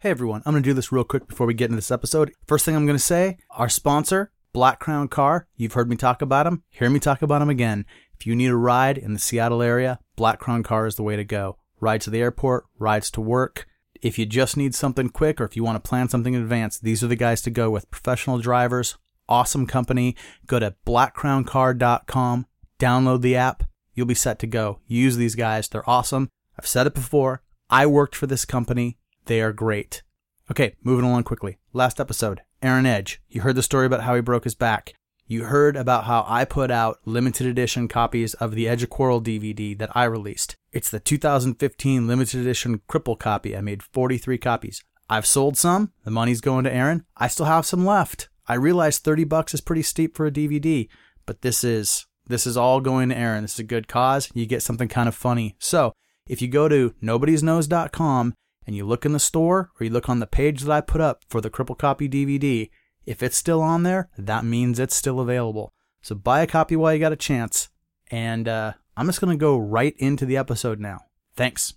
Hey everyone, I'm going to do this real quick before we get into this episode. First thing I'm going to say, our sponsor, Black Crown Car. You've heard me talk about them. Hear me talk about them again. If you need a ride in the Seattle area, Black Crown Car is the way to go. Rides to the airport, rides to work. If you just need something quick or if you want to plan something in advance, these are the guys to go with. Professional drivers, awesome company. Go to blackcrowncar.com, download the app, you'll be set to go. Use these guys, they're awesome. I've said it before. I worked for this company. They are great. Okay, moving along quickly. Last episode, Aaron Edge. You heard the story about how he broke his back. You heard about how I put out limited edition copies of the Edge of Quarrel DVD that I released. It's the 2015 limited edition cripple copy. I made 43 copies. I've sold some. The money's going to Aaron. I still have some left. I realize 30 bucks is pretty steep for a DVD, but this is this is all going to Aaron. This is a good cause. You get something kind of funny. So, if you go to nobodiesknows.com and you look in the store or you look on the page that I put up for the Cripple Copy DVD, if it's still on there, that means it's still available. So buy a copy while you got a chance. And uh, I'm just going to go right into the episode now. Thanks.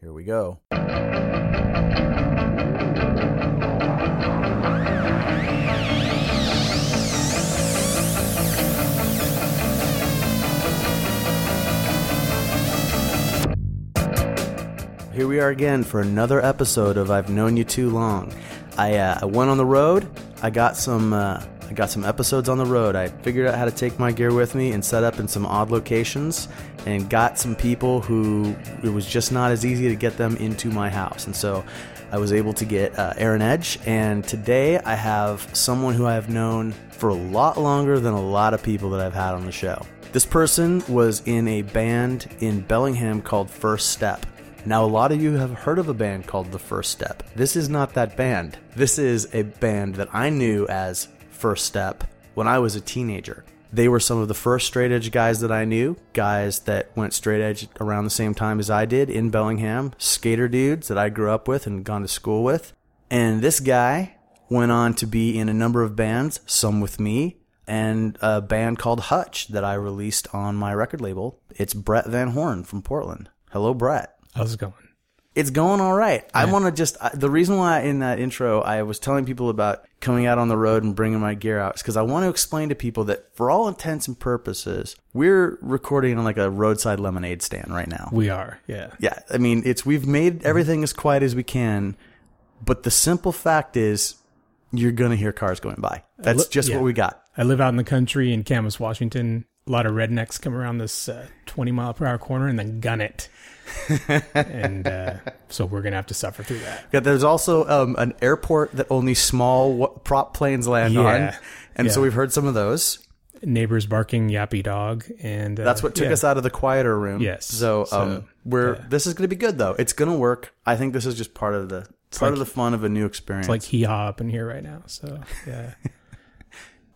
Here we go. Here we are again for another episode of I've Known You Too Long. I, uh, I went on the road. I got some uh, I got some episodes on the road. I figured out how to take my gear with me and set up in some odd locations, and got some people who it was just not as easy to get them into my house. And so I was able to get uh, Aaron Edge, and today I have someone who I have known for a lot longer than a lot of people that I've had on the show. This person was in a band in Bellingham called First Step. Now, a lot of you have heard of a band called The First Step. This is not that band. This is a band that I knew as First Step when I was a teenager. They were some of the first straight edge guys that I knew, guys that went straight edge around the same time as I did in Bellingham, skater dudes that I grew up with and gone to school with. And this guy went on to be in a number of bands, some with me, and a band called Hutch that I released on my record label. It's Brett Van Horn from Portland. Hello, Brett. How's it going? It's going all right. I want to just I, the reason why in that intro I was telling people about coming out on the road and bringing my gear out is because I want to explain to people that for all intents and purposes we're recording on like a roadside lemonade stand right now. We Mm-hmm. are. Yeah. Yeah, I mean it's we've made everything as quiet as we can, but the simple fact is you're gonna hear cars going by. That's look- just yeah. what we got. I live out in the country in Camas, Washington. A lot of rednecks come around this uh, 20 mile per hour corner and then gun it. and uh, so we're going to have to suffer through that. Yeah, there's also um, an airport that only small w- prop planes land on, Yeah. and so Yeah. we've heard some of those. Neighbors barking, yappy dog. And uh, That's what took yeah. us out of the quieter room. Yes. So, um, So, we're this is going to be good though. It's going to work. I think this is just part of the part of the fun of a new experience. It's like hee haw up in here right now. So yeah.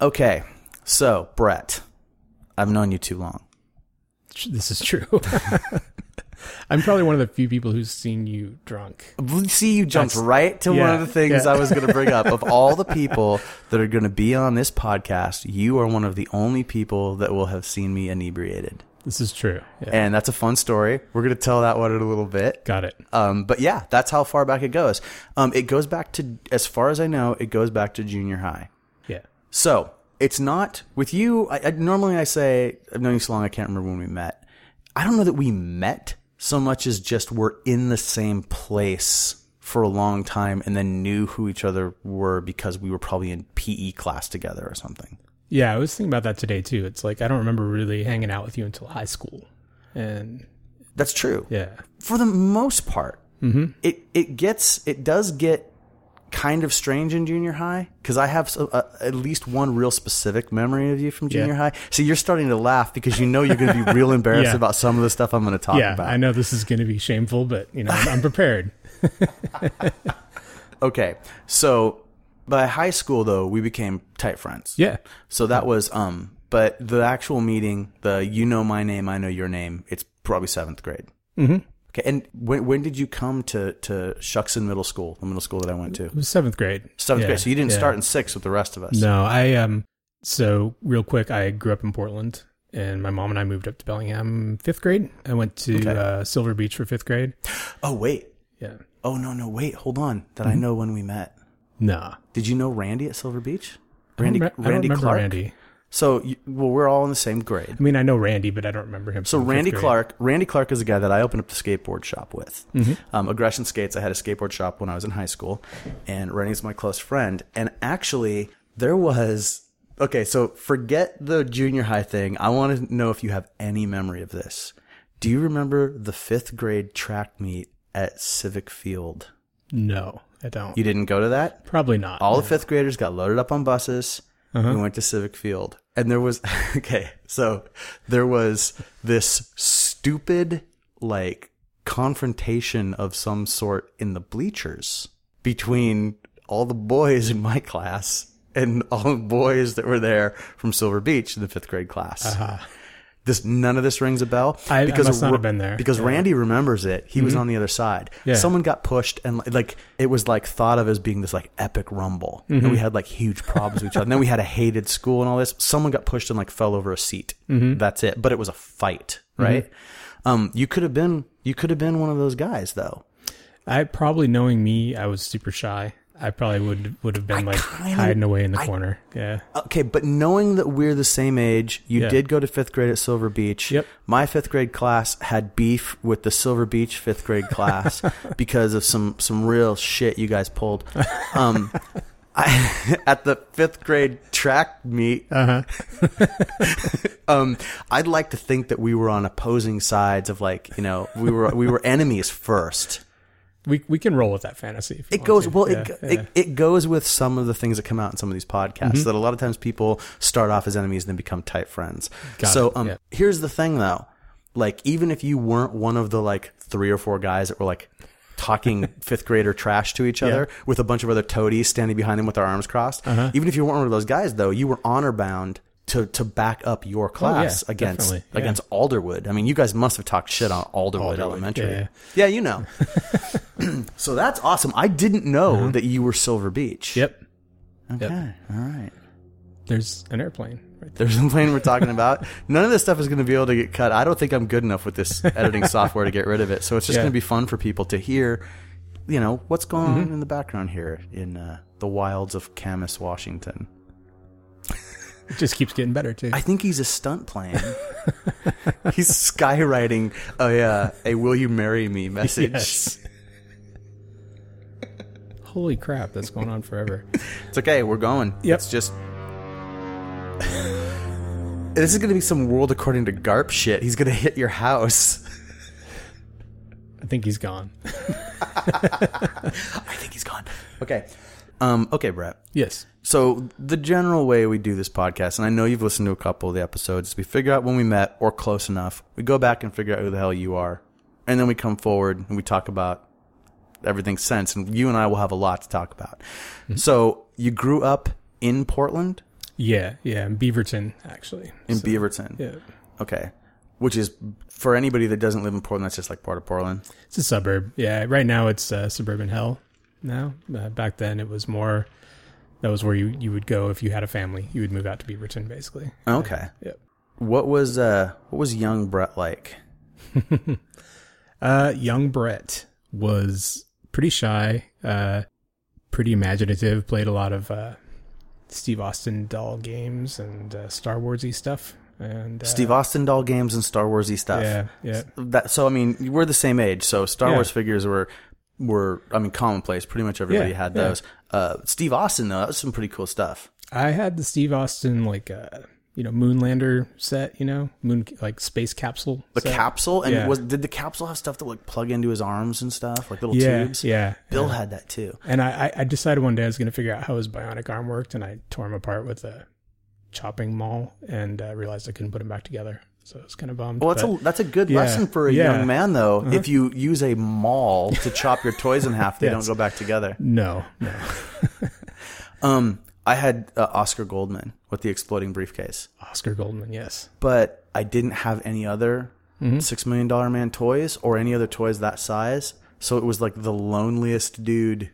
okay, so Brett, I've known you too long. this is true. I'm probably one of the few people who's seen you drunk. See, you jumped right to one yeah, of the things yeah. I was going to bring up. Of all the people that are going to be on this podcast, you are one of the only people that will have seen me inebriated, This is true. Yeah. and that's a fun story. We're going to tell that one in a little bit. Got it. Um, but yeah, that's how far back it goes. Um, it goes back to, as far as I know, it goes back to junior high. Yeah. So it's not with you. I, I normally I say I've known you so long I can't remember when we met. I don't know that we met so much as just we're in the same place for a long time and then knew who each other were because we were probably in PE class together or something. Yeah, I was thinking about that today too. It's like I don't remember really hanging out with you until high school. And That's true. yeah. for the most part, Mm-hmm. it it gets it does get kind of strange in junior high because I have so, uh, at least one real specific memory of you from junior high. So you're starting to laugh because you know you're going to be real embarrassed Yeah. about some of the stuff I'm going to talk yeah, about. I know this is going to be shameful, but you know, I'm, I'm prepared. Okay, so by high school though, we became tight friends. Yeah, So that was um, but the actual meeting, the you know my name, I know your name. It's probably seventh grade. Mm-hmm. Okay, and when when did you come to to Shuckson Middle School, the middle school that I went to? it was seventh grade. seventh Yeah, grade. So you didn't yeah. start in sixth with the rest of us. No, I um. So real quick, I grew up in Portland, and my mom and I moved up to Bellingham fifth grade. I went to Okay. uh, Silver Beach for fifth grade. Oh wait. Yeah, Oh no, no, wait, hold on. That Mm-hmm. I know when we met. Nah. Did you know Randy at Silver Beach? I don't Randy, re- I don't Randy remember Clark. Randy. So, you, well, we're all in the same grade. I mean, I know Randy, but I don't remember him. So Randy Clark, Randy Clark is a guy that I opened up the skateboard shop with. Um, Aggression Skates. I had a skateboard shop when I was in high school, and Randy's my close friend. And actually, there was okay. So forget the junior high thing. I want to know if you have any memory of this. Do you remember the fifth grade track meet at Civic Field? No, I don't. You Oh. didn't go to that. Probably not. All the fifth graders got loaded up on buses. Uh-huh. We went to Civic Field. And there was, okay, so there was this stupid, like, confrontation of some sort in the bleachers between all the boys in my class and all the boys that were there from Silver Beach in the fifth grade class. This none of this rings a bell Uh-huh. I- I must not Ra- have been there. Because Randy remembers it. He was on the other side. Someone got pushed and like it was like thought of as being this like epic rumble. And we had like huge problems with each other. And then we had a hated school and all this. Someone got pushed and like fell over a seat. That's it. But it was a fight, right? Um, you could have been you could have been one of those guys though. I probably knowing me, I was super shy. I probably would would have been like kinda- hiding away in the corner. Yeah. Okay, but knowing that we're the same age, you Yeah. did go to fifth grade at Silver Beach. Yep. My fifth grade class had beef with the Silver Beach fifth grade class because of some some real shit you guys pulled. Um, I, at the fifth grade track meet, Uh-huh. um, I'd like to think that we were on opposing sides of like you know we were we were enemies first. We we can roll with that fantasy. if you It want goes to. well. Yeah, It, yeah. Mm-hmm. it it goes with some of the things that come out in some of these podcasts. That a lot of times people start off as enemies and then become tight friends. Got so it, um, yeah. here's the thing though, like even if you weren't one of the like three or four guys that were like talking fifth grader trash to each other with a bunch of other toadies standing behind them with their arms crossed, Uh-huh. even if you weren't one of those guys though, you were honor bound. To, to back up your class against Oh, definitely, yeah. against Alderwood. I mean, you guys must have talked shit on Alderwood, Alderwood, Elementary. yeah. yeah, you know. So that's awesome. I didn't know that you were Silver Beach. Mm-hmm. Yep. Okay. All right. There's an airplane right there. There's a plane we're talking about. None of this stuff is going to be able to get cut. I don't think I'm good enough with this editing software to get rid of it. So it's just Yeah. going to be fun for people to hear, you know, what's going Mm-hmm. on in the background here in uh, the wilds of Camas, Washington. It just keeps getting better too. I think he's a stunt plane. he's skywriting a, uh, a "Will you marry me?" message. Yes. Holy crap, that's going on forever. It's okay. We're going. Yep. It's just. this is going to be some world according to Garp shit. He's going to hit your house. I think he's gone. I think he's gone. Okay. Um, okay, Brett. Yes. So the general way we do this podcast, and I know you've listened to a couple of the episodes, is we figure out when we met or close enough. We go back and figure out who the hell you are, and then we come forward and we talk about everything since. And you and I will have a lot to talk about. So you grew up in Portland, Yeah, yeah, in Beaverton actually. in Beaverton. Yeah. Okay. Which is for anybody that doesn't live in Portland, that's just like part of Portland. It's a suburb. Yeah, right now it's uh, suburban hell. Now, uh, back then it was more that was where you you would go if you had a family. You would move out to Beaverton basically. Okay. Yep. What was uh what was young Brett like? Uh, young Brett was pretty shy, uh, pretty imaginative. Played a lot of uh, Steve Austin doll games and uh, Star Warsy stuff. And uh, Steve Austin doll games and Star Warsy stuff. yeah, yeah, That so I mean, we're the same age, so Star Yeah. Wars figures were were I mean commonplace. Pretty much everybody Yeah, had yeah. those. Uh Steve Austin though, that was some pretty cool stuff. I had the Steve Austin like uh, you know Moonlander set, you know, moon like space capsule. The set. capsule and yeah. was did the capsule have stuff to like plug into his arms and stuff, like little yeah, tubes? yeah. Bill had that too. And I, I- I decided one day I was going to figure out how his bionic arm worked, and I tore him apart with a chopping maul, and uh, realized I couldn't put him back together. So I was kind of bummed. Well, that's but- a that's a good yeah, lesson for a yeah. Uh-huh. young man, though. If you use a maul to chop your toys in half, they don't go back together. no, no. Um, I had uh, Oscar Goldman with the exploding briefcase, Oscar Goldman, yes. but I didn't have any other Mm-hmm. Six million dollar man toys or any other toys that size. So it was like the loneliest dude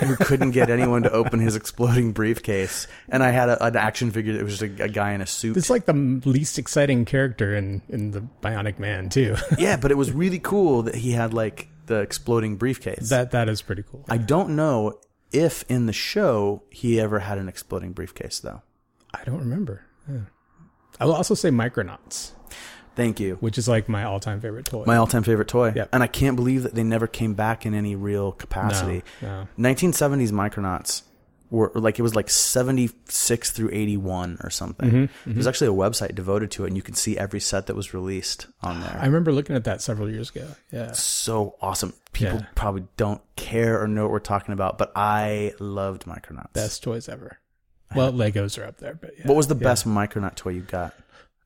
who couldn't get anyone to open his exploding briefcase. And I had a, an action figure that was just a, a guy in a suit. It's like the m- least exciting character in in the Bionic Man too. yeah, but it was really cool that he had like the exploding briefcase. That that is pretty cool. I don't know if in the show he ever had an exploding briefcase though. I don't remember. Yeah. I will also say Micronauts, Thank you. which is like my all-time favorite toy. My all-time favorite toy. Yep. And I can't believe that they never came back in any real capacity. No, no. 1970s Micronauts were like it was like 76 through 81 or something. Mm-hmm, There's actually a website devoted to it and you can see every set that was released on there. I remember looking at that several years ago. Yeah. so awesome. People Yeah. probably don't care or know what we're talking about, but I loved Micronauts. Best toys ever. Well, Legos are up there, but yeah. What was the best Micronaut toy you got?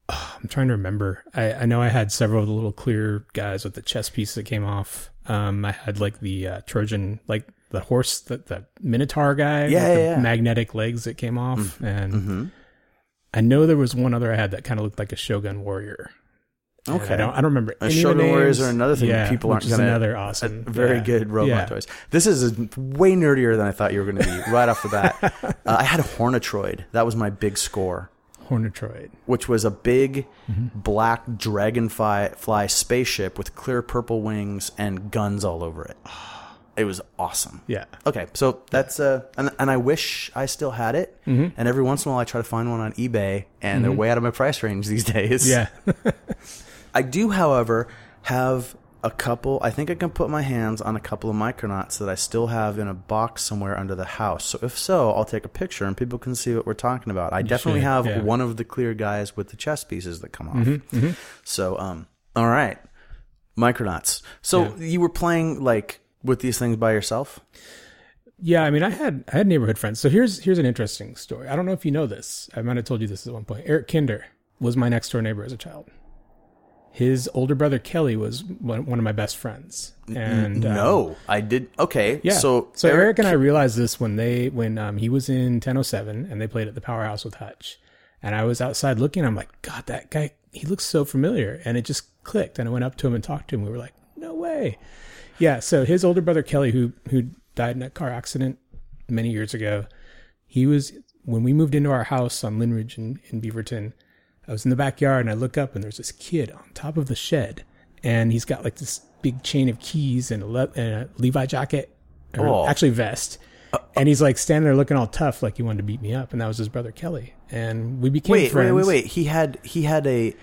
I'm trying to remember. I, I know I had several of the little clear guys with the chess piece that came off. Um, I had like the uh, Trojan, like the horse, the, the Minotaur Yeah, guy with yeah, Mm-hmm. the yeah. magnetic legs that came off. And I know there was one other I had that kind of looked like a Shogun warrior. And I don't, I don't remember. Uh, any of the Shogun warriors names. are another thing Yeah, people aren't which is gonna- another awesome, Very yeah. good robot Yeah. toys. This is way nerdier than I thought you were going to be right off the bat. Uh, I had a Hornetroid. That was my big score, Hornetroid. which was a big Mm-hmm. black dragonfly fly spaceship with clear purple wings and guns all over it. It was awesome. Yeah. Okay, so that's uh, and, and I wish I still had it. Mm-hmm. And every once in a while, I try to find one on eBay, and they're way out of my price range these days. Yeah. I do, however, have a couple. I think I can put my hands on a couple of Micronauts that I still have in a box somewhere under the house. So if so, I'll take a picture and people can see what we're talking about. I definitely should, have yeah. Mm-hmm, one of the clear guys with the chess pieces that come off. So, um, all right, Micronauts. So you were playing like with these things by yourself? Yeah, I mean, I had I had neighborhood friends. So here's here's an interesting story. I don't know if you know this. I might have told you this at one point. Eric Kinder was my next door neighbor as a child. His older brother Kelly was one one of my best friends. And um, no, I did. Okay, yeah. So, so Eric, and I realized this when they when um, he was in 1007 and they played at the powerhouse with Hutch, and I was outside looking. I'm like, God, that guy, he looks so familiar, and it just clicked. And I went up to him and talked to him. We were like, No way. Yeah. So his older brother Kelly, who who died in a car accident many years ago, he was when we moved into our house on Lynn Ridge in, in Beaverton. I was in the backyard and I look up and there's this kid on top of the shed, and he's got like this big chain of keys and a, le- and a Levi jacket, or Oh. actually vest, and he's like standing there looking all tough, like he wanted to beat me up, and that was his brother Kelly, and we became wait, wait, friends. wait, wait. He had he had a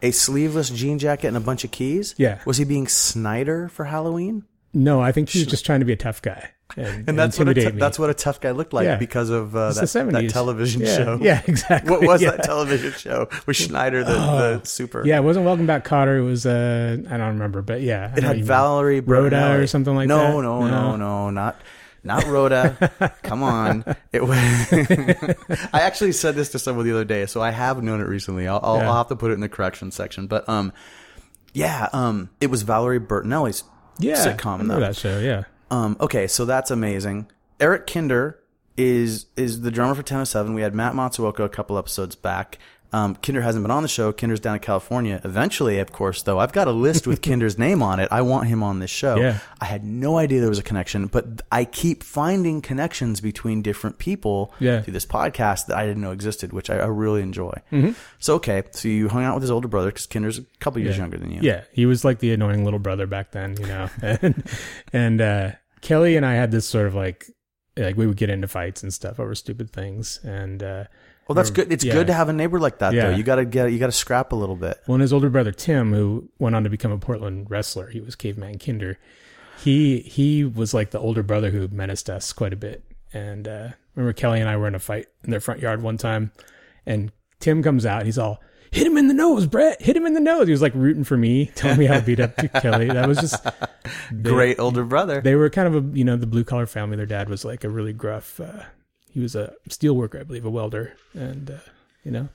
a sleeveless jean jacket and a bunch of keys. Yeah. Was he being Snyder for Halloween? No, I think she was just trying to be a tough guy and, And that's what a intimidate t- me. that's what a tough guy looked like Yeah. because of uh, It's that, the that 70s. television Yeah, show. Yeah, exactly. What was yeah. Oh. that television show with Schneider the, the super? Yeah, it wasn't Welcome Back Cotter. It was uh, I don't remember, but yeah, I It know had you mean. Valerie Rhoda Bertinelli. or something like that? no, No, no, no, No. no, not not Rhoda. Come on. It was. I actually said this to someone the other day, so I have known it recently. I'll, I'll, Yeah. I'll have to put it in the correction section, but um, yeah, um, it was Valerie Bertinelli's yeah, I sitcom remember though. that show. Yeah, Um, okay, so that's amazing. Eric Kinder is is the drummer for 1007. We had Matt Matsuoka a couple episodes back. Um, Kinder hasn't been on the show. Kinder's down in California. Eventually, of course, though, I've got a list with Kinder's name on it. I want him on this show. Yeah. I had no idea there was a connection, but I keep finding connections between different people Yeah. through this podcast that I didn't know existed, which I, I really enjoy. Mm-hmm. So, okay, so you hung out with his older brother because Kinder's a couple years younger than you. Yeah, he was like the annoying little brother back then, you know. and and uh, Kelly and I had this sort of like like we would get into fights and stuff over stupid things. And uh, Well, that's good. It's yeah. good to have a neighbor like that, though. Yeah. You got to get you got to scrap a little bit. well, and his older brother Tim, who went on to become a Portland wrestler, he was Caveman Kinder. He he was like the older brother who menaced us quite a bit. And uh, remember Kelly and I were in a fight in their front yard one time, and Tim comes out. He's all. Hit him in the nose, Brett. Hit him in the nose. He was like rooting for me, telling me how to beat up Kelly. That was just great older brother. they were kind of a you know the blue collar family. Their dad was like a really gruff. Uh, he was a steel worker, I believe, a welder, and uh, you know.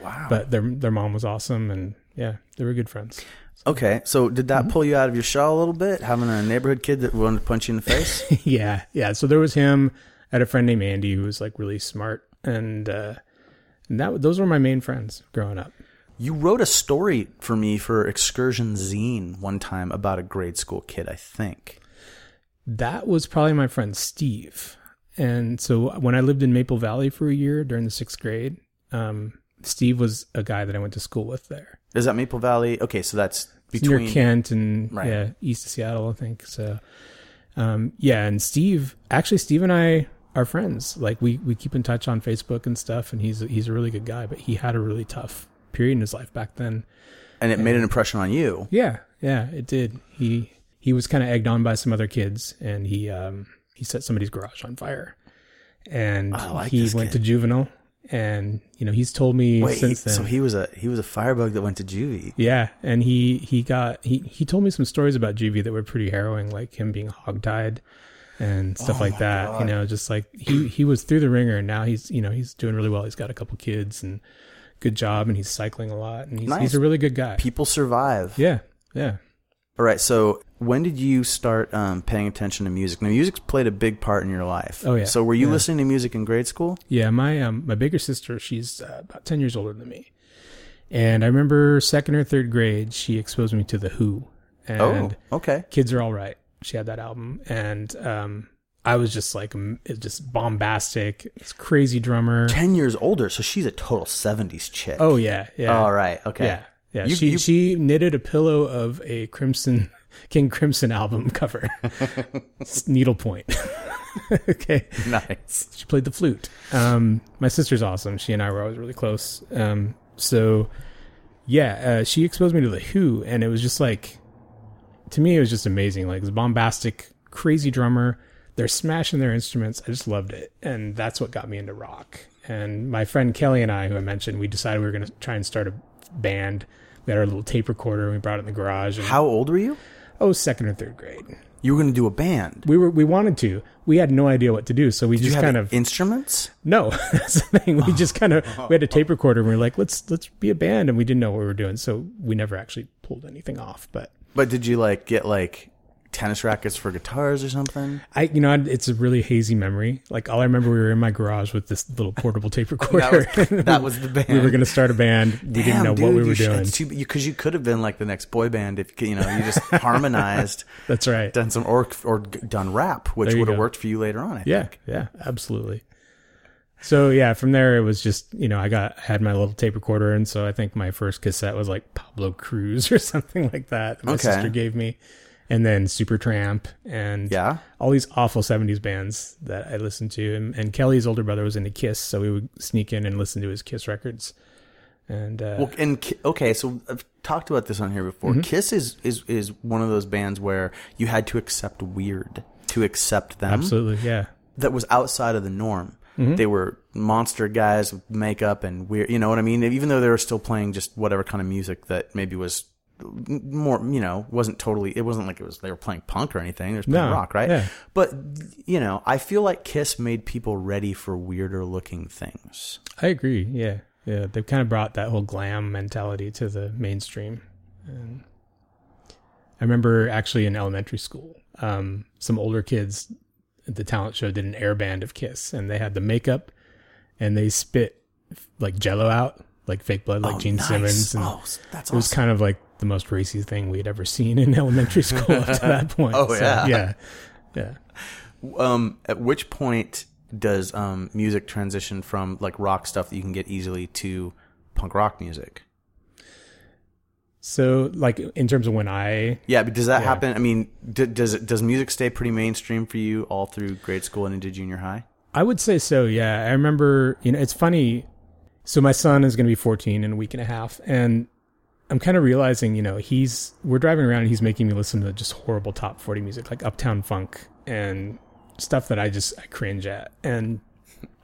Wow. But their their mom was awesome, and yeah, they were good friends. okay, so did Mm-hmm. that pull you out of your shell a little bit, having a neighborhood kid that wanted to punch you in the face? yeah, yeah. So there was him. I had a friend named Andy who was like really smart, and uh, and that those were my main friends growing up. you wrote a story for me for Excursion Zine one time about a grade school kid, I think. that was probably my friend Steve. And so when I lived in Maple Valley for a year during the sixth grade, um, Steve was a guy that I went to school with there. Is that Maple Valley? Okay, so that's It's near between Kent and Right. yeah, east of Seattle, I think. So, um, yeah, and Steve, actually, Steve and I are friends. Like we we keep in touch on Facebook and stuff, and he's he's a really good guy. But he had a really tough period in his life back then. and it made an impression on you. Yeah, yeah, it did. He he was kind of egged on by some other kids, and he um he set somebody's garage on fire, and I like he this went kid. to juvenile, and you know he's told me Wait, he, since then. so he was a he was a firebug that went to juvie. Yeah, and he he got he he told me some stories about juvie that were pretty harrowing, like him being hogtied and stuff Oh like that. You know, just like he he was through the ringer, and now he's you know he's doing really well. He's got a couple kids and good job, and he's cycling a lot, and he's Nice. he's a really good guy. People survive. Yeah, yeah. All right. So when did you start um, paying attention to music? Now, music's played a big part in your life. Oh, yeah. So were you Yeah. listening to music in grade school? Yeah, my um, my bigger sister, she's uh, about ten years older than me, and I remember second or third grade, she exposed me to the Who, and oh, okay. Kids Are All Right. She had that album, and um, I was just like, mm, it's just bombastic, it's crazy drummer. Ten years older, so she's a total '70s chick. Oh yeah, yeah, All right. Okay. yeah, yeah. You- she you- she knitted a pillow of a Crimson King Crimson album cover, It's needlepoint. okay, Nice. she played the flute. Um, my sister's awesome. She and I were always really close. Um, so yeah, uh, she exposed me to the Who, and it was just like, to me, it was just amazing. Like this bombastic, crazy drummer. They're smashing their instruments. I just loved it, and that's what got me into rock. And my friend Kelly and I, who I mentioned, we decided we were going to try and start a band. We had our little tape recorder, and we brought it in the garage. And, How old were you? oh, second or third grade. You were going to do a band. We were we wanted to. We had no idea what to do, so we Did just you have kind of instruments? no, that's the thing. We just kind of we had a tape recorder and we were like, let's let's be a band, and we didn't know what we were doing, so we never actually pulled anything off. But But did you like get like tennis rackets for guitars or something? I, you know, I'd- it's a really hazy memory. Like all I remember, we were in my garage with this little portable tape recorder. That was, that was the band. we were going to start a band. We didn't know what we were doing. Because you, 'cause you could have been like the next boy band if you know you just harmonized, That's right. done some or or g- done rap, which you would have go. worked for you later on. I Yeah, yeah, absolutely. So yeah, from there it was just you know I got I had my little tape recorder, and so I think my first cassette was like Pablo Cruz or something like that. that my Okay. sister gave me, and then Supertramp and Yeah. all these awful '70s bands that I listened to. And, and Kelly's older brother was into Kiss, so we would sneak in and listen to his Kiss records. And uh, Well, and Ki- okay, so I've talked about this on here before. Mm-hmm. Kiss is, is is one of those bands where you had to accept weird to accept them. absolutely, yeah, That was outside of the norm. Mm-hmm. They were monster guys with makeup and weird. You know what I mean? Even though they were still playing just whatever kind of music that maybe was n- more, you know, wasn't totally. It wasn't like it was they were playing punk or anything. They were playing No, rock, right? yeah. But you know, I feel like Kiss made people ready for weirder looking things. I agree. Yeah, yeah, they've kind of brought that whole glam mentality to the mainstream. And I remember actually in elementary school, um, some older kids at the talent show did an air band of Kiss, and they had the makeup, and they spit like Jello out, like fake blood, like Oh, Gene nice. Simmons. And oh, s- that's it was awesome. kind of like the most racy thing we'd ever seen in elementary school up to that point. Oh, yeah. yeah, yeah. um, at which point does um, music transition from like rock stuff that you can get easily to punk rock music? So like in terms of when I Yeah, but does that happen? I mean, d- does it, does music stay pretty mainstream for you all through grade school and into junior high? I would say so. Yeah, I remember. You know, it's funny. So my son is going to be 14 in a week and a half, and I'm kind of realizing, you know, he's we're driving around and he's making me listen to just horrible top 40 music like Uptown Funk and stuff that I just I cringe at. And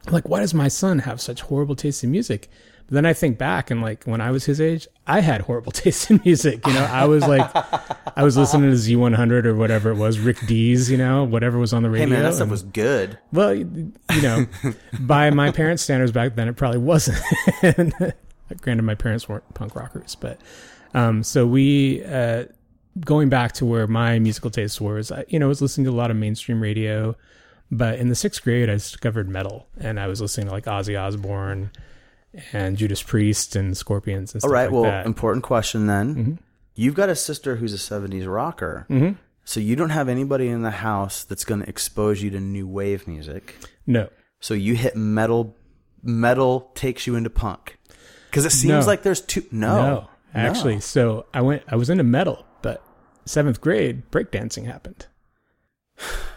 I'm like, why does my son have such horrible taste in music? But then I think back and like when I was his age, I had horrible taste in music. You know, I was like, I was listening to Z100 or whatever it was, Rick Dees, you know, whatever was on the Hey radio. man, that stuff and- was good. well, you know, by my parents' standards back then, it probably wasn't. And, granted, my parents weren't punk rockers, but um, so we uh, going back to where my musical tastes were is, I, you know, I was listening to a lot of mainstream radio, but in the sixth grade, I discovered metal, and I was listening to like Ozzy Osbourne and Judas Priest and Scorpions and stuff All right, like well, um, that. important question then. You've got a sister who's a '70s rocker, so you don't have anybody in the house that's going to expose you to new wave music. No, So you hit metal. Metal takes you into punk because it seems No. like there's two. Oh, No, no, actually. So I went. I was into metal, seventh grade, breakdancing happened,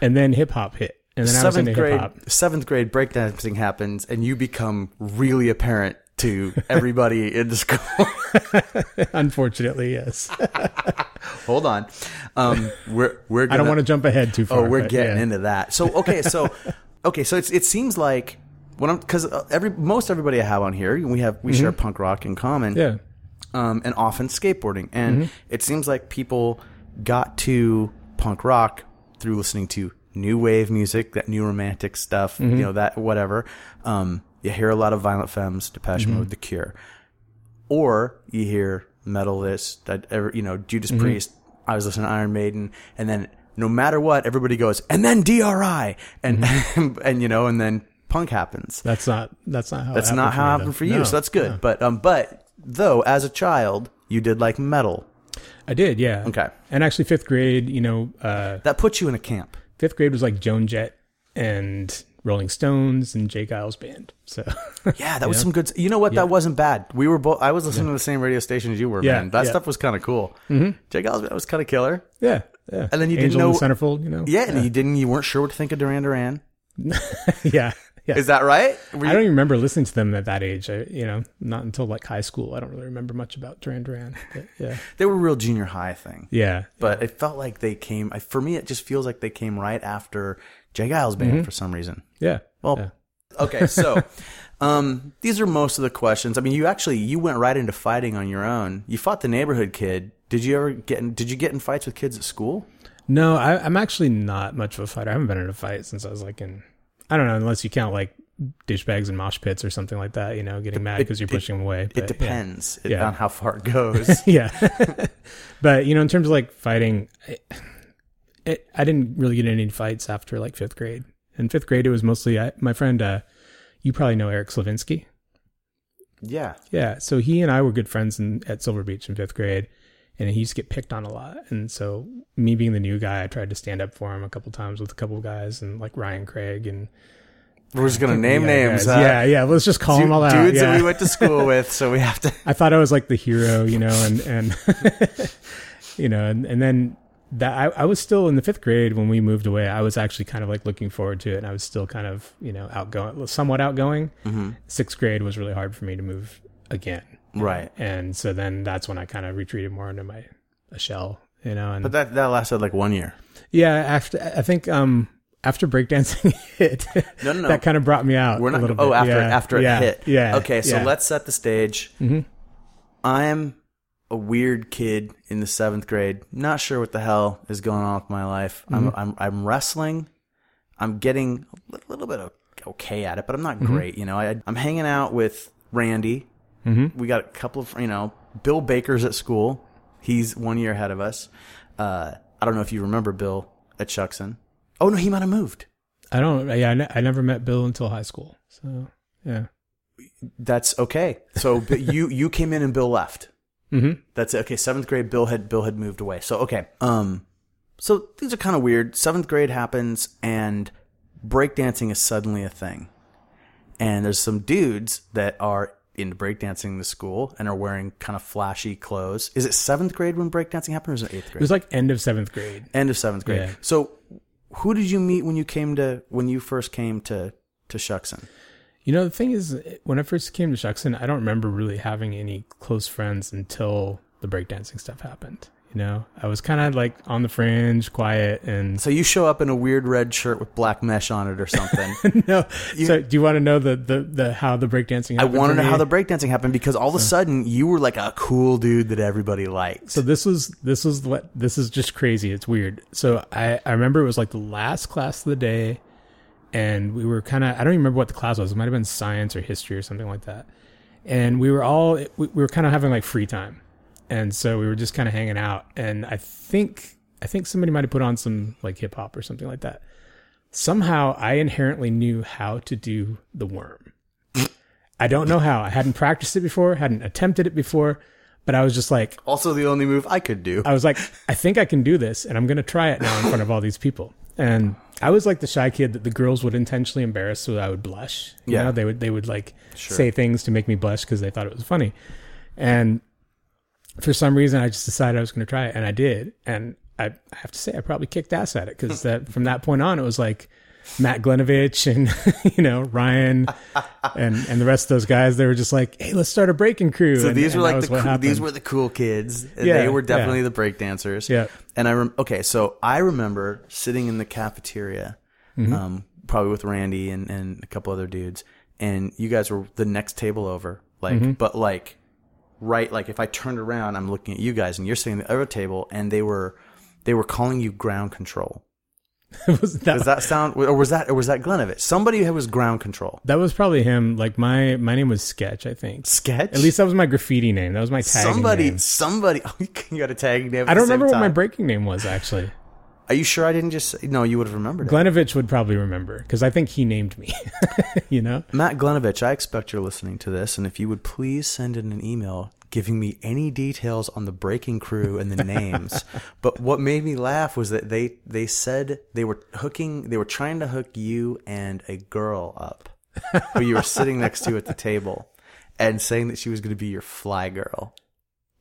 and then hip hop hit, and then I was into seventh hip grade hop. seventh grade breakdancing happens and you become really apparent to everybody in the school Unfortunately, yes. hold on um we're we're gonna, I don't want to jump ahead too far. oh we're but getting yeah. into that so okay so okay so it's, it seems like when i'm because every most everybody i have on here we have we share Mm-hmm. punk rock in common Yeah, um, and often skateboarding. And it seems like people got to punk rock through listening to new wave music, that new romantic stuff, you know, that whatever. Um, you hear a lot of Violent Femmes, Depeche Mode, The Cure, or you hear metal this that ever you know Judas Priest. I was listening to Iron Maiden, and then no matter what, everybody goes, and then DRI, and and you know, and then punk happens. that's not that's not how. That's not how it happened for you, so that's good. But um, but though as a child, you did like metal. I did. Yeah. Okay. And actually, fifth grade, you know, uh, That put you in a camp. fifth grade was like Joan Jett and Rolling Stones and Jay Giles band. So Yeah, that was some good. You know what? That wasn't bad. We were both. I was listening to the same radio station as you were. Yeah, man, that yeah. stuff was kind of cool. Mm-hmm. Jake Osmond was kind of killer. yeah, yeah. And then you didn't Angel know. in the centerfold, you know. yeah, and you didn't. You weren't sure what to think of Duran Duran. yeah, yeah. Is that right? Were I you- don't even remember listening to them at that age. I, you know, not until like high school. I don't really remember much about Duran Duran. but Yeah, they were a real junior high thing, yeah. but it felt like they came. I- For me, it just feels like they came right after Jay Giles band for some reason. Yeah. Well, Yeah. okay, so um, these are most of the questions. I mean, you actually you went right into fighting on your own. You fought the neighborhood kid. Did you ever get? In, did you get in fights with kids at school? No, I, I'm actually not much of a fighter. I haven't been in a fight since I was like in, I don't know, unless you count like douchebags and mosh pits or something like that. You know, getting mad because you're pushing them away. It but, Uh, yeah. depends it- Yeah. on how far it goes. yeah. but you know, in terms of like fighting, I, it, I didn't really get in any fights after like fifth grade. In fifth grade, it was mostly I, my friend. Uh, you probably know Eric Slavinsky. yeah, Yeah, so he and I were good friends in, at Silver Beach in fifth grade, and he used to get picked on a lot. And so, me being the new guy, I tried to stand up for him a couple times with a couple of guys, and like Ryan Craig and we're just gonna name yeah, names. guys. huh? Yeah, yeah. Let's just call Du- them all out. dudes yeah. that we went to school with, so we have to. I thought I was like the hero, you know, and and you know, and, and then that I, I was still in the fifth grade when we moved away. I was actually kind of like looking forward to it, and I was still kind of you know outgoing, somewhat outgoing. Mm-hmm. Sixth grade was really hard for me to move again, Right, and so then that's when I kind of retreated more into my a shell, you know. And but that that lasted like one year. yeah, after I think um after breakdancing hit, No, no, no. that kind of brought me out. We're a not. little Oh, bit. after Yeah, after it yeah, hit. yeah. Okay, so yeah. Mm-hmm. let's set the stage. I'm a weird kid in the seventh grade. Not sure what the hell is going on with my life. Mm-hmm. I'm, I'm I'm wrestling. I'm getting a li- little bit o- okay at it, but I'm not Mm-hmm. great. You know, I, I'm hanging out with Randy. Mm-hmm. We got a couple of you know Bill Baker's at school. He's one year ahead of us. Uh, I don't know if you remember Bill at Chuckson. Oh no, he might have moved. I don't. Yeah, I, ne- I never met Bill until high school. So yeah, That's okay. So but you you came in and Bill left. Mhm. That's it. okay. Seventh grade, Bill had Bill had moved away. So okay. Um, so things are kind of weird. Seventh grade happens, and breakdancing is suddenly a thing. And there's some dudes that are into breakdancing in the school and are wearing kind of flashy clothes. Is it seventh grade when breakdancing happened, or is it eighth it grade? was like end of seventh grade. End of seventh grade. Yeah. So who did you meet when you came to when you first came to to Shuckson? You know, the thing is, when I first came to Jackson, I don't remember really having any close friends until the breakdancing stuff happened. You know, I was kind of like on the fringe, quiet, and So you show up in a weird red shirt with black mesh on it or something. no. so, do you want to know the the, the how the breakdancing? I Happened wanted for to know me? how the breakdancing happened because all of a sudden you were like a cool dude that everybody liked. So this was this was what this is just crazy. It's weird. So I I remember it was like the last class of the day, and we were kind of I don't even remember what the class was. It might have been science or history or something like that. And we were all we, we were kind of having like free time, and so we were just kind of hanging out. And I think I think somebody might have put on some like hip hop or something like that. Somehow I inherently knew how to do the worm. I don't know how. I hadn't practiced it before, hadn't attempted it before, but I was just like, also, the only move I could do. I was like, I think I can do this, and I'm going to try it now in front of all these people. And I was like the shy kid that the girls would intentionally embarrass, so that I would blush. You Yeah. know, they would they would like say things to make me blush because they thought it was funny. And for some reason, I just decided I was going to try it, and I did. And I, I have to say I probably kicked ass at it because that from that point on it was like Matt Glenovich and you know Ryan and and the rest of those guys. They were just like, hey, let's start a breaking crew. So and, these and were that like was the what cool, these happened. were the cool kids. And Yeah, they were yeah. definitely the break dancers. Yeah. And I rem- okay, so I remember sitting in the cafeteria, Mm-hmm. um, probably with Randy and, and a couple other dudes, and you guys were the next table over, like, Mm-hmm. but like, right, like if I turned around, I'm looking at you guys, and you're sitting at the other table, and they were, they were calling you ground control. was that, Does that sound, or was that, or was that Glenovich? Somebody who was ground control. that was probably him. Like my my name was Sketch, I think. Sketch. At least that was my graffiti name. That was my tag. somebody, Name. somebody. you got a tag name. at I the don't same remember what my time. breaking name was actually. Are you sure I didn't just? Say, no, you would have remembered it. Glenovich would probably remember because I think he named me. you know, Matt Glenovich, I expect you're listening to this, and if you would please send in an email giving me any details on the breaking crew and the names. but what made me laugh was that they they said they were hooking, they were trying to hook you and a girl up who you were sitting next to at the table, and saying that she was going to be your fly girl.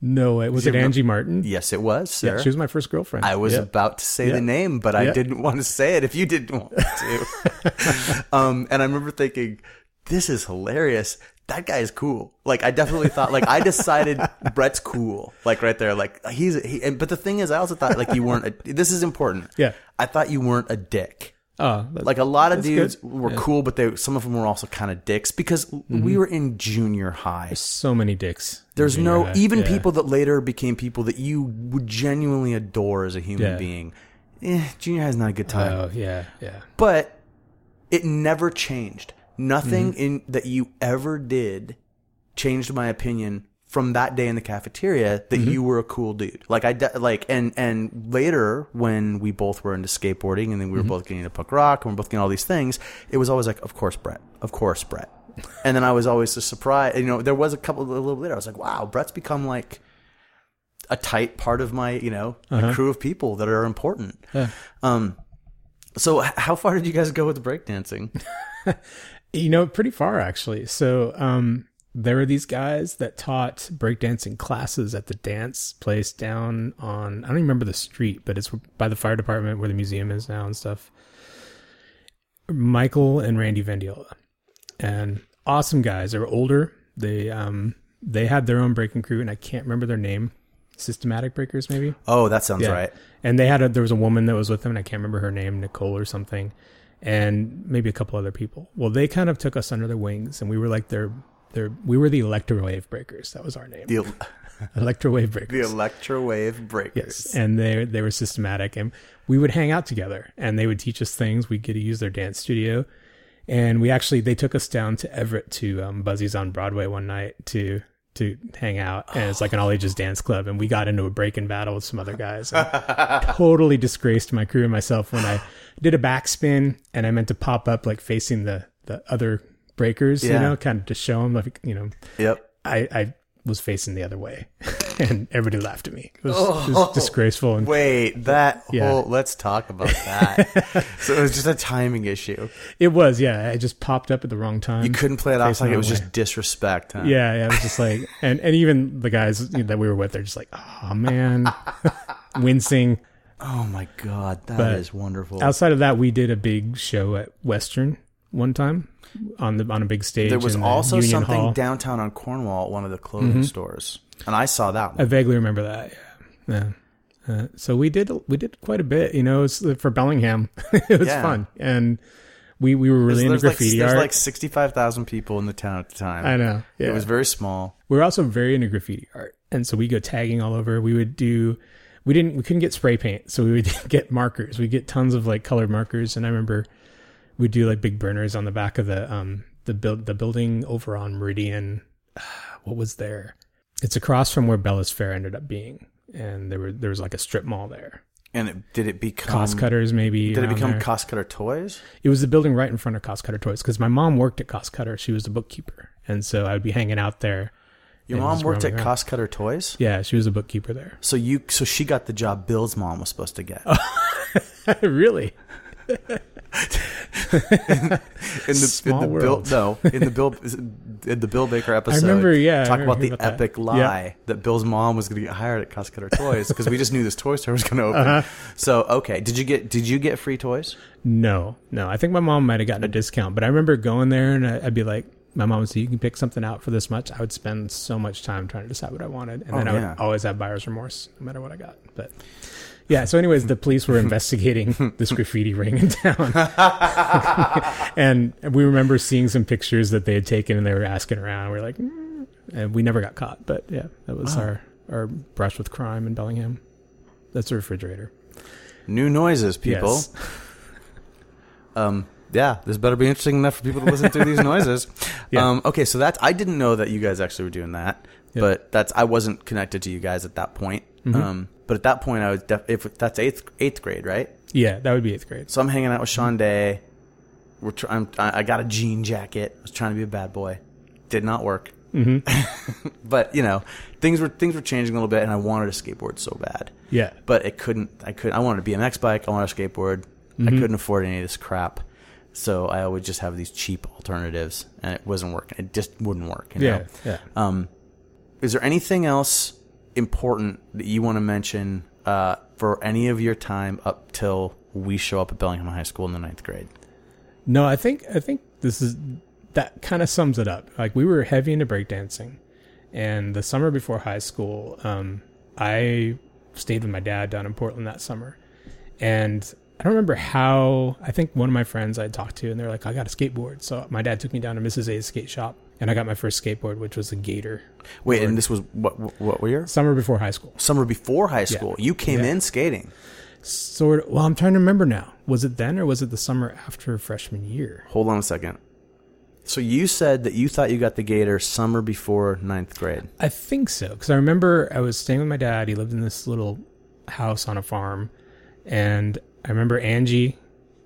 no way. Was it Angie Martin? Yes, it was, sir. Yeah, she was my first girlfriend. I was Yeah. about to say Yeah. the name, but I Yeah. didn't want to say it if you didn't want to. um, and I remember thinking, this is hilarious. That guy is cool. Like I definitely thought. Like I decided Brett's cool. Like right there. Like he's. He, and, but the thing is, I also thought like you weren't. A, this is important. Yeah. I thought you weren't a dick. Oh, that's, Like a lot of dudes good. Mm-hmm. were cool, but they some of them were also kind of dicks because we were in junior high. so many dicks. There's in junior no high. even Yeah. people that later became people that you would genuinely adore as a human Yeah. being. Eh, junior high's not a good time, Oh yeah, yeah. but it never changed. Nothing in that you ever did changed my opinion from that day in the cafeteria that you were a cool dude. Like I de- like and and later when we both were into skateboarding and then we were both getting into punk rock and we are both getting all these things, it was always like, of course, Brett, of course, Brett. And then I was always just surprised. You know, there was a couple a little bit later. I was like, wow, Brett's become like a tight part of my you know a crew of people that are important. Um. So h- how far did you guys go with the breakdancing? You know, pretty far actually. So, um, there were these guys that taught breakdancing classes at the dance place down on, I don't even remember the street, but it's by the fire department where the museum is now and stuff. Michael and Randy Vendiola. And awesome guys. They were older. They, um, they had their own breaking crew and I can't remember their name. Systematic Breakers, maybe? Oh, that sounds Yeah. right. And they had a there was a woman that was with them, and I can't remember her name, Nicole or something, and maybe a couple other people. Well, they kind of took us under their wings, and we were like their their we were the electrowave breakers. That was our name, The el- electrowave the breakers. electrowave breakers. Yes, and they they were systematic, and we would hang out together, and they would teach us things. We would get to use their dance studio, and we actually they took us down to Everett to um, Buzzy's on Broadway one night to to hang out, and it's like an all ages dance club, and we got into a breaking battle with some other guys. and totally disgraced my crew and myself when I did a backspin, and I meant to pop up like facing the the other breakers, you Yeah. know, kind of to show them like you know Yep. I, I was facing the other way, and everybody laughed at me. It was, it Oh. was disgraceful. And Wait, that Yeah. whole let's talk about that. so it was just a timing issue. it was, yeah. I just popped up at the wrong time. You couldn't play it off Facing like it the was wrong just disrespect, huh? yeah, yeah. I was just like, and and even the guys you know, that we were with, they're just like, oh man, wincing. Oh my god, that is But wonderful. Outside of that, we did a big show at Western one time on the on a big stage. there was in the also Union something Hall. Mm-hmm. downtown on Cornwall at one of the clothing stores. And I saw that I one. vaguely remember that. Yeah. yeah. Uh, so we did we did quite a bit, you know, it's for Bellingham. it was Yeah. fun, and we we were really into there's like, graffiti there's art. like 65,000 people in the town at the time. I know. Yeah. It was very small. we were also very into graffiti art, and so we go tagging all over. We would do. We didn't. We couldn't get spray paint, so we would get markers. We get tons of like colored markers, and I remember we would do like big burners on the back of the um the build the building over on Meridian. What was there? It's across from where Bella's Fair ended up being, and there were there was like a strip mall there. And it, did it become cost cutters maybe Um, Did it around become there. cost cutter toys? it was the building right in front of cost cutter toys because my mom worked at cost cutter she was the bookkeeper and so i would be hanging out there Your and mom just worked at roaming around. Cost Cutter Toys. yeah she was a bookkeeper there So you, so she got the job Bill's mom was supposed to get. really in the, in Small the Bill world. no in the Bill is it- in the Bill Baker episode. remember, yeah, I talk about remember the about that. epic Yeah. lie that Bill's mom was going to get hired at Cost Cutter Toys because we just knew this toy store was going to open. Uh-huh. So okay, did you get did you get free toys? No, no. I think my mom might have gotten a discount, but I remember going there and I- I'd be like, my mom would say, you can pick something out for this much. I would spend so much time trying to decide what I wanted. And then Oh, I would yeah. always have buyer's remorse no matter what I got. But yeah, so, anyways, the police were investigating this graffiti ring in town. and we remember seeing some pictures that they had taken and they were asking around. We were like, "Mm," and we never got caught. But yeah, that was our, our brush with crime in Bellingham. That's a refrigerator. New noises, people. Yes. Um, yeah, this better be interesting enough for people to listen through these noises. Yeah. Um, okay, so that's I didn't know that you guys actually were doing that, Yeah. Mm-hmm. but that's I wasn't connected to you guys at that point. Um, but at that point, I was def- if that's eighth eighth grade, right? Yeah, that would be eighth grade. So I'm hanging out with Sean Day. We're tr- I'm, I I got a jean jacket. I was trying to be a bad boy. Did not work. Mm-hmm. but you know, things were things were changing a little bit, and I wanted a skateboard so bad. Yeah. But it couldn't. I could. I wanted a BMX bike. I wanted a skateboard. Mm-hmm. I couldn't afford any of this crap. So I would just have these cheap alternatives, and it wasn't working. It just wouldn't work. You Yeah, Know? yeah. Um, is there anything else important that you want to mention uh, for any of your time up till we show up at Bellingham High School in the ninth grade? No, I think I think this is that kind of sums it up. Like we were heavy into breakdancing, and the summer before high school, um, I stayed with my dad down in Portland that summer, and I don't remember how. I think one of my friends I talked to, and they're like, "I got a skateboard." So my dad took me down to Mrs. A's skate shop, and I got my first skateboard, which was a Gator. Wait, and this was what what year? Summer before high school, Summer before high school. You came Yeah. in skating. sort. Of, well, I'm trying to remember now. Was it then, or was it the summer after freshman year? Hold on a second. So you said that you thought you got the gator summer before ninth grade. I think so because I remember I was staying with my dad. He lived in this little house on a farm, and I remember Angie,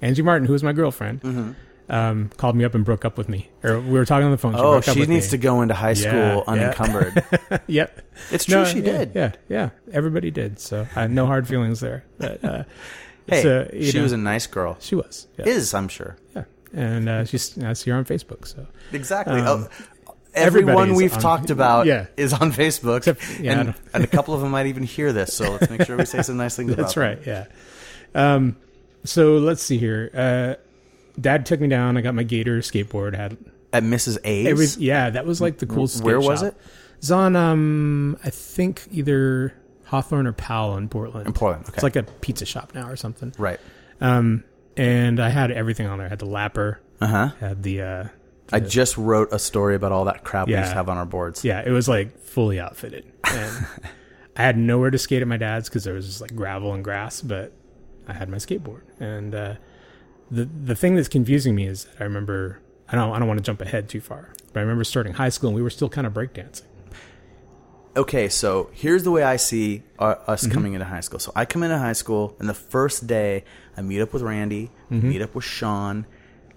Angie Martin, who was my girlfriend, Mm-hmm. um, called me up and broke up with me. Or we were talking on the phone. She Oh, broke up she with needs me. to go into high school Yeah, yeah. unencumbered. to. yep. It's true, No, she yeah, did. Yeah, yeah. Everybody did. So I no hard feelings there. But, uh, Hey, so, you she know, was a nice girl. she was. Yeah. Is I'm sure yeah. And uh, she's I see her on Facebook. So exactly. Um, Oh, everyone everybody's we've on- talked about yeah. is on Facebook, Except- yeah, I and, don't- and a couple of them might even hear this. So let's make sure we say some nice things. about That's them. right. Yeah. Um, so let's see here. Uh, Dad took me down. I got my Gator skateboard. Had At Mrs. A's, it was yeah. That was like the Where cool. skate was shop. it? It's on um I think either Hawthorne or Powell in Portland. In Portland, okay. It's like a pizza shop now or something. right? Um, and I had everything on there. I had the lapper. Uh huh. Had the uh, I just wrote a story about all that crap we Yeah. used to have on our boards. yeah. It was like fully outfitted. And I had nowhere to skate at my dad's because there was just like gravel and grass, but I had my skateboard. And uh, the the thing that's confusing me is I remember I don't I don't want to jump ahead too far, but I remember starting high school and we were still kind of breakdancing. okay, so here's the way I see our, us coming into high school. So I come into high school, and the first day I meet up with Randy, meet up with Sean,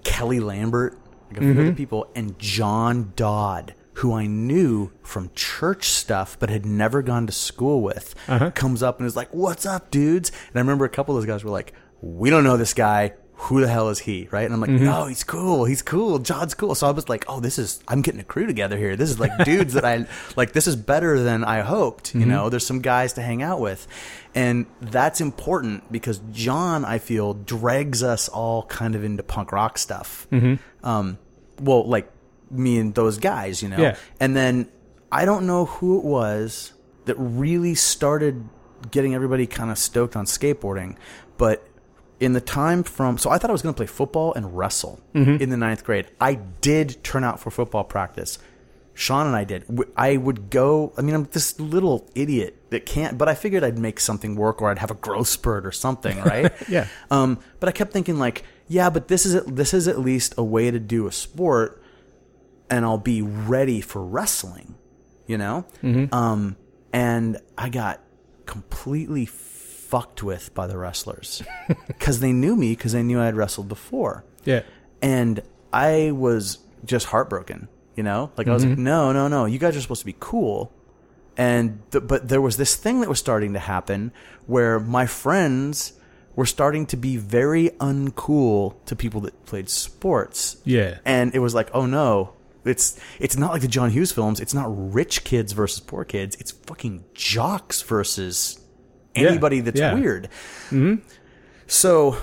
Kelly Lambert, like a few other people, and John Dodd, who I knew from church stuff but had never gone to school with, comes up and is like, "What's up, dudes?" And I remember a couple of those guys were like, "We don't know this guy." Who the hell is he? Right? And I'm like, no, he's cool. He's cool. John's cool. So I was like, oh, this is, I'm getting a crew together here. This is like dudes that I, like, this is better than I hoped. You know, there's some guys to hang out with. And that's important because John, I feel, drags us all kind of into punk rock stuff. Um, well, like me and those guys, you know? Yeah. And then I don't know who it was that really started getting everybody kind of stoked on skateboarding, but in the time from so I thought I was going to play football and wrestle in the ninth grade. I did turn out for football practice. Sean and I did. W- I would go. I mean, I'm this little idiot that can't. But I figured I'd make something work, or I'd have a growth spurt or something, right? Yeah. Um, but I kept thinking like, yeah, but this is at, this is at least a way to do a sport, and I'll be ready for wrestling, you know. Um, and I got completely fucked with by the wrestlers because they knew me because they knew I had wrestled before, Yeah. and I was just heartbroken, you know. Like I was like, no, no, no, you guys are supposed to be cool, and th- but there was this thing that was starting to happen where my friends were starting to be very uncool to people that played sports. Yeah. And it was like, oh no, it's it's not like the John Hughes films. It's not rich kids versus poor kids. It's fucking jocks versus Yeah, anybody that's yeah. Mm-hmm. weird. So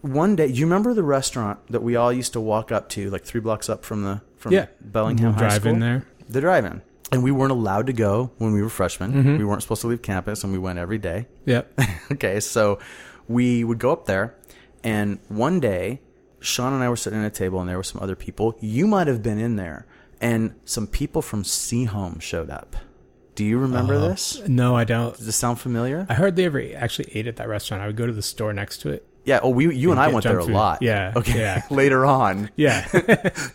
one day, you remember the restaurant that we all used to walk up to, like three blocks up from the from Yeah. Bellingham High Drive School? in there. the drive-in, and we weren't allowed to go when we were freshmen. Mm-hmm. We weren't supposed to leave campus, and we went every day. Yep. okay, so we would go up there, and one day, Sean and I were sitting at a table, and there were some other people. You might have been in there, and some people from Seahome showed up. Do you remember this? No, I don't. Does this sound familiar? Uh-huh. I hardly ever actually ate at that restaurant. I would go to the store next to it. yeah. Oh, we you and I get went there junk a food. lot. Yeah, Okay. yeah. Later on, Yeah.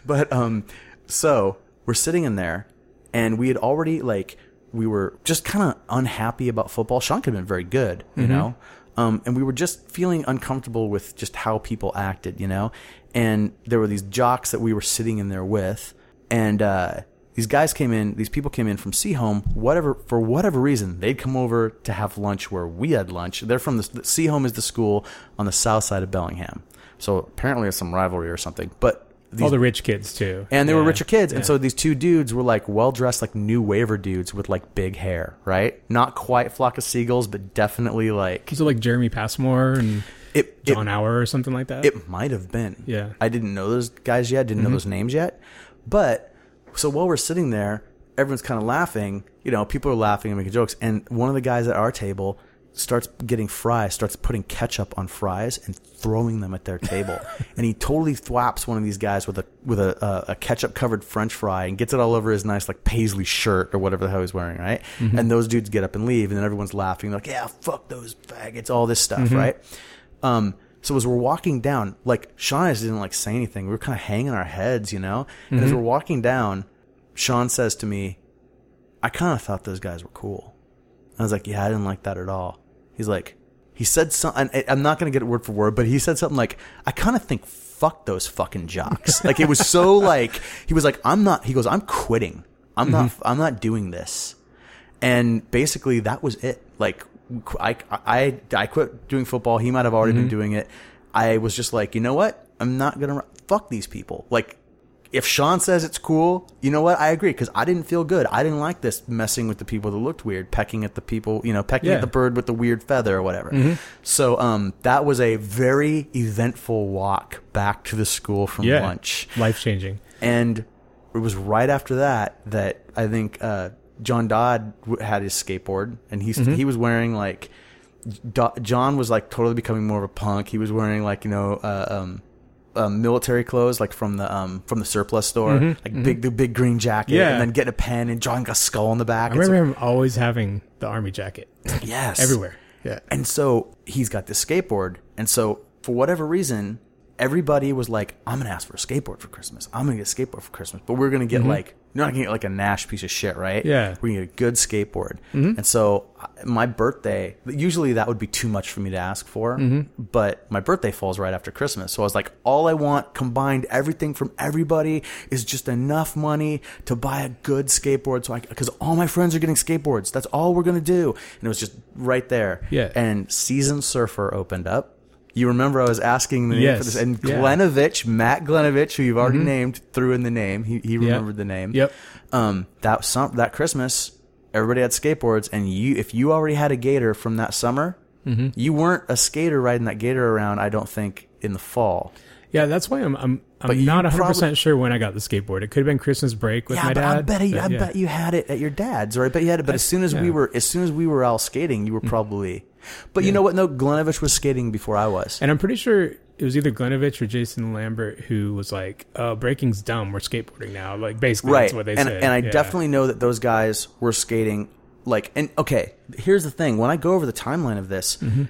but um so we're sitting in there and we had already like we were just kind of unhappy about football sean could have been very good you know um and we were just feeling uncomfortable with just how people acted you know and there were these jocks that we were sitting in there with and uh these guys came in these people came in from Seahome whatever for whatever reason they'd come over to have lunch where we had lunch they're from the Seahome is the school on the south side of Bellingham so apparently it's some rivalry or something but these All the rich kids too. and they were Yeah. richer kids. And so these two dudes were like well dressed, like new waiver dudes with like big hair, right? Not quite flock of seagulls, but definitely like Was it like Jeremy Passmore and it. It, John Hour or something like that? it might have been. Yeah. I didn't know those guys yet. Didn't know those names yet. But so while we're sitting there, everyone's kind of laughing. You know, people are laughing and making jokes. And one of the guys at our table starts getting fries, starts putting ketchup on fries and throwing them at their table. and he totally thwaps one of these guys with a with a, uh, a ketchup covered French fry and gets it all over his nice like paisley shirt or whatever the hell he's wearing, right? And those dudes get up and leave, and then everyone's laughing like, "Yeah, fuck those faggots," all this stuff, right? Um, so as we're walking down, like Sean and I just didn't like say anything. We were kind of hanging our heads, you know. And as we're walking down, Sean says to me, "I kind of thought those guys were cool." I was like, "Yeah, I didn't like that at all." He's like, he said something. I'm not gonna get it word for word, but he said something like, "I kind of think fuck those fucking jocks." like it was so like he was like, "I'm not." He goes, "I'm quitting. I'm not. I'm not doing this." and basically that was it. Like qu- I, I, I quit doing football. He might have already Mm-hmm. been doing it. I was just like, you know what? I'm not gonna ru- fuck these people. Like, if Sean says it's cool, you know what? I agree because I didn't feel good. I didn't like this messing with the people that looked weird, pecking at the people, you know, pecking Yeah. Mm-hmm. at the bird with the weird feather or whatever. So, um, that was a very eventful walk back to the school from yeah. lunch. Life changing. And it was right after that that I think uh, John Dodd w- had his skateboard, and he Mm-hmm. he was wearing like Do- John was like totally becoming more of a punk. He was wearing like you know uh, um, uh, military clothes, like from the um, from the surplus store, like big the big green jacket, Mm-hmm. Yeah. and then getting a pen and drawing a skull on the back. I It's- remember him always having the army jacket yes, everywhere. Yeah. and so he's got this skateboard. And so for whatever reason, everybody was like, I'm going to ask for a skateboard for Christmas. I'm going to get a skateboard for Christmas. But we're going to get like, you're not going to get like a Nash piece of shit, right? Yeah. We're going to get a good skateboard. Mm-hmm. And so I- my birthday, usually that would be too much for me to ask for. Mm-hmm. But my birthday falls right after Christmas. So I was like, all I want combined, everything from everybody is just enough money to buy a good skateboard. So I, because all my friends are getting skateboards. That's all we're going to do. And it was just right there. Yeah. And Season Surfer opened up. You remember I was asking the name Yes. for this, and Yeah. Mm-hmm. Glenovich, Matt Glenovich, who you've already named, threw in the name. He, he remembered the name. Yep. Um, that some that Christmas, everybody had skateboards, and you if you already had a Gator from that summer, you weren't a skater riding that Gator around. I don't think in the fall. Yeah, that's why I'm I'm I'm you not 100 probably- percent sure when I got the skateboard. It could have been Christmas break with yeah, my but dad. I bet you, but I yeah. bet you had it at your dad's, or I Mm. bet you had it. But as soon as we yeah. were as soon as we were out skating, you were probably. But you know what? No, Glenovich was skating before I was. And I'm pretty sure it was either Glenovich or Jason Lambert who was like, uh, "Breaking's dumb. We're skateboarding now." Like basically, right. that's what they and, said. And I Yeah. definitely know that those guys were skating like and okay, here's the thing. When I go over the timeline of this, Mm-hmm.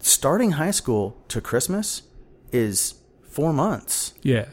starting high school to Christmas is four months. yeah.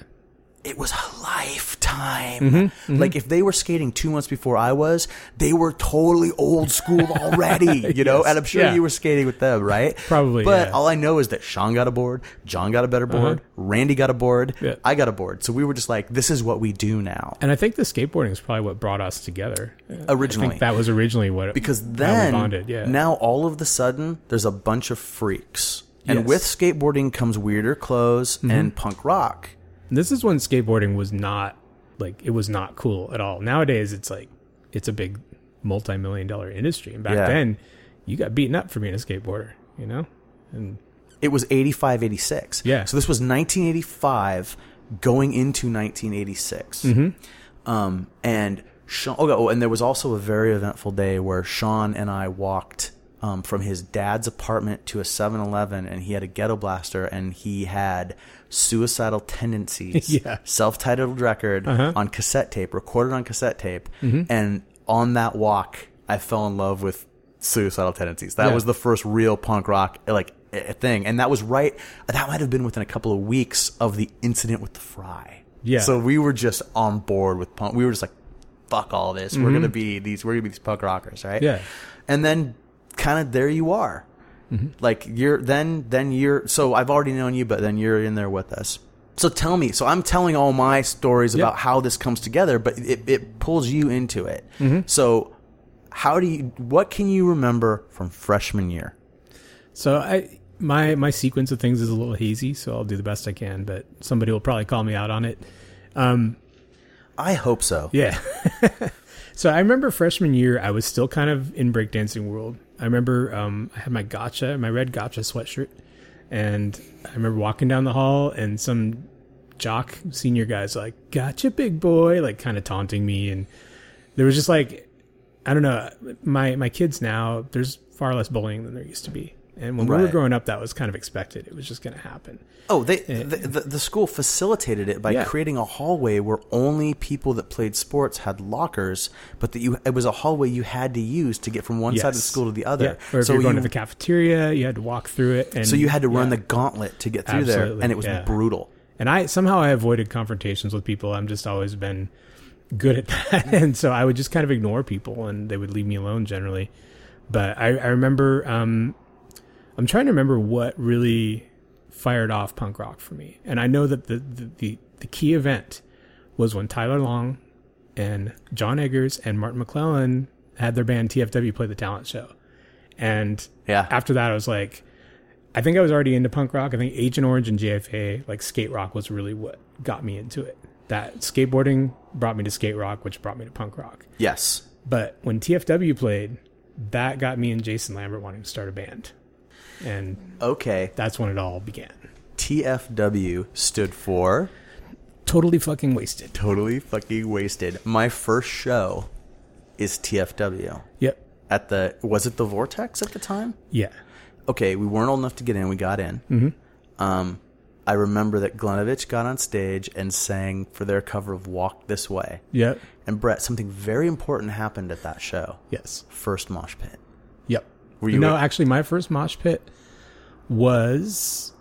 It was a lifetime. Mm-hmm. Like if they were skating two months before I was, they were totally old school already. You know, and I'm sure Yeah. you were skating with them, right? Probably, But yeah. Uh-huh. all I know is that Sean got a board, John got a better board, Randy got a board, Yeah. I got a board. So we were just like, this is what we do now. And I think the skateboarding is probably what brought us together. I Originally, think that was originally what because how we then bonded. Yeah. now all of the sudden there's a bunch of freaks And Yes. Mm-hmm. with skateboarding comes weirder clothes and punk rock. This is when skateboarding was not like it was not cool at all. Nowadays, it's like it's a big multi-million dollar industry, and back Yeah. then, you got beaten up for being a skateboarder, you know. And It was 85, 86. Yeah. So this was 1985 going into 1986. Mm-hmm. Um, and Sean, oh, oh, and there was also a very eventful day where Sean and I walked um, from his dad's apartment to a 7 Eleven and he had a ghetto blaster and he had suicidal tendencies, Yeah. self titled record Uh-huh. on cassette tape, recorded on cassette tape. Mm-hmm. And on that walk, I fell in love with suicidal tendencies. That Yeah. was the first real punk rock like eh, thing, and that was right. That might have been within a couple of weeks of the incident with the fry. Yeah. So we were just on board with punk. We were just like, "Fuck all this. We're Mm-hmm. gonna be these. We're gonna be these punk rockers, right?" Yeah. And then, kind of there you are. Mm-hmm. Like you're then then you're so I've already known you, but then you're in there with us. So tell me. So I'm telling all my stories about how this comes together, but it, it pulls you into it. Mm-hmm. So how do you? What can you remember from freshman year? so I my my sequence of things is a little hazy, so I'll do the best I can. But somebody will probably call me out on it. I hope so. Yeah. so I remember freshman year, I was still kind of in breakdancing world. I remember um, I had my gotcha, my red gotcha sweatshirt, and I remember walking down the hall and some jock senior guys like gotcha big boy like kind of taunting me and there was just like i don't know my my kids now there's far less bullying than there used to be and when we were Right. growing up that was kind of expected it was just going to happen Oh, they the, the, the school facilitated it by Yeah. creating a hallway where only people that played sports had lockers, but that you it was a hallway you had to use to get from one side of the Yes. school to the other. Yeah. or if so you're going you to the cafeteria you had to walk through it and so you had to run yeah. the gauntlet to get through there, Absolutely, and it was yeah. brutal. and I somehow I avoided confrontations with people. I'm just always been good at that, and so I would just kind of ignore people, and they would leave me alone generally. But I, I remember, um, I'm trying to remember what really fired off punk rock for me, and I know that the the, the, the key event was when Tyler Long and John Eggers and Martin McClellan had their band TFW play the talent show, and Yeah. after that, I was like, I think I was already into punk rock. I think Agent Orange and JFA, like skate rock, was really what got me into it. That skateboarding brought me to skate rock, which brought me to punk rock. Yes. But when TFW played, that got me and Jason Lambert wanting to start a band, and Okay. that's when it all began. TFW stood for Totally fucking wasted. totally fucking wasted. My first show is TFW Yep. at the was it the Vortex at the time? Yeah. okay, we weren't old enough to get in. We got in. Mm-hmm. Um, I remember that Glenovich got on stage and sang for their cover of "Walk This Way." Yep. And Brett, something very important happened at that show. Yes. First mosh pit. Yep. Were you no, with- actually, my first mosh pit was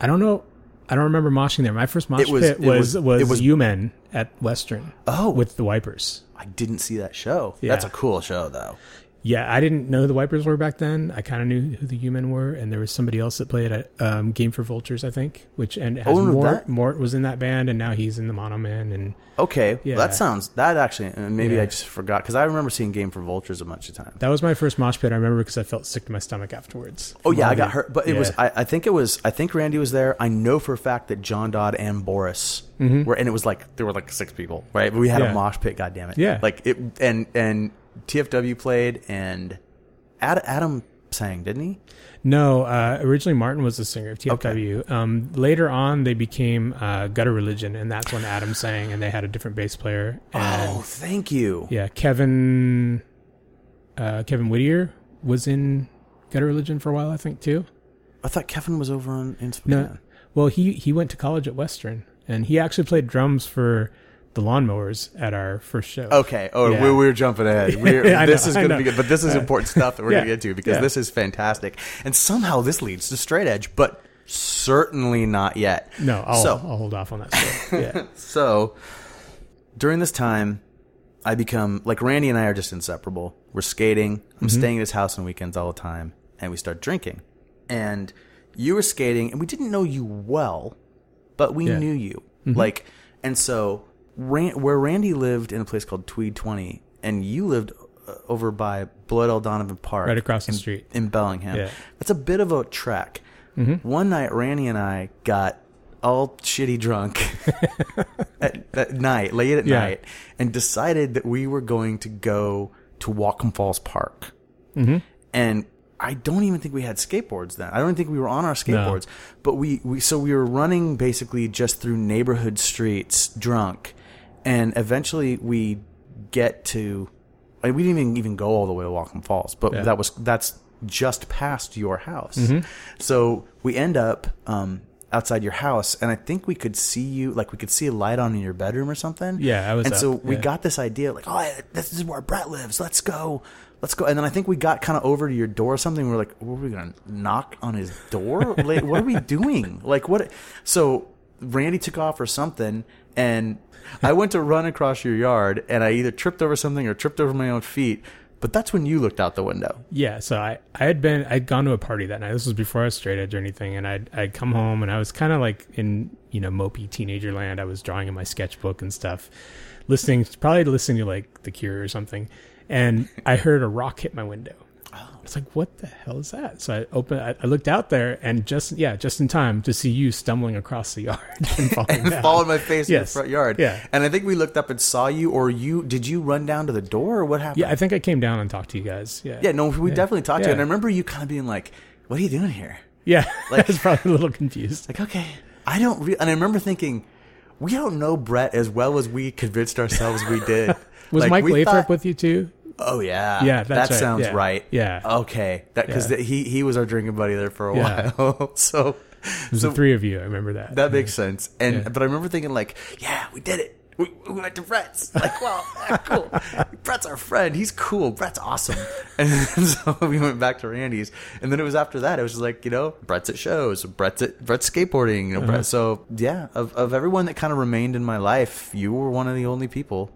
I don't know. I don't remember moshing there. My first mosh It was- pit it was was- was, it was- U-Men at Western. Oh. with the Wipers. I didn't see that show. Yeah. That's a cool show, though. Yeah, I didn't know who the Wipers were back then. I kind of knew who the U-Men were, and there was somebody else that played at um, Game for Vultures, I think. Which and has Owner of Mort, that? Mort was in that band, and now he's in the Mono Man. And Okay, Yeah. that sounds that actually. and Maybe Yeah. I just forgot because I remember seeing Game for Vultures a bunch of times. that was my first mosh pit. I remember because I felt sick to my stomach afterwards. Oh yeah, I From got the- hurt, but it was. Yeah. I, I think it was. I think Randy was there. I know for a fact that John Dodd and Boris were, and it was like there were like six people, right? But we had a Mm-hmm. Yeah. mosh pit. God damn it! Yeah. like it. And and TFW played, and Ad, Adam sang, didn't he? No, uh, originally Martin was the singer of TFW. Um, later on, they became uh, Gutter Religion, and that's when Adam sang, and they had a different bass player. And, Oh, thank you. Yeah, Kevin uh, Kevin Whittier was in Gutter Religion for a while, I think, too. I thought Kevin was over on in Spokane. No, well, he he went to college at Western, and he actually played drums for the Lawnmowers at our first show. Okay. Oh, Yeah. we, we're jumping ahead. We're, I this know, is I going to know. be good, but this is important stuff that we're Yeah. going to get to because Yeah. this is fantastic. And somehow this leads to straight edge, but certainly not yet. No, I'll, So- I'll hold off on that. story. Yeah. So during this time, I become like Randy and I are just inseparable. We're skating. I'm Mm-hmm. staying at his house on weekends all the time, and we start drinking. And you were skating, and we didn't know you well, but we Yeah. Mm-hmm. knew you. Like, and so Ran- where Randy lived in a place called Tweed Twenty, and you lived uh, over by Blood L Donovan Park, Right across the in- street. in Bellingham. Yeah. Mm-hmm. That's a bit of a trek. One night, Randy and I got all shitty drunk at, at uh, night, late at Yeah. night, and decided that we were going to go to Whatcom Falls Park. And I don't even think we had skateboards then. I don't think we were on our skateboards. But we, we so we were running basically just through neighborhood streets drunk, and eventually we get to. I- We didn't even, even go all the way to Whatcom Falls, but Yeah. Mm-hmm. that was that's just past your house. So we end up um, outside your house, and I think we could see you like we could see a light on in your bedroom or something. Yeah, I was And up, so we yeah. got this idea like, oh, this is where Brett lives. Let's go, let's go. And then I think we got kind of over to your door or something. We were like, were we gonna knock on his door? like, what are we doing? Like, what? So Randy took off or something, and I went to run across your yard, and I either tripped over something or tripped over my own feet. But that's when you looked out the window. Yeah, so I, I had been I'd gone to a party that night. This was before I was straight edge or anything, and I'd I'd come home and I was kind of like in you know mopey teenager land. I was drawing in my sketchbook and stuff, listening probably listening to like The Cure or something, and I heard a rock hit my window. Oh. I was like, "What the hell is that?" So I opened, I, I looked out there, and just yeah, just in time to see you stumbling across the yard and falling and down. fall in my face in the Yes. front yard. Yeah. And I think we looked up and saw you, or you did you run down to the door, or what happened? yeah, I think I came down and talked to you guys. Yeah, Yeah, no, we definitely talked to you, Yeah. and I remember you kind of being like, "What are you doing here?" yeah. Like- I was probably a little confused. Like, okay, I don't. Re-, and I remember thinking, we don't know Brett as well as we convinced ourselves we did. Was Like, Mike we Lathrop thought- with you too? Oh yeah, Yeah, that's that right, sounds yeah, right. yeah. okay, that because Yeah. he he was our drinking buddy there for a Yeah. while, so There's the three of you. I remember that. That makes sense. And Yeah. but I remember thinking like, yeah, we did it. We, we went to Brett's. Like, well, yeah, cool. Brett's our friend. He's cool. Brett's awesome. And then, so we went back to Randy's. And then it was after that. It was just like, you know, Brett's at shows. Brett's at Brett's skateboarding. You know, Uh-huh. Brett. So yeah, of of everyone that kind of remained in my life, you were one of the only people.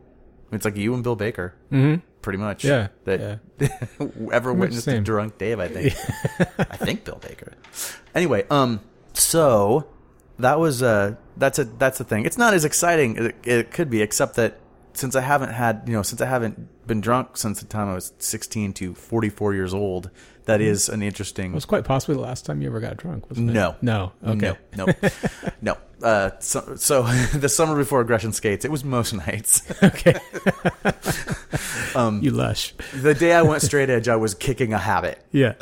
It's like you and Bill Baker, mm-hmm. pretty much. Yeah, That ever witnessed a same. drunk Dave. I think. I think Bill Baker. Anyway, um, so that was uh that's a that's the thing. It's not as exciting as it, it could be, except that since I haven't had you know since I haven't been drunk since the time I was sixteen to forty four years old, that is an interesting. It was quite possibly the last time you ever got drunk, wasn't it? No. No. Okay. No, no, no. Uh, so, so the summer before aggression skates, it was most nights. okay. Um, you lush. The day I went straight edge, I was kicking a habit. Yeah.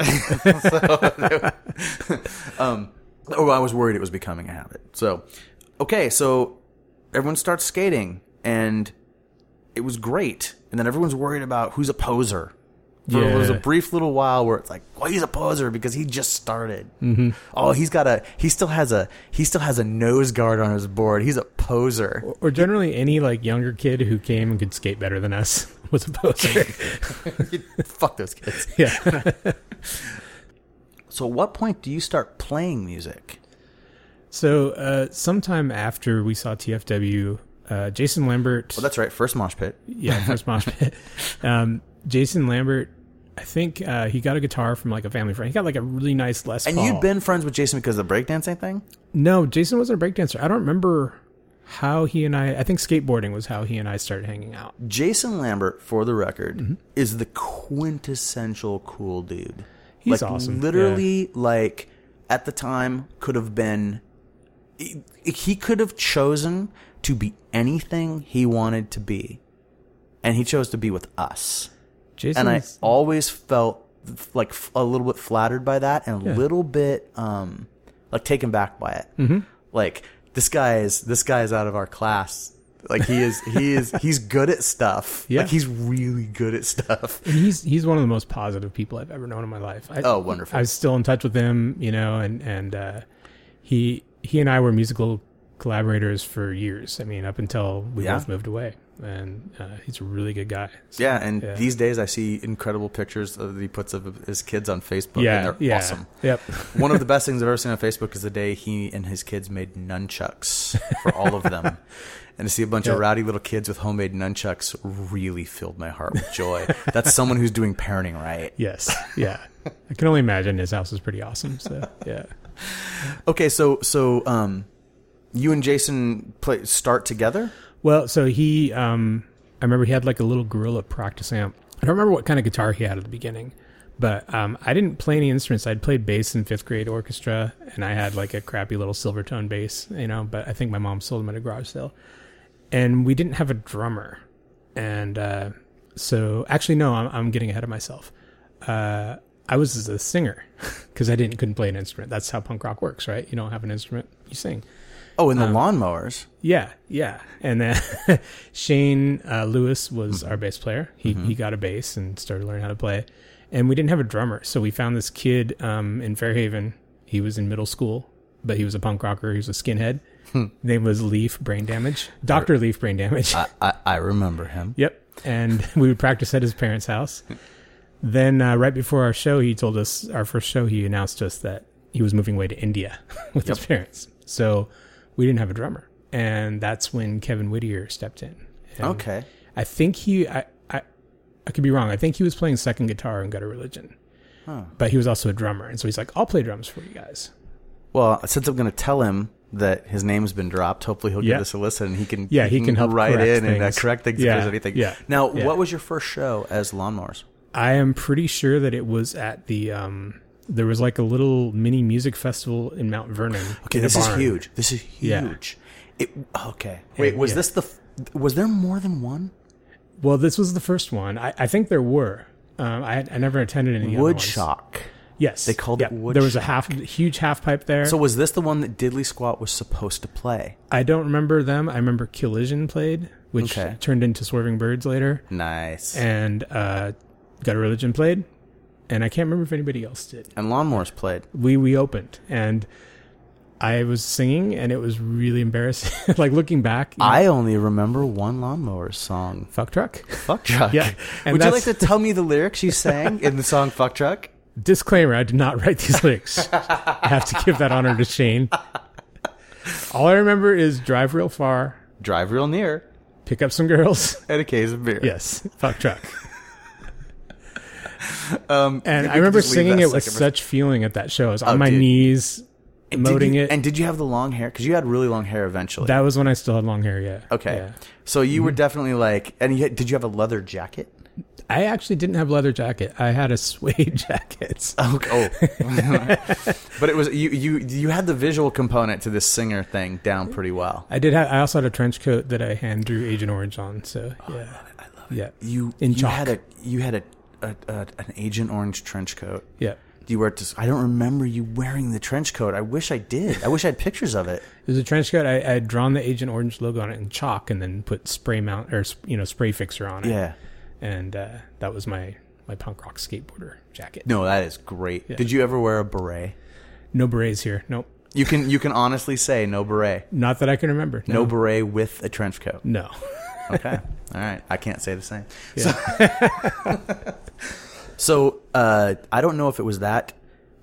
Oh, I was worried it was becoming a habit. So, okay, so everyone starts skating, and it was great. And then everyone's worried about who's a poser. For There was a Yeah. brief little while where it's like, well, he's a poser because he just started. Mm-hmm. Oh, he's got a he still has a he still has a nose guard on his board. He's a poser. Or generally, any like younger kid who came and could skate better than us was a poser. Fuck those kids. yeah. So, at what point do you start playing music? So, uh, sometime after we saw TFW, uh, Jason Lambert. Well, that's right. First mosh pit. yeah, first mosh pit. Um, Jason Lambert, I think uh, he got a guitar from like a family friend. He got like a really nice Les And Paul. you'd been friends with Jason because of the breakdancing thing. No, Jason wasn't a breakdancer. I don't remember how he and I. I think skateboarding was how he and I started hanging out. Jason Lambert, for the record, Mm-hmm. is the quintessential cool dude. He's like, awesome, Literally, like at the time, could have been. He, he could have chosen to be anything he wanted to be, and he chose to be with us. Jason, And I always felt like f- a little bit flattered by that, and a little bit um, like taken back by it. Mm-hmm. Like this guy is this guy is out of our class. Like he is he is he's good at stuff. Yeah. Like he's really good at stuff. he's he's one of the most positive people I've ever known in my life. I, Oh, wonderful. I was still in touch with him, you know, and and uh, he he and I were musical collaborators for years. I mean, up until we Yeah. both moved away, and uh, he's a really good guy. So, Yeah, and these days I see incredible pictures of, that he puts of his kids on Facebook, and yeah, they're yeah, awesome. yep. One of the best things I've ever seen on Facebook is the day he and his kids made nunchucks for all of them. And to see a bunch of Yeah. rowdy little kids with homemade nunchucks really filled my heart with joy. That's someone who's doing parenting right. Yes, yeah. I can only imagine his house is pretty awesome. So yeah, Okay, so so um, you and Jason play start together. Well, so he, um, I remember he had like a little gorilla practice amp. I don't remember what kind of guitar he had at the beginning, But um, I didn't play any instruments. I'd played bass in fifth grade orchestra, and I had like a crappy little Silvertone bass, you know. But I think my mom sold them at a garage sale, and we didn't have a drummer. And uh, so, actually, no, I'm, I'm getting ahead of myself. Uh, I was a singer because I didn't couldn't play an instrument. That's how punk rock works, right? You don't have an instrument, you sing. Oh, Um, and the lawnmowers. Yeah, yeah. And then Shane uh, Lewis was our bass player. He he got a bass and started learning how to play. And we didn't have a drummer, so we found this kid um, in Fairhaven. He was in middle school, but he was a punk rocker. He was a skinhead. Name was Leaf Brain Damage, Doctor Leaf Brain Damage. I, I, I remember him. Yep. And we would practice at his parents' house. then, uh, right before our show, he told us our first show, he announced to us that he was moving away to India with his parents. So we didn't have a drummer. And that's when Kevin Whittier stepped in. And Okay. I think he, I, I, I could be wrong. I think he was playing second guitar in Gutter Religion. But he was also a drummer. And so he's like, I'll play drums for you guys. Well, since I'm going to tell him that his name's been dropped, hopefully he'll Yeah. give us a listen and he can Yeah, he can help write correct in and uh, things. correct things Yeah, if there's anything. yeah, Now, yeah. what was your first show as lawnmowers? I am pretty sure that it was at the, um, there was like a little mini music festival in Mount Vernon. Okay, in a this is barn. huge. This is Yeah. huge. It okay. Wait, And- was yeah. this the? f- Was there more than one? Well, this was the first one. I, I think there were. Um, I, I never attended any. other ones. Woodshop. Yes, They called it There was a half, huge half pipe there. So was this the one that Diddley Squat was supposed to play? I don't remember them. I remember Collision played, which Okay. turned into Swerving Birds later, Nice. And, and uh, Gutter Religion played, and I can't remember if anybody else did. lawnmowers played. We we opened, and I was singing, and it was really embarrassing. like looking back, you know, I only remember one lawnmowers song. fuck truck. Fuck truck. Yeah, and Would you like that's- to tell me the lyrics you sang in the song "Fuck Truck"? disclaimer i did not write these lyrics i have to give that honor to shane all i remember is drive real far Drive real near pick up some girls and a case of beer. yes fuck truck Um, and we i could remember just leave singing that it with second verse. such feeling at that show i was on Oh, my dude. knees Did emoting you- it And did you have the long hair? Because you had really long hair eventually. that was when i still had long hair yeah okay. Yeah. So you were definitely like, and you had, did you have a leather jacket? i actually didn't have leather jacket i had a suede jacket Okay. Oh. but it was you. You you had the visual component to this singer thing down pretty well. i did have i also had a trench coat that i hand drew agent orange on so yeah Oh, i love it yeah You In you chalk. had a you had a, a, a an Agent Orange trench coat. yeah You were just, I don't remember you wearing the trench coat. I wish I did. I wish I had pictures of it. It was a trench coat. I, I had drawn the Agent Orange logo on it in chalk, and then put spray mount or you know spray fixer on it. Yeah. and uh, that was my my punk rock skateboarder jacket. No, that is great. Did you ever wear a beret? No berets here. Nope. You can you can honestly say no beret. Not that I can remember. No beret with a trench coat. No. Okay. All right. I can't say the same. So, so uh, I don't know if it was that.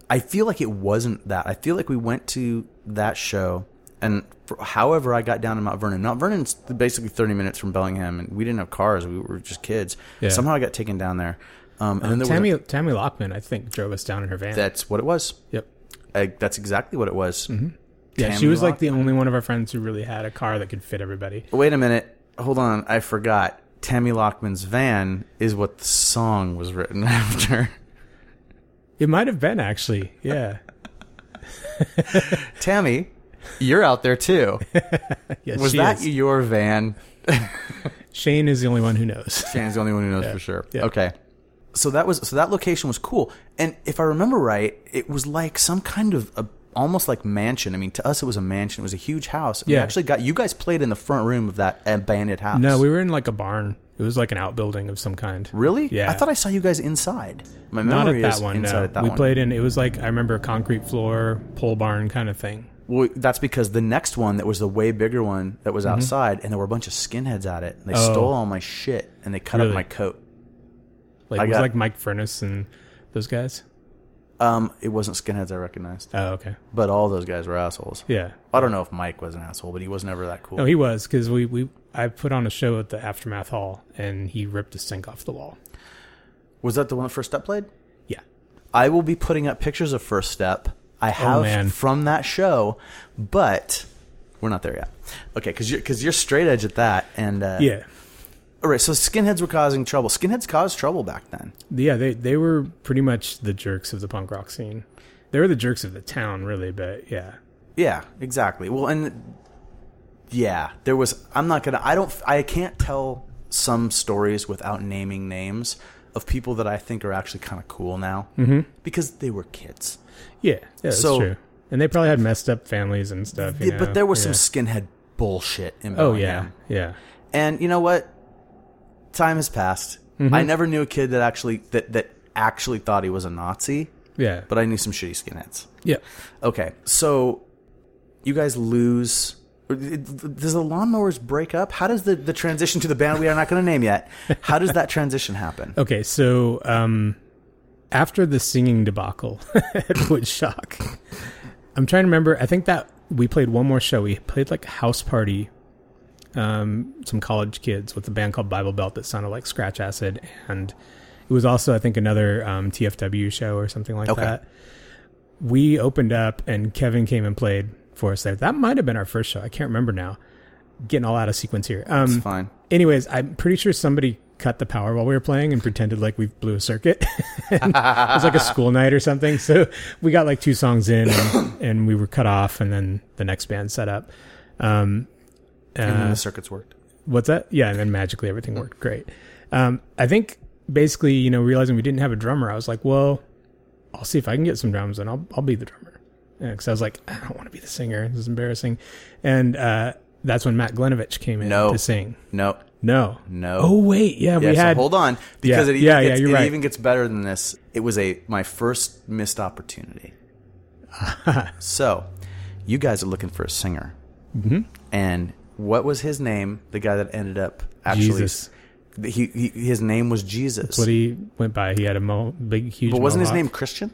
I feel like it wasn't that. I feel like we went to that show, and for, however I got down to Mount Vernon. Mount Vernon's basically 30 minutes from Bellingham, and we didn't have cars. We were just kids. Yeah. Somehow I got taken down there. Um, and then there was. Tammy Tammy Lockman, I think, drove us down in her van. A, that's what it was. yep. I, that's exactly what it was. Mm-hmm. Yeah, Tammy she was like the only one of our friends who really had a car that could fit everybody. Wait a minute. Hold on. I forgot. Tammy Lockman's van is what the song was written after. It might have been actually. Yeah. Tammy, you're out there too. Yes, Was she that is. your van? Shane is the only one who knows. Dan's the only one who knows for sure. Yeah. Okay. So that was so that location was cool, and if I remember right, it was like some kind of a, almost like mansion. I mean, to us, it was a mansion. It was a huge house. We Yeah. actually got you guys played in the front room of that abandoned house. No, we were in like a barn. It was like an outbuilding of some kind. really. Yeah. I thought I saw you guys inside. My Not memory at that is one. inside No, at that we one. played in. It was like I remember a concrete floor, pole barn kind of thing. Well, that's because the next one that was the way bigger one that was outside, and there were a bunch of skinheads at it. And they Mm-hmm. Oh. stole all my shit and they cut up Really? my coat. Like I it was got- like Mike Furness and those guys. Um, it wasn't skinheads I recognized, Oh, okay. but all those guys were assholes. Yeah. I don't know if Mike was an asshole, but he was never that cool. No, he was because we we I put on a show at the Aftermath Hall and he ripped the sink off the wall. was that the one that First Step played? Yeah. I will be putting up pictures of First Step. I have Oh, man. from that show, but we're not there yet. Okay, because you're, 'cause you're straight edge at that, and uh, Yeah. All right, so skinheads were causing trouble. Skinheads caused trouble back then. Yeah, they they were pretty much the jerks of the punk rock scene. They were the jerks of the town, really. But yeah, Yeah, exactly. Well, and yeah, there was. I'm not gonna. I don't. I can't tell some stories without naming names of people that I think are actually kind of cool now mm-hmm. because they were kids. yeah, yeah that's So- true. And they probably had messed up families and stuff. you Yeah, but know? there was some Yeah. skinhead bullshit in. Oh Bellingham. yeah, yeah. And you know what? Time has passed. Mm-hmm. I never knew a kid that actually that that actually thought he was a Nazi, Yeah. but I knew some shitty skinheads. yeah. Okay, so you guys lose. Does the lawnmowers break up? How does the, the transition to the band we are not going to name yet? How does that transition happen? Okay, so um after the singing debacle at Woodstock, I'm trying to remember. I think that we played one more show. We played like a house party, um, some college kids with a band called Bible Belt that sounded like Scratch Acid, and it was also I think another um, TFW show or something like Okay. that. We opened up and Kevin came and played for us there. That might have been our first show. I can't remember now. Getting all out of sequence here. Um, It's fine. anyways, I'm pretty sure somebody cut the power while we were playing and pretended like we blew a circuit. And it was like a school night or something. So we got like two songs in and, and we were cut off and then the next band set up. Um, and then the circuits worked. what's that? Yeah, and then magically everything worked great. Um, I think basically, you know, realizing we didn't have a drummer, I was like, well, I'll see if I can get some drums and I'll I'll be the drummer. Because I was like, I don't want to be the singer. This is embarrassing. And uh, that's when Matt Glenovich came in No. to sing. No, No. No. Oh wait, yeah, yeah. we had so hold on, because Yeah, it even yeah, yeah, gets, you're it right. even gets better than this. It was a my first missed opportunity. so, you guys are looking for a singer, mm-hmm. and what was his name? The guy that ended up actually. Jesus. He, he his name was Jesus. what he went by. He had a mo- big, huge. but wasn't his mohawk. name Christian?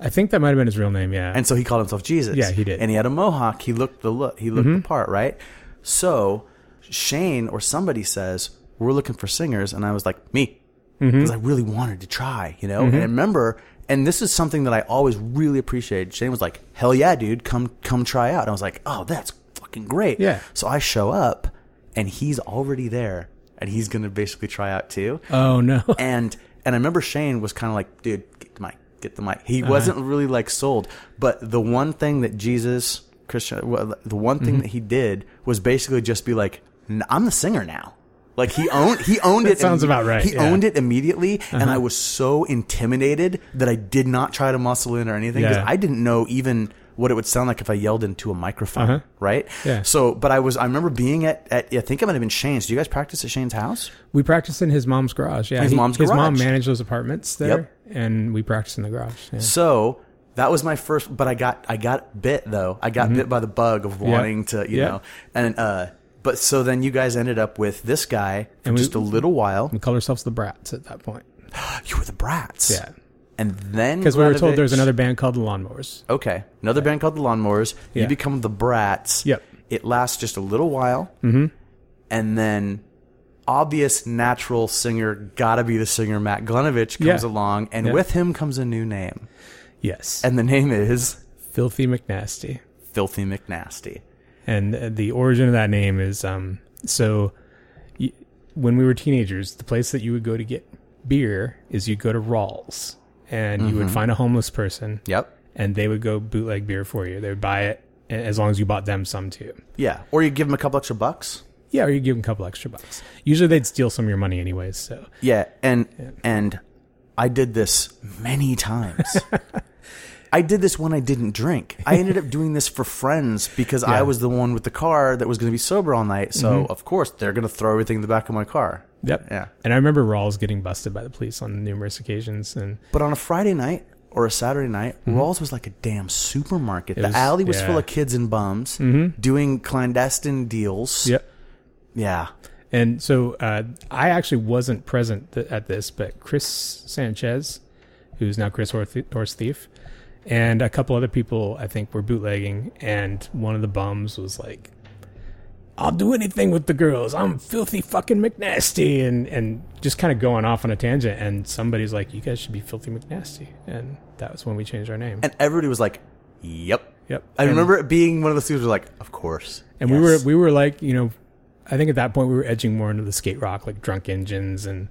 I think that might have been his real name. Yeah. And so he called himself Jesus. Yeah, he did. Mm-hmm. And he had a mohawk. He looked the look. He looked the part, right? So Shane or somebody says we're looking for singers, and I was like me because Mm-hmm. I really wanted to try, you know. And I remember, and this is something that I always really appreciated. Shane was like, "Hell yeah, dude, come come try out." And I was like, "Oh, that's fucking great." Yeah. So I show up, and he's already there, and he's gonna basically try out too oh no. and and I remember Shane was kind of like, dude, get the mic, get the mic. He Uh-huh. wasn't really like sold, but the one thing that Jesus Christian, well, the one Mm-hmm. thing that he did was basically just be like, "N- I'm the singer now. Like he owned he owned it. sounds imme- about right, He yeah. Uh-huh. owned it immediately, and I was so intimidated that I did not try to muscle in or anything because Yeah. I didn't know even what it would sound like if I yelled into a microphone, right? Uh-huh. Yeah. So, but I was I remember being at, at I think it might have been Shane's. Do you guys practice at Shane's house? we practiced in his mom's garage. Yeah. His he- mom's his mom garage. managed those apartments there, Yep. and we practiced in the garage. Yeah. So that was my first, but I got I got bit though. I got bit by the bug of wanting to, you Mm-hmm. Yeah. know, and uh. But so then you guys ended up with this guy for we- just a little while. We called ourselves the Brats at that point. You were the brats, Mm-hmm. Yeah. And then Because we were told there's Gladovich- another band called the Lawnmowers. okay another band called the Lawnmowers. You Yeah. become the brats. Yep. It lasts just a little while, mm-hmm. and then obvious natural singer gotta be the singer Matt Glunovich comes Yeah. along, and Yeah. with him comes a new name, Yes. and the name is Filthy McNasty. Filthy McNasty. and uh, the origin of that name is um so y- when we were teenagers the place that you would go to get beer is you'd go to Rawls and you Mm-hmm. would find a homeless person Yep. and they would go bootleg beer for you they would buy it a- as long as you bought them some too Yeah, or you give them a couple extra bucks. yeah or you give them a couple extra bucks usually they'd steal some of your money anyways so Yeah, and and I did this many times. I did this when I didn't drink. I ended up doing this for friends because I was the one with the car that was going to be sober all night. So Mm-hmm. of course they're going to throw everything in the back of my car. yep Yeah. and i remember Rawls getting busted by the police on numerous occasions and But on a Friday night or a Saturday night, Rawls was like a damn supermarket. the Mm-hmm. was- alley was full yeah. Mm-hmm. of kids and bums doing clandestine deals. yep Yeah. And so uh, I actually wasn't present th- at this, but Chris Sanchez, who's now Chris Horse, Horse Thief, and a couple other people I think were bootlegging, and one of the bums was like, "I'll do anything with the girls. I'm filthy fucking McNasty," and and just kind of going off on a tangent. And somebody's like, "You guys should be filthy McNasty," and that was when we changed our name. And everybody was like, "Yep." yep. I And- remember it being one of the students were like, "Of course." and Yes. we were we were like you know I think at that point we were edging more into the skate rock, like Drunk Engines and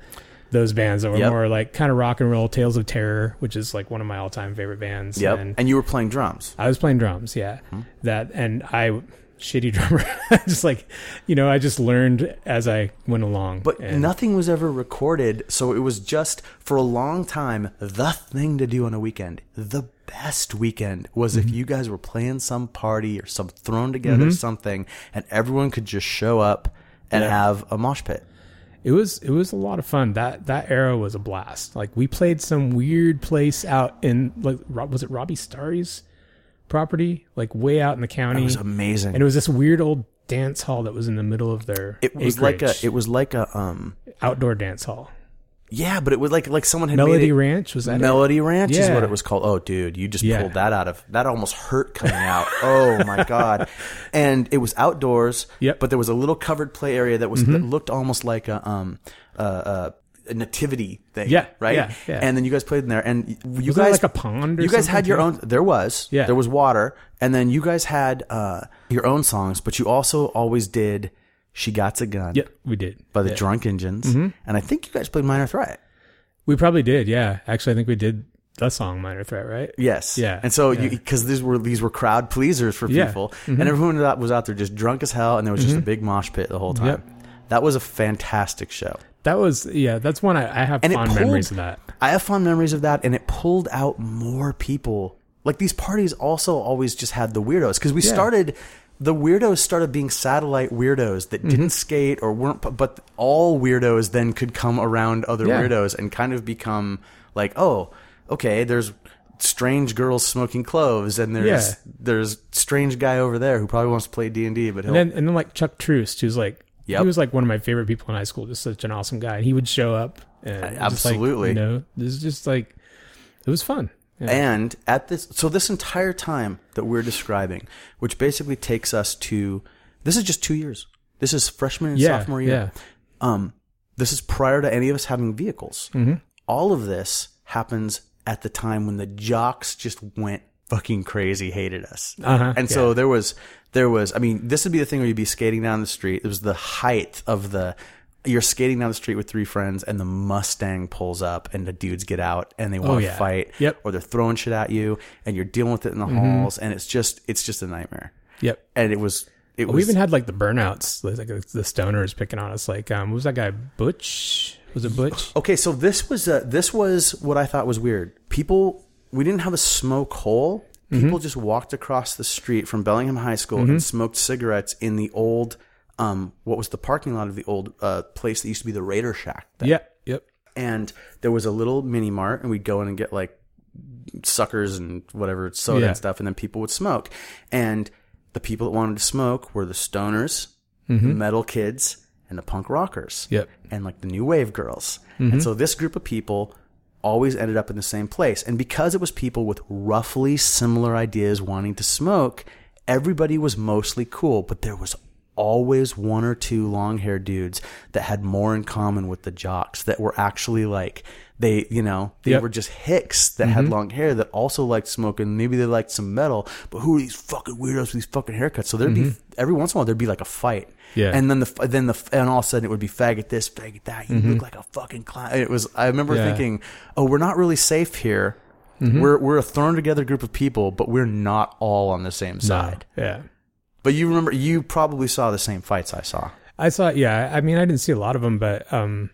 those bands that were Yep. more like kind of rock and roll. Tales of Terror, which is like one of my all-time favorite bands. Yep. Hmm. And And you were playing drums. I was playing drums, yeah. That and I shitty drummer, just like you know, I just learned as I went along. But and nothing was ever recorded, so it was just for a long time the thing to do on a weekend. The best weekend was Mm-hmm. if you guys were playing some party or some thrown together something, and everyone could just show up and have a mosh pit. it was it was a lot of fun. That that era was a blast. Like we played some weird place out in like Ro- was it Robbie Starry's property, like way out in the county, It was amazing. Mm-hmm. and it was this weird old dance hall that was in the middle of their it was like a. acreage. It was like a. Um. outdoor dance hall. Yeah, but it was like like someone had made Melody it. Ranch was that it? Melody Ranch is Yeah. what it was called. Oh, dude, you just Yeah. pulled that out of that almost hurt coming out. oh my god! And it was outdoors. Yep. Mm-hmm. But there was a little covered play area that was that looked almost like a um uh, uh, a nativity thing. Yeah, Right. yeah, yeah. And then you guys played in there, and you Was there guys like a pond or you guys something, had your too? own. There was. Yeah. There was water, and then you guys had uh your own songs, but you also always did. She got a gun. Yeah, Mm-hmm. we did. By the Drunk Engines, and I think you guys played Minor Threat. We probably did. Yeah, actually, I think we did the song Minor Threat, right? Yes. Yeah, And so yeah. because these were these were crowd pleasers for Yeah, Mm-hmm. people, and everyone that was out there just drunk as hell, and there was just a big mosh pit the whole time. Yep. That was a fantastic show. That was yeah. That's one I, I have And it fond pulled- memories of that. I have fond memories of that, and it pulled out more people. Like these parties also always just had the weirdos because we started. The weirdos started being satellite weirdos that Mm-hmm. didn't skate or weren't, pu- but all weirdos then could come around other Yeah. weirdos and kind of become like, oh, okay, there's strange girls smoking cloves, and there's Yeah. there's strange guy over there who probably wants to play D and D, but he'll, And then and then like Chuck Troost, who's like Yep. he was like one of my favorite people in high school. Just such an awesome guy, and he would show up. And absolutely. just like, you know, this is just like it was fun. Yeah. And at this, so this entire time that we're describing, which basically takes us to, this is just two years. This is freshman and yeah, sophomore yeah, year. Um, this is prior to any of us having vehicles. Mm-hmm. All of this happens at the time when the jocks just went fucking crazy, hated us. Uh-huh, And so there was, there was, I mean, this would be the thing where you'd be skating down the street. It was the height of the, you're skating down the street with three friends and the Mustang pulls up and the dudes get out and they want to Oh, yeah. fight Yep. Mm-hmm. or they're throwing shit at you and you're dealing with it in the halls and it's just, it's just a nightmare. yep. And it was, it we was, even had like the burnouts, like the stoners picking on us. Like, um, what was that guy Butch? Was it Butch? Okay, so this was uh this was what I thought was weird. People, we didn't have a smoke hole. People just walked across the street from Bellingham High School and smoked cigarettes in the old, um, what was the parking lot of the old uh, place that used to be the Raider Shack. Yep, yep. And there was a little mini mart, and we'd go in and get like suckers and whatever soda Yeah. and stuff, and then people would smoke. And the people that wanted to smoke were the stoners, the metal kids, and the punk rockers Yep. and like the new wave girls. Mm-hmm. And so this group of people always ended up in the same place. And because it was people with roughly similar ideas wanting to smoke, everybody was mostly cool, but there was always one or two long haired dudes that had more in common with the jocks that were actually like they, you know, they Yep. Mm-hmm. were just hicks that had long hair that also liked smoking. Maybe they liked some metal, but who are these fucking weirdos with these fucking haircuts? So there'd be every once in a while there'd be like a fight. Mm-hmm. Yeah. And then the then the and all of a sudden it would be faggot this, faggot that. You look like a fucking clown. It was. I remember Mm-hmm. Yeah. Mm-hmm. thinking, oh, we're not really safe here. We're we're a thrown together group of people, but we're not all on the same side. Yeah. But you remember, you probably saw the same fights I saw. I saw, yeah. I mean, I didn't see a lot of them, but um,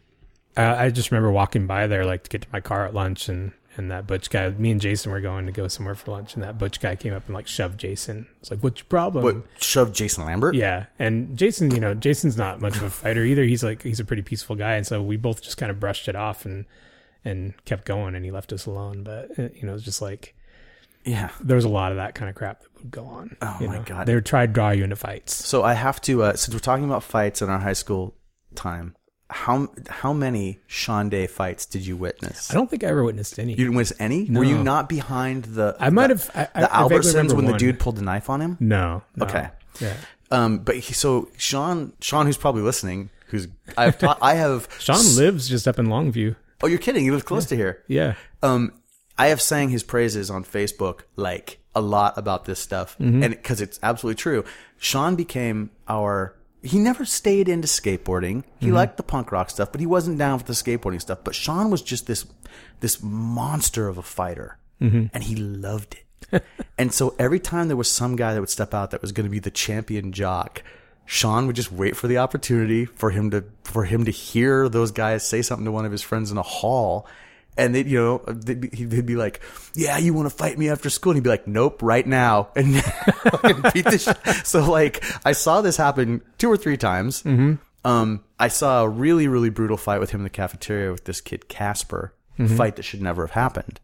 I, I just remember walking by there, like to get to my car at lunch, and and that butch guy. Me and Jason were going to go somewhere for lunch, and that butch guy came up and like shoved Jason. It's like, what's your problem? But shove Jason Lambert. Yeah, and Jason, you know, Jason's not much of a fighter either. He's like he's a pretty peaceful guy, and so we both just kind of brushed it off and and kept going, and he left us alone. But uh, you know, it's just like yeah. there was a lot of that kind of crap that would go on. Oh my God. They would try to draw you into fights. So I have to uh, since we're talking about fights in our high school time. How how many Sean Day fights did you witness? I don't think I ever witnessed any. You didn't witness any. Were you not behind the? I might the- have- I- I- the I vaguely Albertsons remember when the one. dude pulled the knife on him. no, no. Okay. Yeah. Um, but he, so Sean, Sean, who's probably listening, who's I've ta- I have Sean lives just up in Longview. Oh, you're kidding! He lives close to here. Yeah. Um, I have sang his praises on Facebook like a lot about this stuff, and because it's absolutely true. Sean became our he never stayed into skateboarding. He liked the punk rock stuff, but he wasn't down for the skateboarding stuff. But Sean was just this this monster of a fighter, and he loved it. and so every time there was some guy that would step out that was going to be the champion jock, Sean would just wait for the opportunity for him to for him to hear those guys say something to one of his friends in a hall. And they, you know, they'd be, he'd be like, "Yeah, you want to fight me after school?" And he'd be like, "Nope, right now." And beat the sh- so, like, I saw this happen two or three times. Mm-hmm. Um, I saw a really, really brutal fight with him in the cafeteria with this kid Casper, Mm-hmm. fight that should never have happened.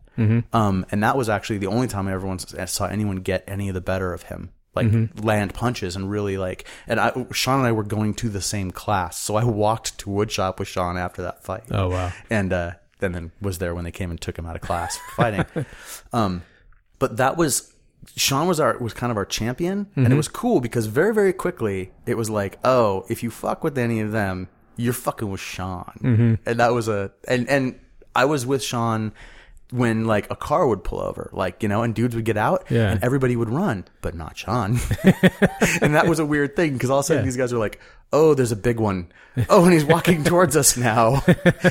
Um, and that was actually the only time I ever once saw anyone get any of the better of him, like Mm-hmm. land punches and really like. And I, Sean and I were going to the same class, so I walked to woodshop with Sean after that fight Oh wow. and uh, and then was there when they came and took him out of class for fighting. um, but that was Sean was our was kind of our champion, and it was cool because very very quickly it was like, oh, if you fuck with any of them, you're fucking with Sean, and that was a and and I was with Sean when like a car would pull over, like you know, and dudes would get out, Yeah. and everybody would run, but not Sean. and that was a weird thing because all of a sudden these guys were like, "Oh, there's a big one. Oh, and he's walking towards us now."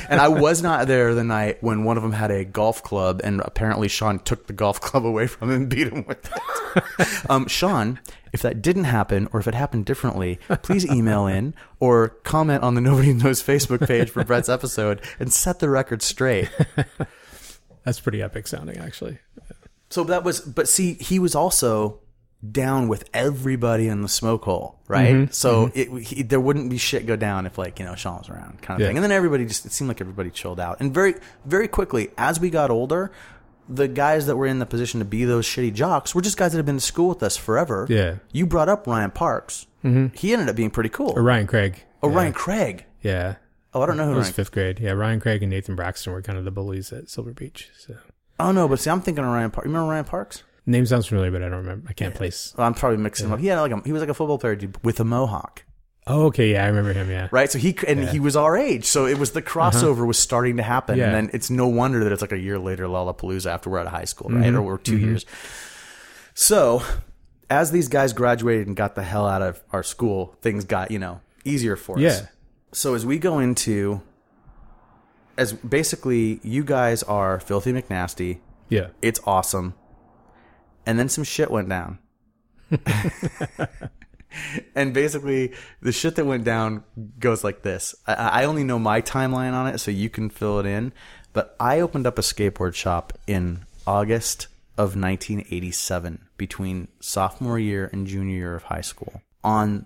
and I was not there the night when one of them had a golf club, and apparently Sean took the golf club away from him and beat him with it. um, Sean, if that didn't happen, or if it happened differently, please email in or comment on the Nobody Knows Facebook page for Brett's episode and set the record straight. That's pretty epic sounding actually. So that was, but see, he was also down with everybody in the smoke hole, right? Mm-hmm. So it he, there wouldn't be shit go down if like you know Sean was around, kind of Yeah. thing. And then everybody just it seemed like everybody chilled out, and very very quickly as we got older. The guys that were in the position to be those shitty jocks were just guys that had been to school with us forever. Yeah. You brought up Ryan Parks. Mm-hmm. He ended up being pretty cool. Or Ryan Craig. oh, Ryan Craig. Yeah. Oh, I don't know who It was Ryan. fifth grade. Yeah, Ryan Craig and Nathan Braxton were kind of the bullies at Silver Beach. So Oh no, but see, I'm thinking of Ryan Parks. You remember Ryan Parks? name sounds familiar, but I don't remember. I can't place. I'm probably mixing him up. He had like a, he was like a football player dude with a mohawk. Oh, okay. Yeah, I remember him. Yeah. Uh-huh. right? So he c- and he was our age, so it was the crossover was starting to happen, Yeah. and then it's no wonder that it's like a year later Lollapalooza after we're out of high school, right, Mm-hmm. or we're 2 years. So as these guys graduated and got the hell out of our school, things got you know easier for us. Yeah. So as we go into, as basically you guys are filthy McNasty, Yeah. it's awesome. And then some shit went down. and basically, the shit that went down goes like this. I, I only know my timeline on it, so you can fill it in. But I opened up a skateboard shop in August of 1987 between sophomore year and junior year of high school. On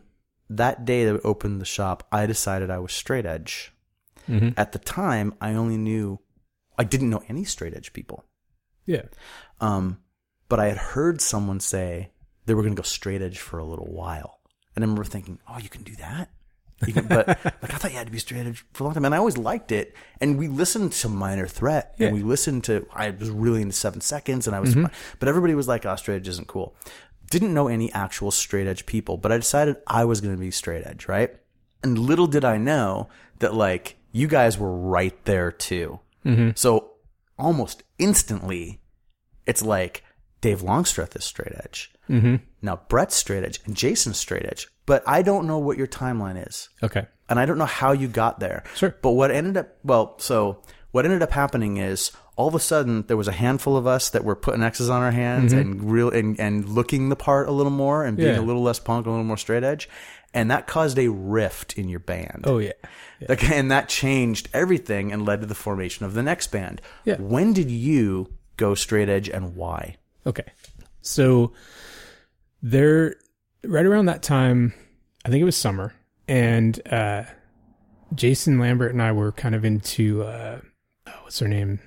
that day that we opened the shop, I decided I was straight edge. At the time, I only knew, I didn't know any straight edge people. Yeah. Um, but I had heard someone say they were going to go straight edge for a little while, and I remember thinking, "Oh, you can do that." You can, but like I thought, you had to be straight edge for a long time, and I always liked it. And we listened to Minor Threat, and we listened to I was really into Seven Seconds, and I was, but everybody was like, "Oh, straight edge isn't cool." Didn't know any actual straight edge people, but I decided I was going to be straight edge, right? And little did I know that like you guys were right there too. So almost instantly, it's like Dave Longstreth is straight edge. Mm-hmm. Now Brett's straight edge and Jason's straight edge. But I don't know what your timeline is. Okay. And I don't know how you got there. Sure. But what ended up, well, so what ended up happening is all of a sudden there was a handful of us that were putting X's on our hands and real and, and looking the part a little more and being Mm-hmm. a Yeah. little less punk, a little more straight edge. And that caused a rift in your band. Oh yeah. Like, and that changed everything and led to the formation of the next band. Yeah. When did you go straight edge and why? Okay. So there right around that time, I think it was summer, and uh Jason Lambert and I were kind of into uh oh, what's her name?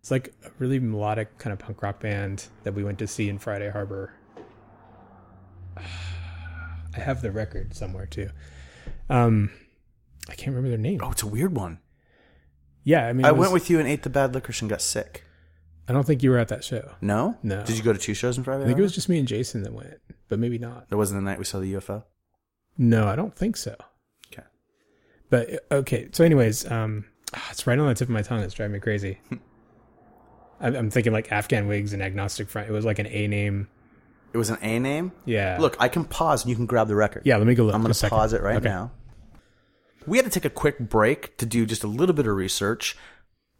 It's like a really melodic kind of punk rock band that we went to see in Friday Harbor. I have the record somewhere too. Um I can't remember their name. Oh, it's a weird one. Yeah, I mean I it was- went with you and ate the bad licorice and got sick. I don't think you were at that show. No? No. Did you go to two shows in Friday? I think it was just me and Jason that went, but maybe not. That wasn't the night we saw the UFO? No, I don't think so. Okay. But uh, okay. So, anyways, um, ah, it's right on the tip of my tongue. It's driving me crazy. I'm, I'm thinking like Afghan wigs and agnostic front. It was like an A name It was an A name? Yeah. Look, I can pause and you can grab the record. Yeah, let me go look. I'm going Just a to second. pause it right Okay. now. We had to take a quick break to do just a little bit of research.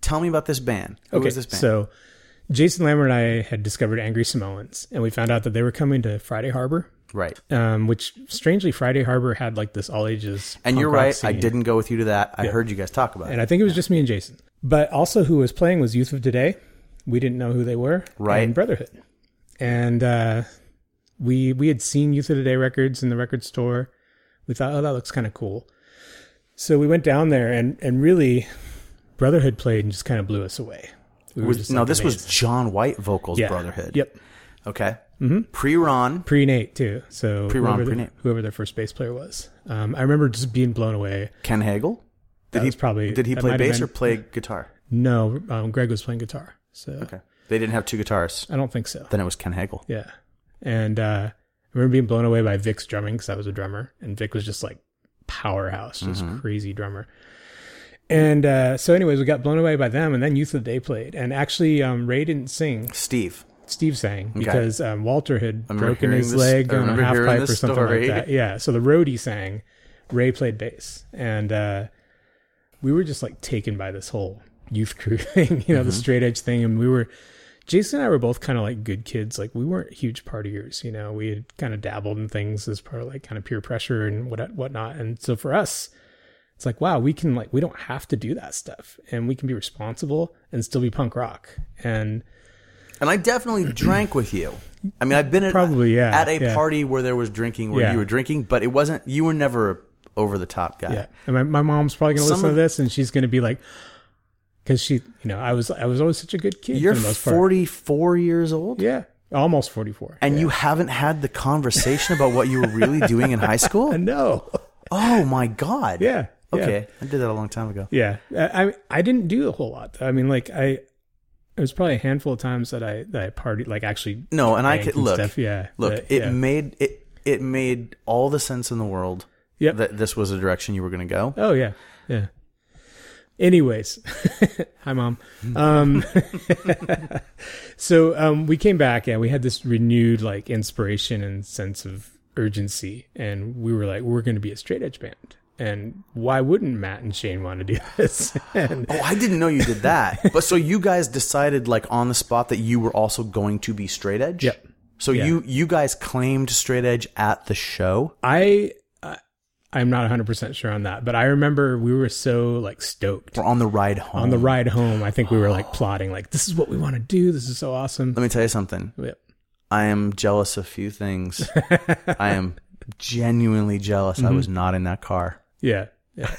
Tell me about this band. Who is this band? So Jason Lambert and I had discovered Angry Samoans, and we found out that they were coming to Friday Harbor, right. um, which strangely Friday Harbor had like this all ages. And punk you're rock right. I scene. didn't go with you to that. I heard you guys talk about and it. I think it was just me and Jason. But also, who was playing was Youth of Today. We didn't know who they were, Right. And Brotherhood, and uh, we we had seen Youth of Today records in the record store. We thought, oh, that looks kind of cool. So we went down there, and and really, Brotherhood played and just kind of blew us away. We were Was- just, no, like, this was amazed. John White vocals Yeah. Brotherhood. Yep. Okay. Mm-hmm. Pre Ron. pre Nate too. So Pre-Ron, whoever, pre-Nate. the, whoever their first bass player was. Um, I remember just being blown away. Ken Hagel. Did That was probably- did he that play might have bass or been- play guitar? No, um, Greg was playing guitar, so Okay, they didn't have two guitarists. I don't think so. Then it was Ken Hagel. Yeah, and uh, I remember being blown away by Vic's drumming because I was a drummer, and Vic was just like powerhouse, just crazy drummer. And uh, so, anyways, we got blown away by them, and then Youth of the Day played, and actually, um, Ray didn't sing; Steve. Steve sang because um, Walter had remember broken hearing his this- leg I on a remember half hearing pipe or this something story. like that. Yeah, so the roadie sang, Ray played bass, and uh, we were just like taken by this whole youth crew thing, you know, Mm-hmm. the straight edge thing, and we were. Jason and I were both kind of like good kids. Like we weren't huge partiers, you know. We had kind of dabbled in things as part of like kind of peer pressure and what whatnot. And so for us, it's like wow, we can like we don't have to do that stuff, and we can be responsible and still be punk rock. And And I definitely drank with you. I mean, I've been at, Probably, yeah, at a yeah. party where there was drinking, where Yeah. you were drinking, but it wasn't. You were never over the top guy. Yeah, and my, my mom's probably gonna Some listen of- to this, and she's gonna be like, because she, you know, I was I was always such a good kid You're for the most part. 44 years old, Yeah, almost forty four. and you haven't had the conversation about what you were really doing in high school. No. Oh my god. Yeah. yeah. Okay, I did that a long time ago. Yeah, I I- I didn't do a whole lot. I mean, like I, it was probably a handful of times that I that I partied, like actually. No, and I drank could look. Stuff. Yeah. Look, but, it yeah. made it it made all the sense in the world Yep. that this was the direction you were going to go. Oh yeah, yeah. Anyways, hi mom. Um, so um, we came back and we had this renewed like inspiration and sense of urgency, and we were like, we're going to be a straight edge band, and why wouldn't Matt and Shane want to do this? and Oh, I didn't know you did that. but so you guys decided like on the spot that you were also going to be straight edge. Yep. So you you guys claimed straight edge at the show. I, I I'm not 100 percent sure on that, but I remember we were so like stoked We're on the ride home. on the ride home. I think we were like plotting, like this is what we want to do. This is so awesome. Let me tell you something. Yep. I am jealous of few things. I am genuinely jealous. Mm-hmm. I was not in that car. Yeah. Yeah.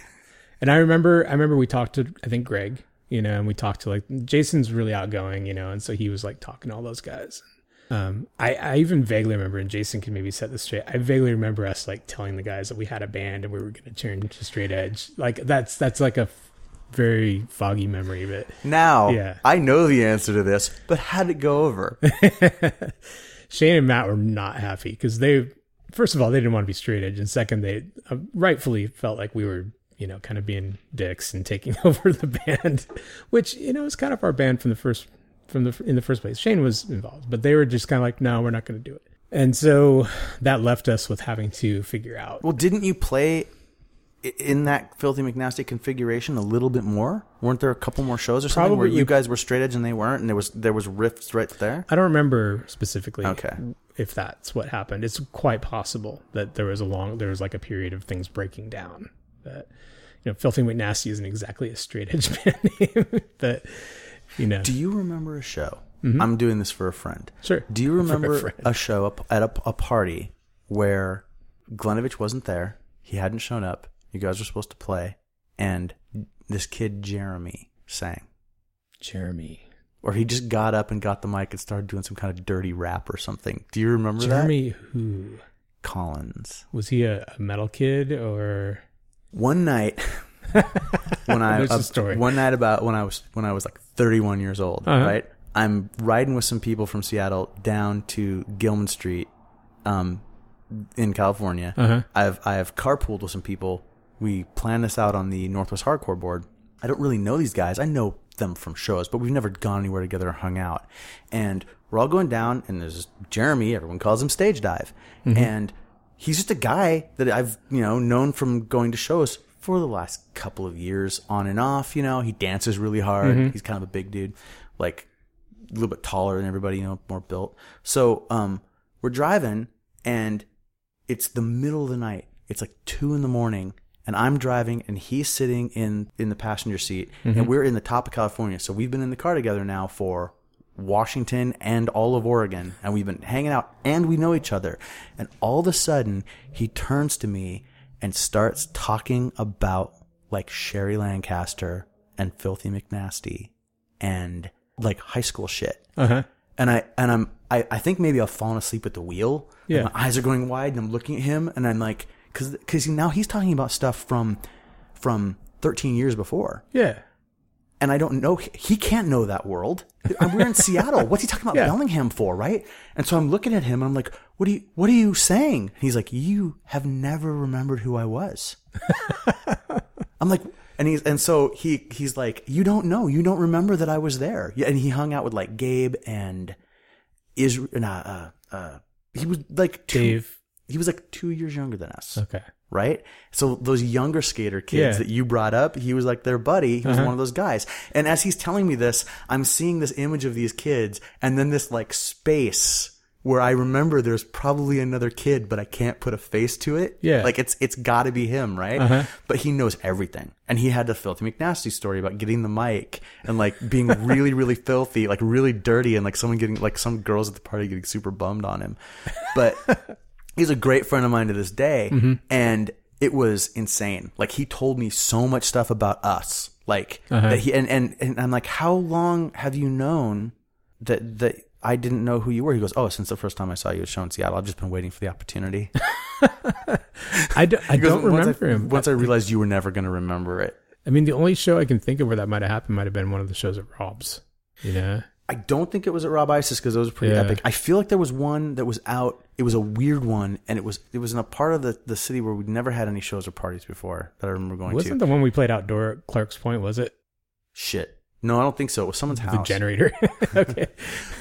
and I remember I remember we talked to I think Greg, you know, and we talked to like Jason's really outgoing, you know, and so he was like talking to all those guys. Um I, I even vaguely remember and Jason can maybe set this straight. I vaguely remember us like telling the guys that we had a band and we were gonna turn to straight edge. Like that's that's like a f- very foggy memory of it. Now Yeah. I know the answer to this, but how would it go over? Shane and Matt were not happy because they, first of all, they didn't want to be straight edge, and second, they uh, rightfully felt like we were, you know, kind of being dicks and taking over the band, which you know was kind of our band from the first, from the in the first place. Shane was involved, but they were just kind of like, no, we're not going to do it, and so that left us with having to figure out. Well, didn't you play i- in that filthy McNasty configuration a little bit more? Weren't there a couple more shows or something where Probably. you guys were straight edge and they weren't, and there was there was rifts right there? I don't remember specifically Okay. if that's what happened. It's quite possible that there was a long there was like a period of things breaking down. That you know, Filthy McNasty isn't exactly a straight edge band name, but you know, Do you remember a show? I'm doing this for a friend. Sure. Do you Mm-hmm. For a remember uh, friend. a, show up at a, a party where Glenovich wasn't there? He hadn't shown up. You guys were supposed to play, and this kid Jeremy sang, Jeremy. or he just got up and got the mic and started doing some kind of dirty rap or something. Do you remember that? Jeremy, who Collins. was he a, a metal kid or one night when I uh, There's a story. one night about when I was when I was like 31 years old, Uh-huh. right? I'm riding with some people from Seattle down to Gilman Street, um, in California. Uh-huh. I've I have carpooled with some people. We planned this out on the Northwest Hardcore board. I don't really know these guys. I know them from shows, but we've never gone anywhere together or hung out. And we're all going down, and there's Jeremy. Everyone calls him Stage Dive, and he's just a guy that I've you know known from going to shows for the last couple of years, on and off. You know, he dances really hard. He's kind of a big dude, like a little bit taller than everybody, you know, more built. So um, we're driving, and it's the middle of the night. It's like two in the morning, and I'm driving, and he's sitting in in the passenger seat, and we're in the top of California. So we've been in the car together now for Washington and all of Oregon, and we've been hanging out, and we know each other. And all of a sudden, he turns to me and starts talking about like Sherry Lancaster and Filthy McNasty and like high school shit Uh huh. and I and I'm I, I think maybe I've fallen asleep at the wheel. Yeah. And my eyes are going wide, and I'm looking at him, and I'm like, because because now he's talking about stuff from from 13 years before, Yeah. and I don't know. He can't know that world. Uh, We're in Seattle. What's he talking about Yeah. Bellingham for, right? And so I'm looking at him, and I'm like, what are you what are you saying? And he's like, you have never remembered who I was. I'm like, and he's and so he he's like, you don't know, you don't remember that I was there. Yeah, and he hung out with like Gabe and Israel. Nah, uh, uh, he was like two, Dave. He was like two years younger than us, Okay. right? So those younger skater kids Yeah. that you brought up, he was like their buddy. He was one of those guys. And as he's telling me this, I'm seeing this image of these kids, and then this like space. Where I remember there's probably another kid, but I can't put a face to it. Yeah. Like it's it's got to be him, right? But he knows everything, and he had the filthy McNasty story about getting the mic and like being really really filthy, like really dirty, and like someone getting like some girls at the party getting super bummed on him. But he's a great friend of mine to this day, and it was insane. Like he told me so much stuff about us, like that he and, and and I'm like, how long have you known that that I didn't know who you were? He goes, oh, since the first time I saw you at show in Seattle, I've just been waiting for the opportunity. I, do, I Because don't once remember I, him. Once I realized you were never going to remember it, I mean, the only show I can think of where that might have happened might have been one of the shows at Rob's. You know? I don't think it was at Rob Isis because those were pretty Yeah. epic. I feel like there was one that was out. It was a weird one, and it was it was in a part of the, the city where we'd never had any shows or parties before that I remember going to. Wasn't the one we played outdoor at Clark's Point, was it? Shit, no, I don't think so. It was someone's The house. generator. okay.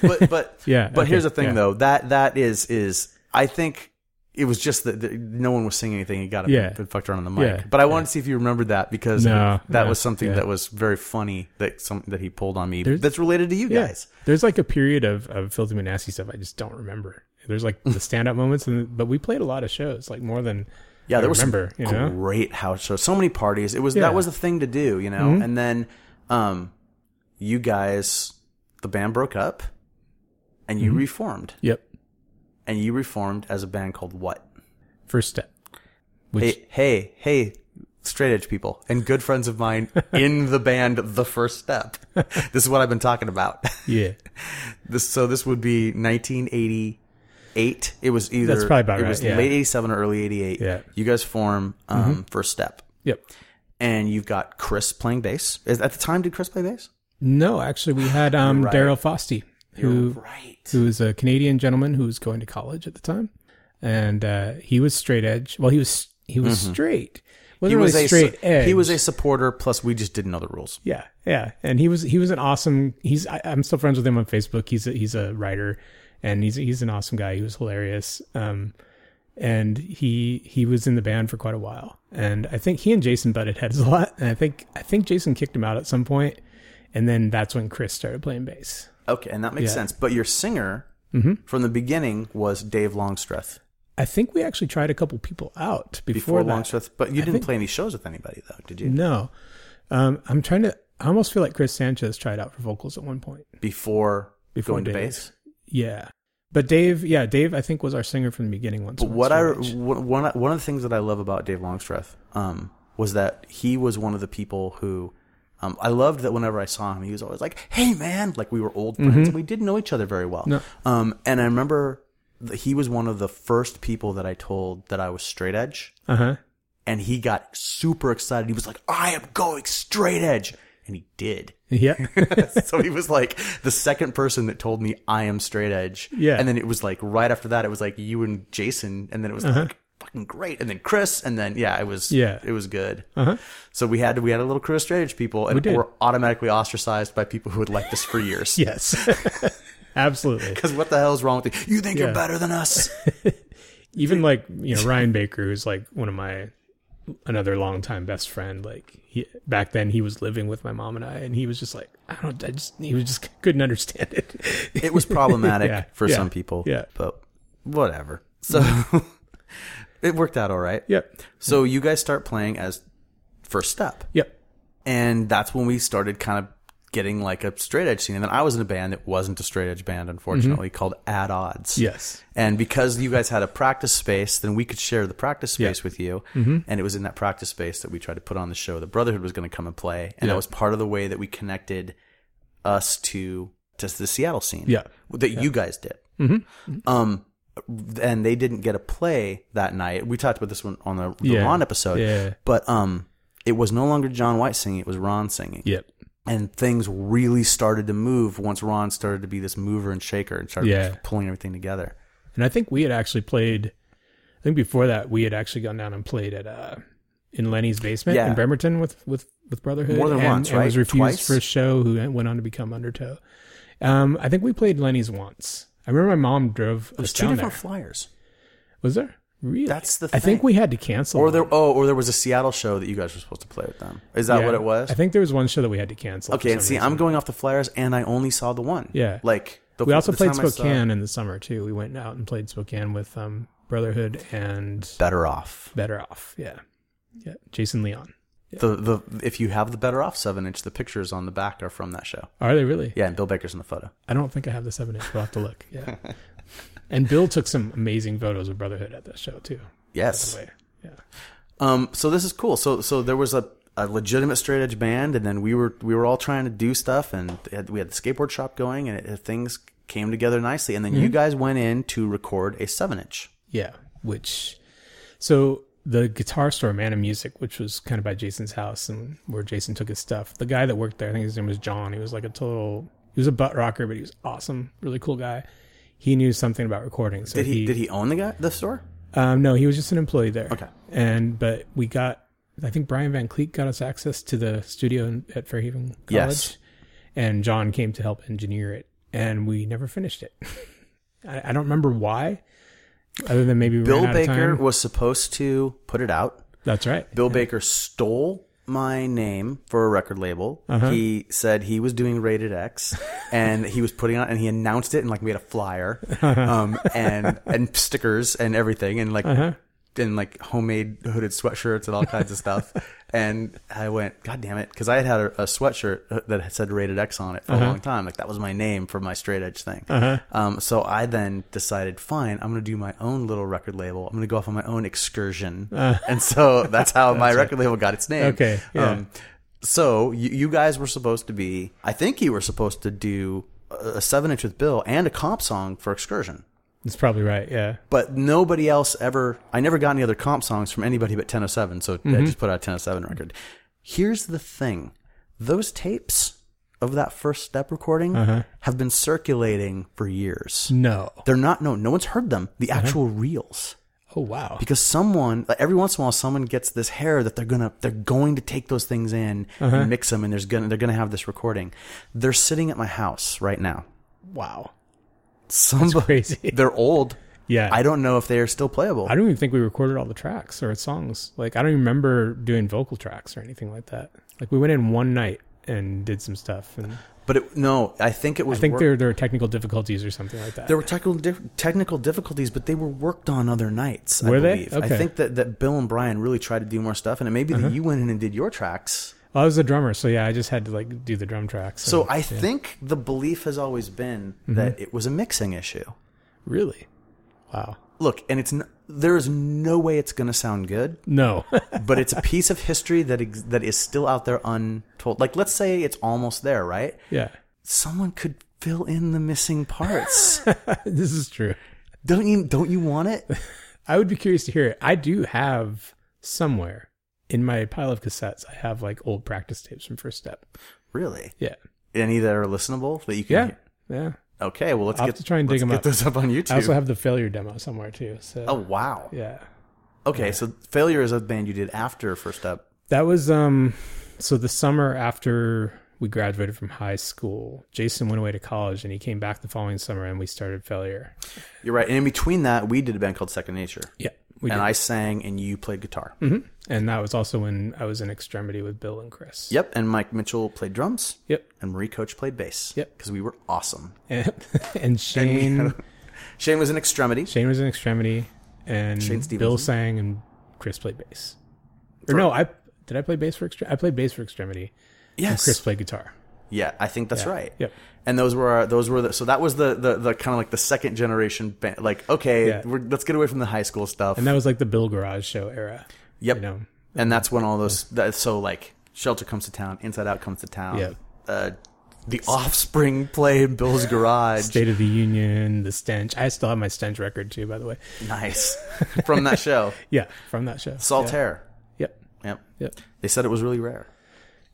but but Yeah, But okay, here's the thing yeah. though that that is is I think it was just that that no one was singing anything. You got to Yeah. yeah. fucked around on the mic. Yeah, But I wanted to see if you remembered that because No, that no, was something yeah. that was very funny that some that he pulled on me There's- that's related to you Yeah. guys. There's like a period of, of filthy and nasty stuff I just don't remember. There's like the stand up moments, and but we played a lot of shows, like more than Yeah, I there was some remember. you know, great house shows. So many parties. It was Yeah. that was the thing to do, you know. And then, um, you guys, the band broke up, and you reformed, yep. and you reformed as a band called what? First step, which Hey, hey, hey, straight edge people and good friends of mine in the band, the first step. This is what I've been talking about. yeah, This so this would be 1988. It was either That's probably about it right, was yeah. late 87 or early 88. Yeah. you guys form um, first step. yep. and you've got Chris playing bass. Is, at the time, did Chris play bass? No, actually, we had um right. Daryl Fosty, who right. who was a Canadian gentleman who was going to college at the time, and uh, he was straight edge. Well, he was he was straight. Wasn't He was really a straight edge. he was a supporter. Plus, we just didn't know the rules. Yeah, yeah, and he was he was an awesome. He's I, I'm still friends with him on Facebook. He's a, he's a writer, and he's he's an awesome guy. He was hilarious. Um, and he he was in the band for quite a while, and I think he and Jason butted heads a lot. And I think I think Jason kicked him out at some point, and then that's when Chris started playing bass. Okay, and that makes Yeah. sense. But your singer from the beginning was Dave Longstreth. I think we actually tried a couple people out before, Before that. Longstreth, but you didn't play any shows with anybody though, did you? No, um, I'm trying to. I almost feel like Chris Sanchez tried out for vocals at one point. Before, Before going to Dave. bass. Yeah. But Dave, yeah, Dave, I think was our singer from the beginning once. But what I one one- one of the things that I love about Dave Longstreth um, was that he was one of the people who um, I loved that whenever I saw him, he was always like, "Hey, man!" Like we were old friends and we didn't know each other very well. No. Um, and I remember that he was one of the first people that I told that I was straight edge, uh huh. and he got super excited. He was like, "I am going straight edge," and he did. Yeah. so he was like the second person that told me I am straight edge. Yeah. And then it was like right after that, it was like you and Jason, and then it was like fucking great. And then Chris, and then yeah, it was Uh-huh. Yeah. it was good. Uh-huh. So we had we had a little career strategy people, and did. were automatically ostracized by people who had liked us for years. Yes. Absolutely. Because what the hell is wrong with you? You think you're Yeah. better than us? Even like, you know, Ryan Baker, who's like one of my another longtime best friend, like he back then he was living with my mom and I and he was just like, I don't I just he was just couldn't understand it. It was problematic Yeah. for Yeah. some people. Yeah. Mm-hmm. But whatever. So it worked out all right. yep. So you guys start playing as first step. Yep. and that's when we started kind of getting like a straight edge scene. And then I was in a band that wasn't a straight edge band, unfortunately, Mm-hmm. called At Odds. Yes. And because you guys had a practice space, then we could share the practice space Yeah. Mm-hmm. with you. And it was in that practice space that we tried to put on the show. The Brotherhood was going to come and play, and that Yeah. was part of the way that we connected us to to the Seattle scene. Yeah. Mm-hmm. that you guys did. Um, and they didn't get a play that night. We talked about this one on the, the Yeah. Ron episode. Yeah. But um, it was no longer John White singing; it was Ron singing, Yep. and things really started to move once Ron started to be this mover and shaker and started Yeah. pulling everything together. And I think we had actually played. I think before that we had actually gone down and played at uh in Lenny's basement Yeah. in Bremerton with with with Brotherhood More than and, once, and right? was refused Twice? for a show. Who went on to become Undertow. Um, I think we played Lenny's once. I remember my mom drove There's us two down different there. flyers, Was there? Really? That's the I thing. think we had to cancel. or one. there, oh, or there was a Seattle show that you guys were supposed to play with them. Is that Yeah. what it was? I think there was one show that we had to cancel. for okay, and some see, reason. I'm going off the flyers, and I only saw the one. Yeah. like the, we also the played time I saw- Spokane in the summer too. We went out and played Spokane with um, Brotherhood and Better off. Better Off. Yeah, yeah. Jason Leon. The the if you have the Better Off seven inch, the pictures on the back are from that show. Are they really? Yeah, and Bill Baker's in the photo. I don't think I have the seven inch. We'll have to look. Yeah. and Bill took some amazing photos of Brotherhood at that show too. Yes. Wait, Yeah. Um, so this is cool. So so there was a, a legitimate straight edge band, and then we were we were all trying to do stuff, and they had- we had the skateboard shop going, and it, it- things came together nicely. And then Mm-hmm. you guys went in to record a seven inch. Yeah. Which, so the guitar store, Man of Music, which was kind of by Jason's house and where Jason took his stuff. The guy that worked there, I think his name was John. He was like a total. He was a butt rocker, but he was awesome. Really cool guy. He knew something about recording. So Did he, did he own the guy the store? Um, no, he was just an employee there. Okay. And but we got, I think Brian Van Cleek got us access to the studio in, at Fairhaven College, Yes. and John came to help engineer it, and we never finished it. I, I don't remember why, other than maybe we Bill ran out Baker Of time. was supposed to put it out. That's right. Bill Baker stole my name for a record label. He said he was doing Rated X, and he was putting on, and he announced it, and like made a flyer, um, and and stickers and everything, and like and like homemade hooded sweatshirts and all kinds of stuff. And I went, God damn it, because I had had a, a sweatshirt uh, that had said Rated X on it Uh-huh. for a long time. Like that was my name for my straight edge thing. Um, so I then decided, fine, I'm going to do my own little record label. I'm going to go off on my own excursion. And so that's how my record label got its name. Uh-huh. Okay, yeah. Um, so you, you guys were supposed to be, I think you were supposed to do a a seven inch with Bill and a comp song for Excursion That's probably right. Yeah. but nobody else ever I never got any other comp songs from anybody but 1007 so Mm-hmm. I just put out a 1007 record. Here's the thing. Those tapes of that first step recording Uh-huh. have been circulating for years. No. They're not known. No one's heard them. The Uh-huh. actual reels Oh wow. because someone like, every once in a while someone gets this hair that they're gonna they're going to take those things in Uh-huh. and mix them and there's gonna they're gonna have this recording. They're sitting at my house right now. Wow. Somebody Crazy. they're old. Yeah. I don't know if they are still playable. I don't even think we recorded all the tracks or songs. Like I don't even remember doing vocal tracks or anything like that. Like we went in one night and did some stuff and. But it, no, I think it was. I think wor- there there are technical difficulties or something like that. there were technical dif- technical difficulties, but they were worked on other nights. I Were they? believe. I Okay. Uh-huh. think that, that Bill and Brian really tried to do more stuff, and it may be that you went in and did your tracks. well, I was a drummer, so yeah, I just had to like do the drum tracks. So and- I think the belief has always been Mm-hmm. that it was a mixing issue. really, wow, Look, and it's n- there is no way it's going to sound good, no, but it's a piece of history that ex- that is still out there untold. Like let's say it's almost there, right? yeah, Someone could fill in the missing parts. this is true. don't you don't you want it? I would be curious to hear it. I do have somewhere in my pile of cassettes. I have like old practice tapes from First Step. Really? Yeah, Any that are listenable that you can yeah, hear? yeah. Okay, well let's I'll get have to try and let's dig 'em get up. those up on YouTube. I also have the failure demo somewhere too. So oh wow, yeah, Okay, so Failure is a band you did after First Up. That was um so the summer after we graduated from high school, Jason went away to college and he came back the following summer and we started Failure. You're right. And in between that, we did a band called Second Nature. Yeah. We and did. Hmm. Mm-hmm. I sang and you played guitar. and that was also when I was in extremity with Bill and Chris. Yep. And Mike Mitchell played drums Yep. and Marie Coach played bass. Yep. Because we were awesome. And, and Shane Shane was in Extremity. Shane was in extremity and Shane Bill Stevenson. sang and Chris played bass. Or no, I did I play bass for extremity? I played bass for extremity. Yes. Chris played guitar. Yeah, I think that's right. Yep. And those were our, those were the, so that was the the, the kind of like the second generation band. Like okay, Yeah. we're, let's get away from the high school stuff. And that was like the Bill Garage show era. yep. You know. And that's when all those that, so like Shelter comes to town, Inside Out comes to town. Yep. Uh, the Offspring played in Bill's garage. State of the Union, the stench. I still have my stench record too, by the way. nice from that show, Yeah, from that show. Yeah. Saltaire. Yep. Yep. Yep. They said it was really rare.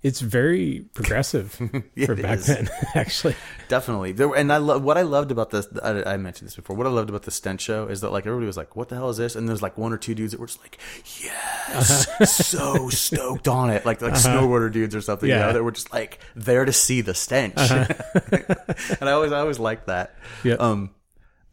It's very progressive for It back is. then, actually. Definitely. There, were- and I love what I loved about this. I, I mentioned this before. What I loved about the Stench show is that like everybody was like, "What the hell is this?" And there's like one or two dudes that were just like, "Yes, so stoked on it!" Like like snowboarder dudes or something. You Yeah. know, that were just like there to see the stench. and I always I always liked that. Yeah. Um.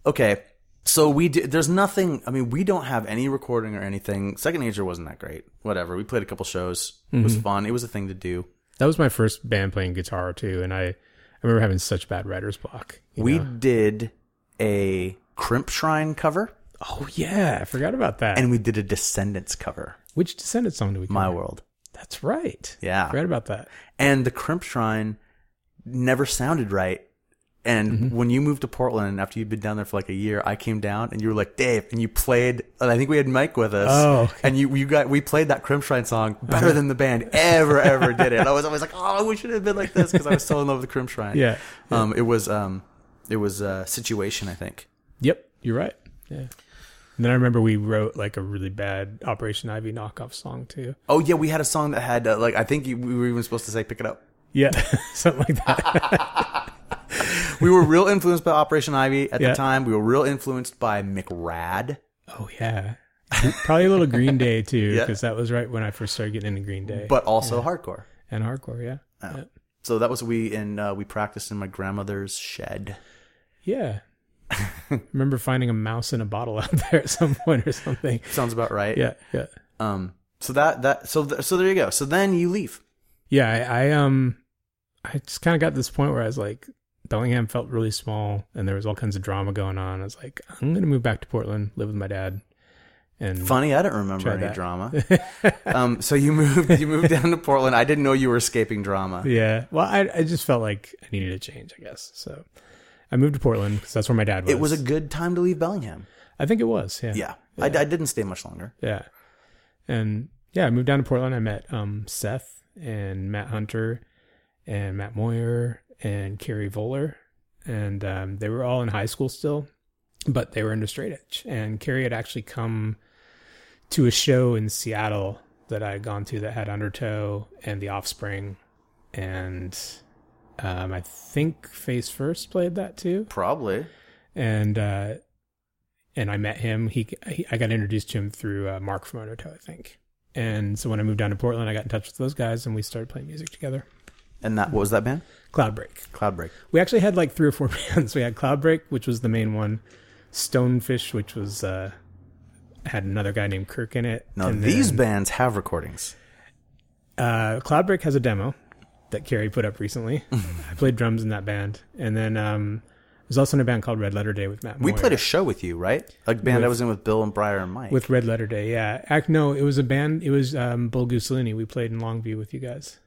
Okay. So we did. There's nothing. I mean, we don't have any recording or anything. Second Nature wasn't that great. Whatever. We played a couple shows. It was fun. It was a thing to do. That was my first band playing guitar too, and I, I remember having such bad writer's block. you We know? did a Crimp Shrine cover. Oh yeah, I forgot about that. and we did a Descendants cover, Which Descendants song do we? My cover? World. That's right. Yeah. I forgot about that. And the Crimp Shrine never sounded right. And Mm-hmm. when you moved to Portland after you'd been down there for like a year, I came down and you were like, Dave, and you played, and I think we had Mike with us. Oh, okay. Uh-huh. And you, you got, we played that Crimp Shrine song better than the band ever, ever did it. And I was always like, oh, we should have been like this because I was so in love with the Crimp Shrine. Yeah. Um, it was, um, it was a situation, I think. Yep, you're right. Yeah. And then I remember we wrote like a really bad Operation Ivy knockoff song too. Oh, yeah. We had a song that had, uh, like, I think you- we were even supposed to say, pick it up. Yeah, something like that. we were real influenced by Operation Ivy at Yeah. the time. We were real influenced by McRad. Oh yeah, probably a little Green Day too, Yeah. because that was right when I first started getting into Green Day but Oh. also hardcore. and hardcore. Yeah, yeah. So that was we and uh, we practiced in my grandmother's shed. yeah. remember finding a mouse in a bottle out there at some point or something. Sounds about right. Yeah, yeah, Um. So that that so th- so there you go. So then you leave. yeah. I, I um, I just kind of got to this point where I was like, Bellingham felt really small, and there was all kinds of drama going on. I was like, I'm gonna move back to Portland, live with my dad, and Funny, I don't remember any that. drama. um. So you moved you moved down to Portland. I didn't know you were escaping drama. yeah. Well, I I just felt like I needed a change, I guess. So I moved to Portland because that's where my dad was. It was a good time to leave Bellingham. I think it was. Yeah. Yeah. I, I didn't stay much longer. Yeah. And yeah, I moved down to Portland. I met um, Seth and Matt Hunter and Matt Moyer and Carrie Voller. And um, they were all in high school still, but they were into straight edge. And Carrie had actually come to a show in Seattle that I had gone to that had Undertow and The Offspring. And um, I think Face First played that too Probably. and uh and I met him. He, he I got introduced to him through uh, Mark from Undertow, I think. And so when I moved down to Portland, I got in touch with those guys, and we started playing music together. And that what was that band? Cloudbreak. Cloudbreak. We actually had like three or four bands. We had Cloudbreak, which was the main one. Stonefish, which was uh had another guy named Kirk in it. Now And these then, bands have recordings. uh, Cloudbreak has a demo that Carrie put up recently. I played drums in that band, and then um, there's also in a band called Red Letter Day with Matt. We Moyer. played a show with you, right? A band I was in with Bill and Briar and Mike. with Red Letter Day. Yeah, act no, it was a band. It was um, Bull Goosellini. We played in Longview with you guys.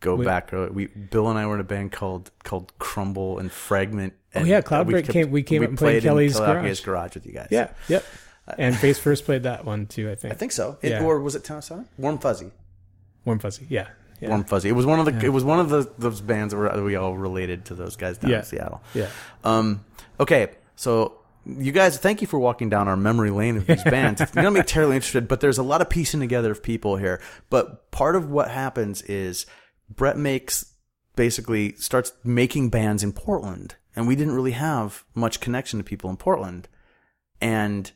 go back. uh, We Bill and I were in a band called called Crumble and Fragment. And Oh, yeah, uh, Cloudbreak we kept- came- we came up and played in Kelly's Calliope's garage with you guys. yep. And Face First played that one too. Uh, I think. I think so. It, Yeah. Or was it Town Seven? Warm Fuzzy. Warm Fuzzy. Yeah. Yeah. Warm Fuzzy. It was one of the it was one of the those bands that, were, that we all related to those guys down Yeah. in Seattle. Yeah. Um. Okay. So. You guys, thank you for walking down our memory lane of these bands. It's gonna be terribly interested, but there's a lot of piecing together of people here. But part of what happens is Brett makes basically starts making bands in Portland, and we didn't really have much connection to people in Portland. And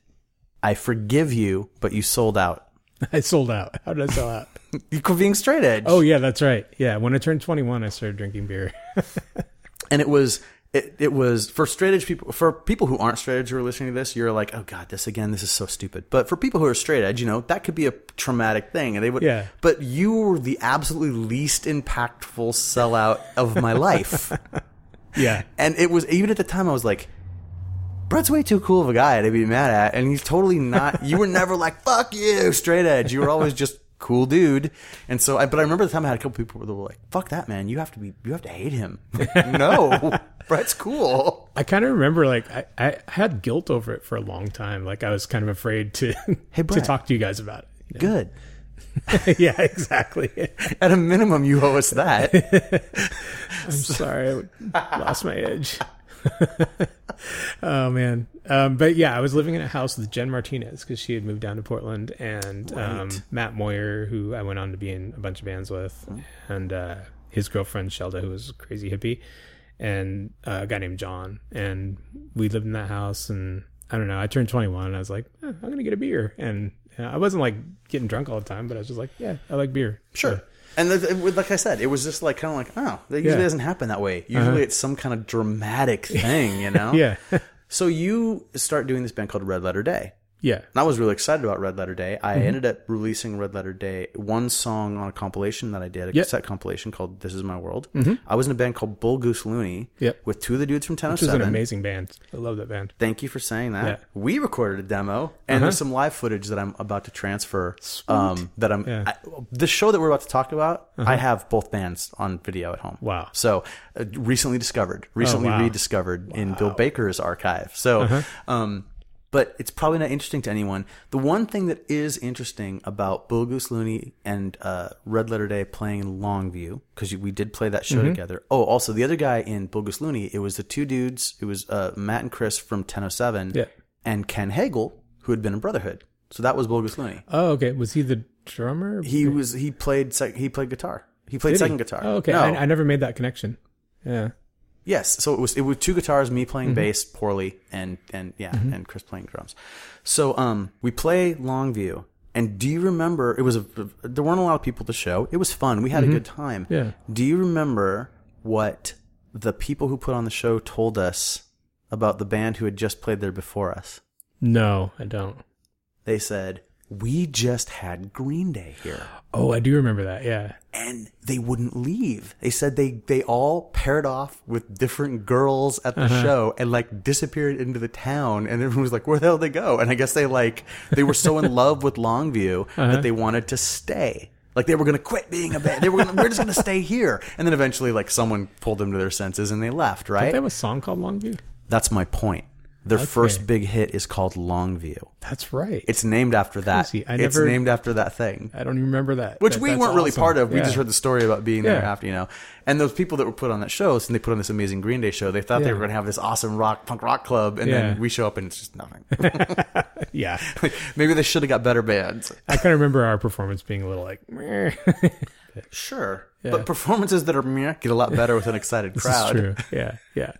I forgive you, but you sold out. I sold out. How did I sell out? You were being straight edge. oh yeah, that's right. Yeah, when I turned 21, I started drinking beer. and it was it, it was for straight edge people for people who aren't straight edge who are listening to this you're like oh god this again this is so stupid but for people who are straight edge you know that could be a traumatic thing and they would Yeah. but you were the absolutely least impactful sellout of my life yeah, and it was even at the time I was like, Brett's way too cool of a guy to be mad at, and he's totally not. You were never like "fuck you," straight edge. You were always just cool dude. And so, I, but I remember the time I had a couple people that were like, "Fuck that man, you have to be, you have to hate him." Like, no, Brett's cool. I kind of remember like I, I had guilt over it for a long time. Like I was kind of afraid to to Brett. talk to you guys about it. Good. yeah, exactly. At a minimum, you owe us that. I'm sorry, I lost my edge. oh man, um, but yeah, I was living in a house with Jen Martinez because she had moved down to Portland, and um, Matt Moyer, who I went on to be in a bunch of bands with, and uh, his girlfriend Shelda, who was a crazy hippie, and uh, a guy named John, and we lived in that house, and I don't know, I turned 21, and I was like, eh, I'm gonna get a beer, and uh, I wasn't like getting drunk all the time, but I was just like, yeah, I like beer, Sure. And th- it was- like I said, it was just like kind of like, oh, that usually Yeah. Uh-huh. doesn't happen that way. Usually, it's some kind of dramatic thing, you know. yeah, So you start doing this band called Red Letter Day. yeah, And I was really excited about Red Letter Day. Mm-hmm. I ended up releasing Red Letter Day one song on a compilation that I did, a Yep. Mm-hmm. cassette compilation called "This Is My World." I was in a band called Bull Goose Looney Yep. with two of the dudes from Ten which was an 7 amazing band. I love that band. Thank you for saying that. Yeah. Uh-huh. We recorded a demo, and there's some live footage that I'm about to transfer. Um, that I'm Yeah. Uh-huh. I, the show that we're about to talk about. I have both bands on video at home. Wow. So uh, recently discovered, recently Oh, wow. Uh-huh. rediscovered in Bill Baker's archive. So, um, but it's probably not interesting to anyone. The one thing that is interesting about Bull Goose Looney and uh, Red Letter Day playing in Longview, because we did play that show Mm-hmm. together. Oh, also the other guy in Bull Goose Looney, it was the two dudes, it was uh, Matt and Chris from 1007 Yeah. and Ken Hagel, who had been in Brotherhood. So that was Bull Goose Looney. Oh, okay. Was he the drummer? He was he played sec- he played guitar. He played Did he? second guitar. Oh, okay. No. I, I never made that connection. Yeah. Yes, so it was it was two guitars, me playing bass poorly, and and yeah, and Chris playing drums. So um, we play Longview, and do you remember? It was a there weren't a lot of people at the show. It was fun. We had a good time. Yeah. Do you remember what the people who put on the show told us about the band who had just played there before us? No, I don't. They said we just had Green Day here. Oh, I do remember that. Yeah. and they wouldn't leave. They said they they all paired off with different girls at the Uh-huh. show and like disappeared into the town, and everyone was like, "Where the hell did they go?" And I guess they like they were so in love with Longview Uh-huh. that they wanted to stay. Like they were gonna quit being a band. They were gonna, we're just gonna stay here, and then eventually like someone pulled them to their senses and they left. Don't Right? they have a song called Longview? That's my point. Their first big hit is called Longview. That's right. It's named after that. Crazy. I it's never- named after that thing I don't even remember that. which That- we that's weren't really awesome. part of. We Yeah. just heard the story about being there Yeah. after, you know. And those people that were put on that show, since they put on this amazing Green Day show, they thought they Yeah. were going to have this awesome rock punk rock club, and Yeah. then we show up and it's just nothing. Yeah. Maybe they should have got better bands. I kind of remember our performance being a little like, meh. Sure, but performances that are meh get a lot better with an excited it's crowd. true. Yeah. Yeah.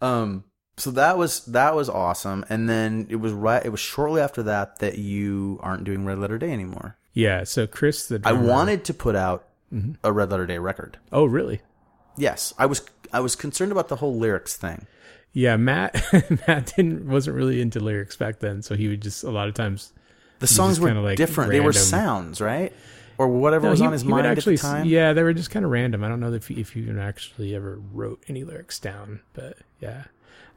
Um, so that was that was awesome. And then it was right. It was shortly after that that you aren't doing Red Letter Day anymore. Yeah. So Chris, the I drummer. wanted to put out Mm-hmm. a Red Letter Day record. Oh, really? Yes, I was I was concerned about the whole lyrics thing. Yeah. Matt, Matt didn't, wasn't really into lyrics back then. So he would just, a lot of times, The songs just were kinda, like, different. They were random. sounds, right? Or whatever was he- on his he would mind actually at s- the time. Yeah, they were just kind of random. I don't know if he, if he even actually ever wrote any lyrics down, but yeah,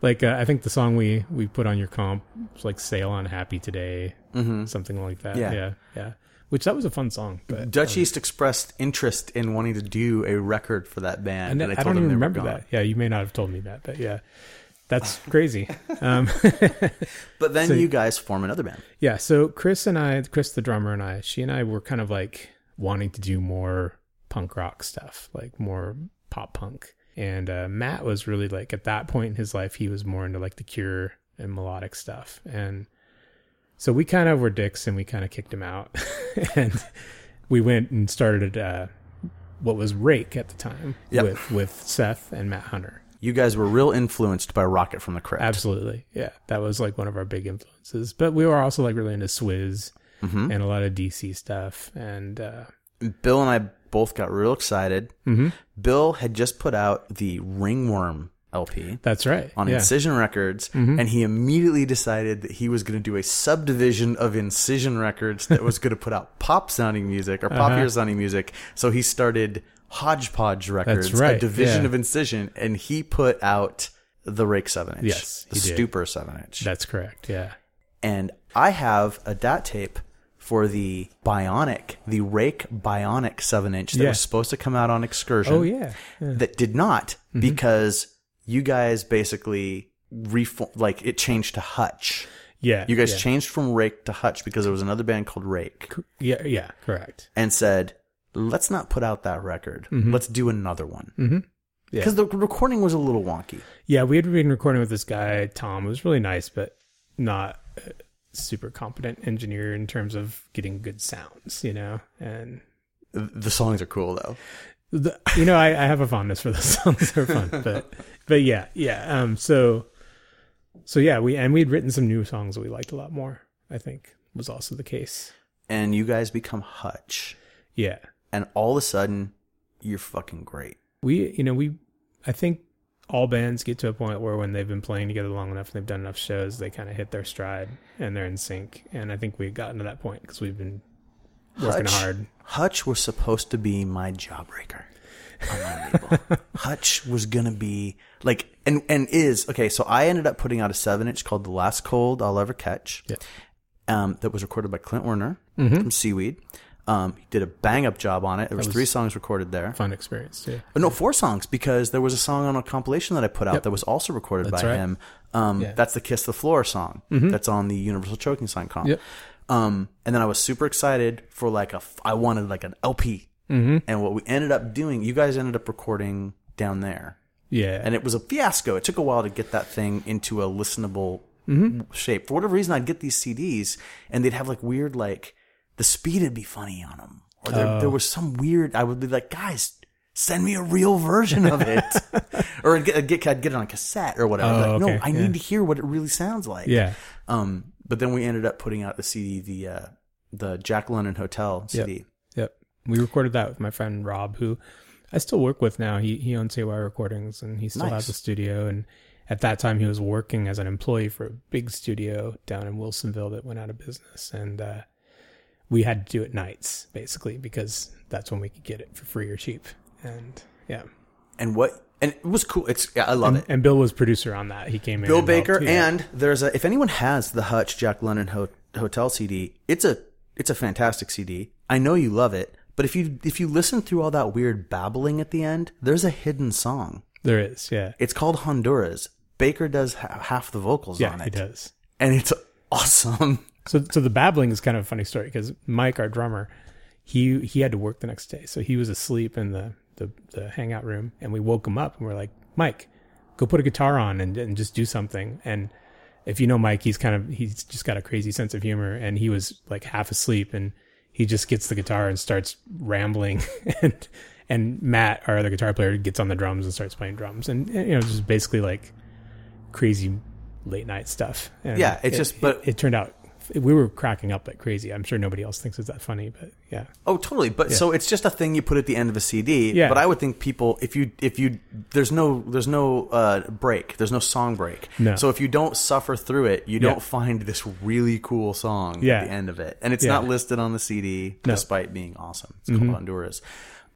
like uh, I think the song we we put on your comp was like "Sail on Happy Today," something like that. Mm-hmm. Yeah. Yeah. yeah, Which that was a fun song, but Dutch East expressed interest in wanting to do a record for that band, and and, I, I told don't him even they were remember gone. that. Yeah, you may not have told me that, but yeah, that's crazy. um, But then you guys form another band. Yeah, so Chris and I, Chris the drummer and I, she and I were kind of like wanting to do more punk rock stuff, like more pop punk. And uh, Matt was really like at that point in his life, he was more into like the Cure and melodic stuff. And so we kind of were dicks and we kind of kicked him out. and we went and started uh, what was Rake at the time Yep. with with Seth and Matt Hunter. You guys were real influenced by Rocket from the Crypt. Absolutely. Yeah. That was like one of our big influences. But we were also like really into Swizz Mhm. and a lot of DC stuff. And uh, Bill and I both got real excited. Mhm. Bill had just put out the Ringworm LP that's right. on yeah. Mm-hmm. Incision Records, and he immediately decided that he was going to do a subdivision of Incision Records that was going to put out pop sounding music or Uh-huh. popular sounding music. So he started Hodgepodge Records, a right, division yeah. of Incision, and he put out the Rake 7 inch, Yes, the he did. Stupor 7 inch. That's correct. Yeah. and I have a DAT tape for the Bionic, the Rake Bionic 7 inch that Yeah. was supposed to come out on Excursion. Oh, yeah. Yeah. That did not because you guys basically reform like it changed to Hutch. Yeah. You guys yeah. changed from Rake to Hutch because there was another band called Rake Yeah. Yeah. Correct. and said, let's not put out that record. Let's do another one. Mhm. Yeah. Because the recording was a little wonky. Yeah. We had been recording with this guy, Tom. It was really nice, but not a super competent engineer in terms of getting good sounds, you know? And Th- The songs are cool though. the, you know, I, I have a fondness for those songs. They're fun, but but yeah, yeah. Um, so so yeah, we and we had written some new songs that we liked a lot more. I think was also the case. And you guys become Hutch. Yeah, and all of a sudden you're fucking great. we you know we I think all bands get to a point where when they've been playing together long enough and they've done enough shows, they kind of hit their stride and they're in sync. And I think we had gotten to that point because we've been working Hutch, hard. Hutch was supposed to be my jawbreaker. on my label. Hutch was gonna be like and and is okay. So I ended up putting out a seven inch called "The Last Cold I'll Ever Catch," Yeah. um, that was recorded by Clint Werner from Seaweed. Um, he did a bang up job on it. There was, three songs recorded there. Fun experience too. Uh, No, four songs because there was a song on a compilation that I put out that was also recorded by right. Mm-hmm. him. Um, That's the Kiss the Floor song that's on the Universal Choking Sign comp. Yep. Um, and then I was super excited for like a, f- I wanted like an LP. Mm-hmm. And what we ended up doing, you guys ended up recording down there. Yeah, And it was a fiasco. It took a while to get that thing into a listenable Mm-hmm. shape. For whatever reason, I'd get these CDs and they'd have like weird, like the speed would be funny on them. Or there, Oh. there was some weird, I would be like, guys, send me a real version of it. or I'd get, I'd, get, I'd get it on cassette or whatever. Oh, like, no, okay, I yeah. need to hear what it really sounds like. yeah, Um, but then we ended up putting out the CD, the, uh, the Jack London Hotel CD. Yep. We recorded that with my friend Rob, who I still work with now. He he owns AY Recordings and he still Nice. has a studio and at that time he was working as an employee for a big studio down in Wilsonville that went out of business and uh we had to do it nights basically because that's when we could get it for free or cheap. And yeah. And what, and it was cool. It's, yeah, I love it. And Bill was producer on that. He came in. Bill and helped, Baker, yeah. and there's a. If anyone has the Hutch Jack London Ho- Hotel CD, it's a it's a fantastic CD. I know you love it, but if you if you listen through all that weird babbling at the end, there's a hidden song. there is, yeah. It's called Honduras. Baker does ha- half the vocals on it, Yeah, he does. and it's awesome. So, so the babbling is kind of a funny story because Mike, our drummer, he he had to work the next day, so he was asleep in the the, the hangout room, and we woke him up, and we're like, Mike, go put a guitar on and, and just do something. And if you know Mike, he's kind of he's just got a crazy sense of humor, and he was like half asleep, and he just gets the guitar and starts rambling, and and Matt, our other guitar player, gets on the drums and starts playing drums, and, and, you know just basically like crazy late night stuff. And Yeah, it's it- just- but- it turned out we were cracking up like crazy. I'm sure nobody else thinks it's that funny, but yeah, Oh, totally. But so it's just a thing you put at the end of a CD. Yeah. But I would think people, if you, if you, there's no, there's no uh, break. There's no song break. No. So if you don't suffer through it, you don't find this really cool song Yeah. at the end of it, and it's Yeah. Mm-hmm. not listed on the CD, despite being awesome. It's called Honduras.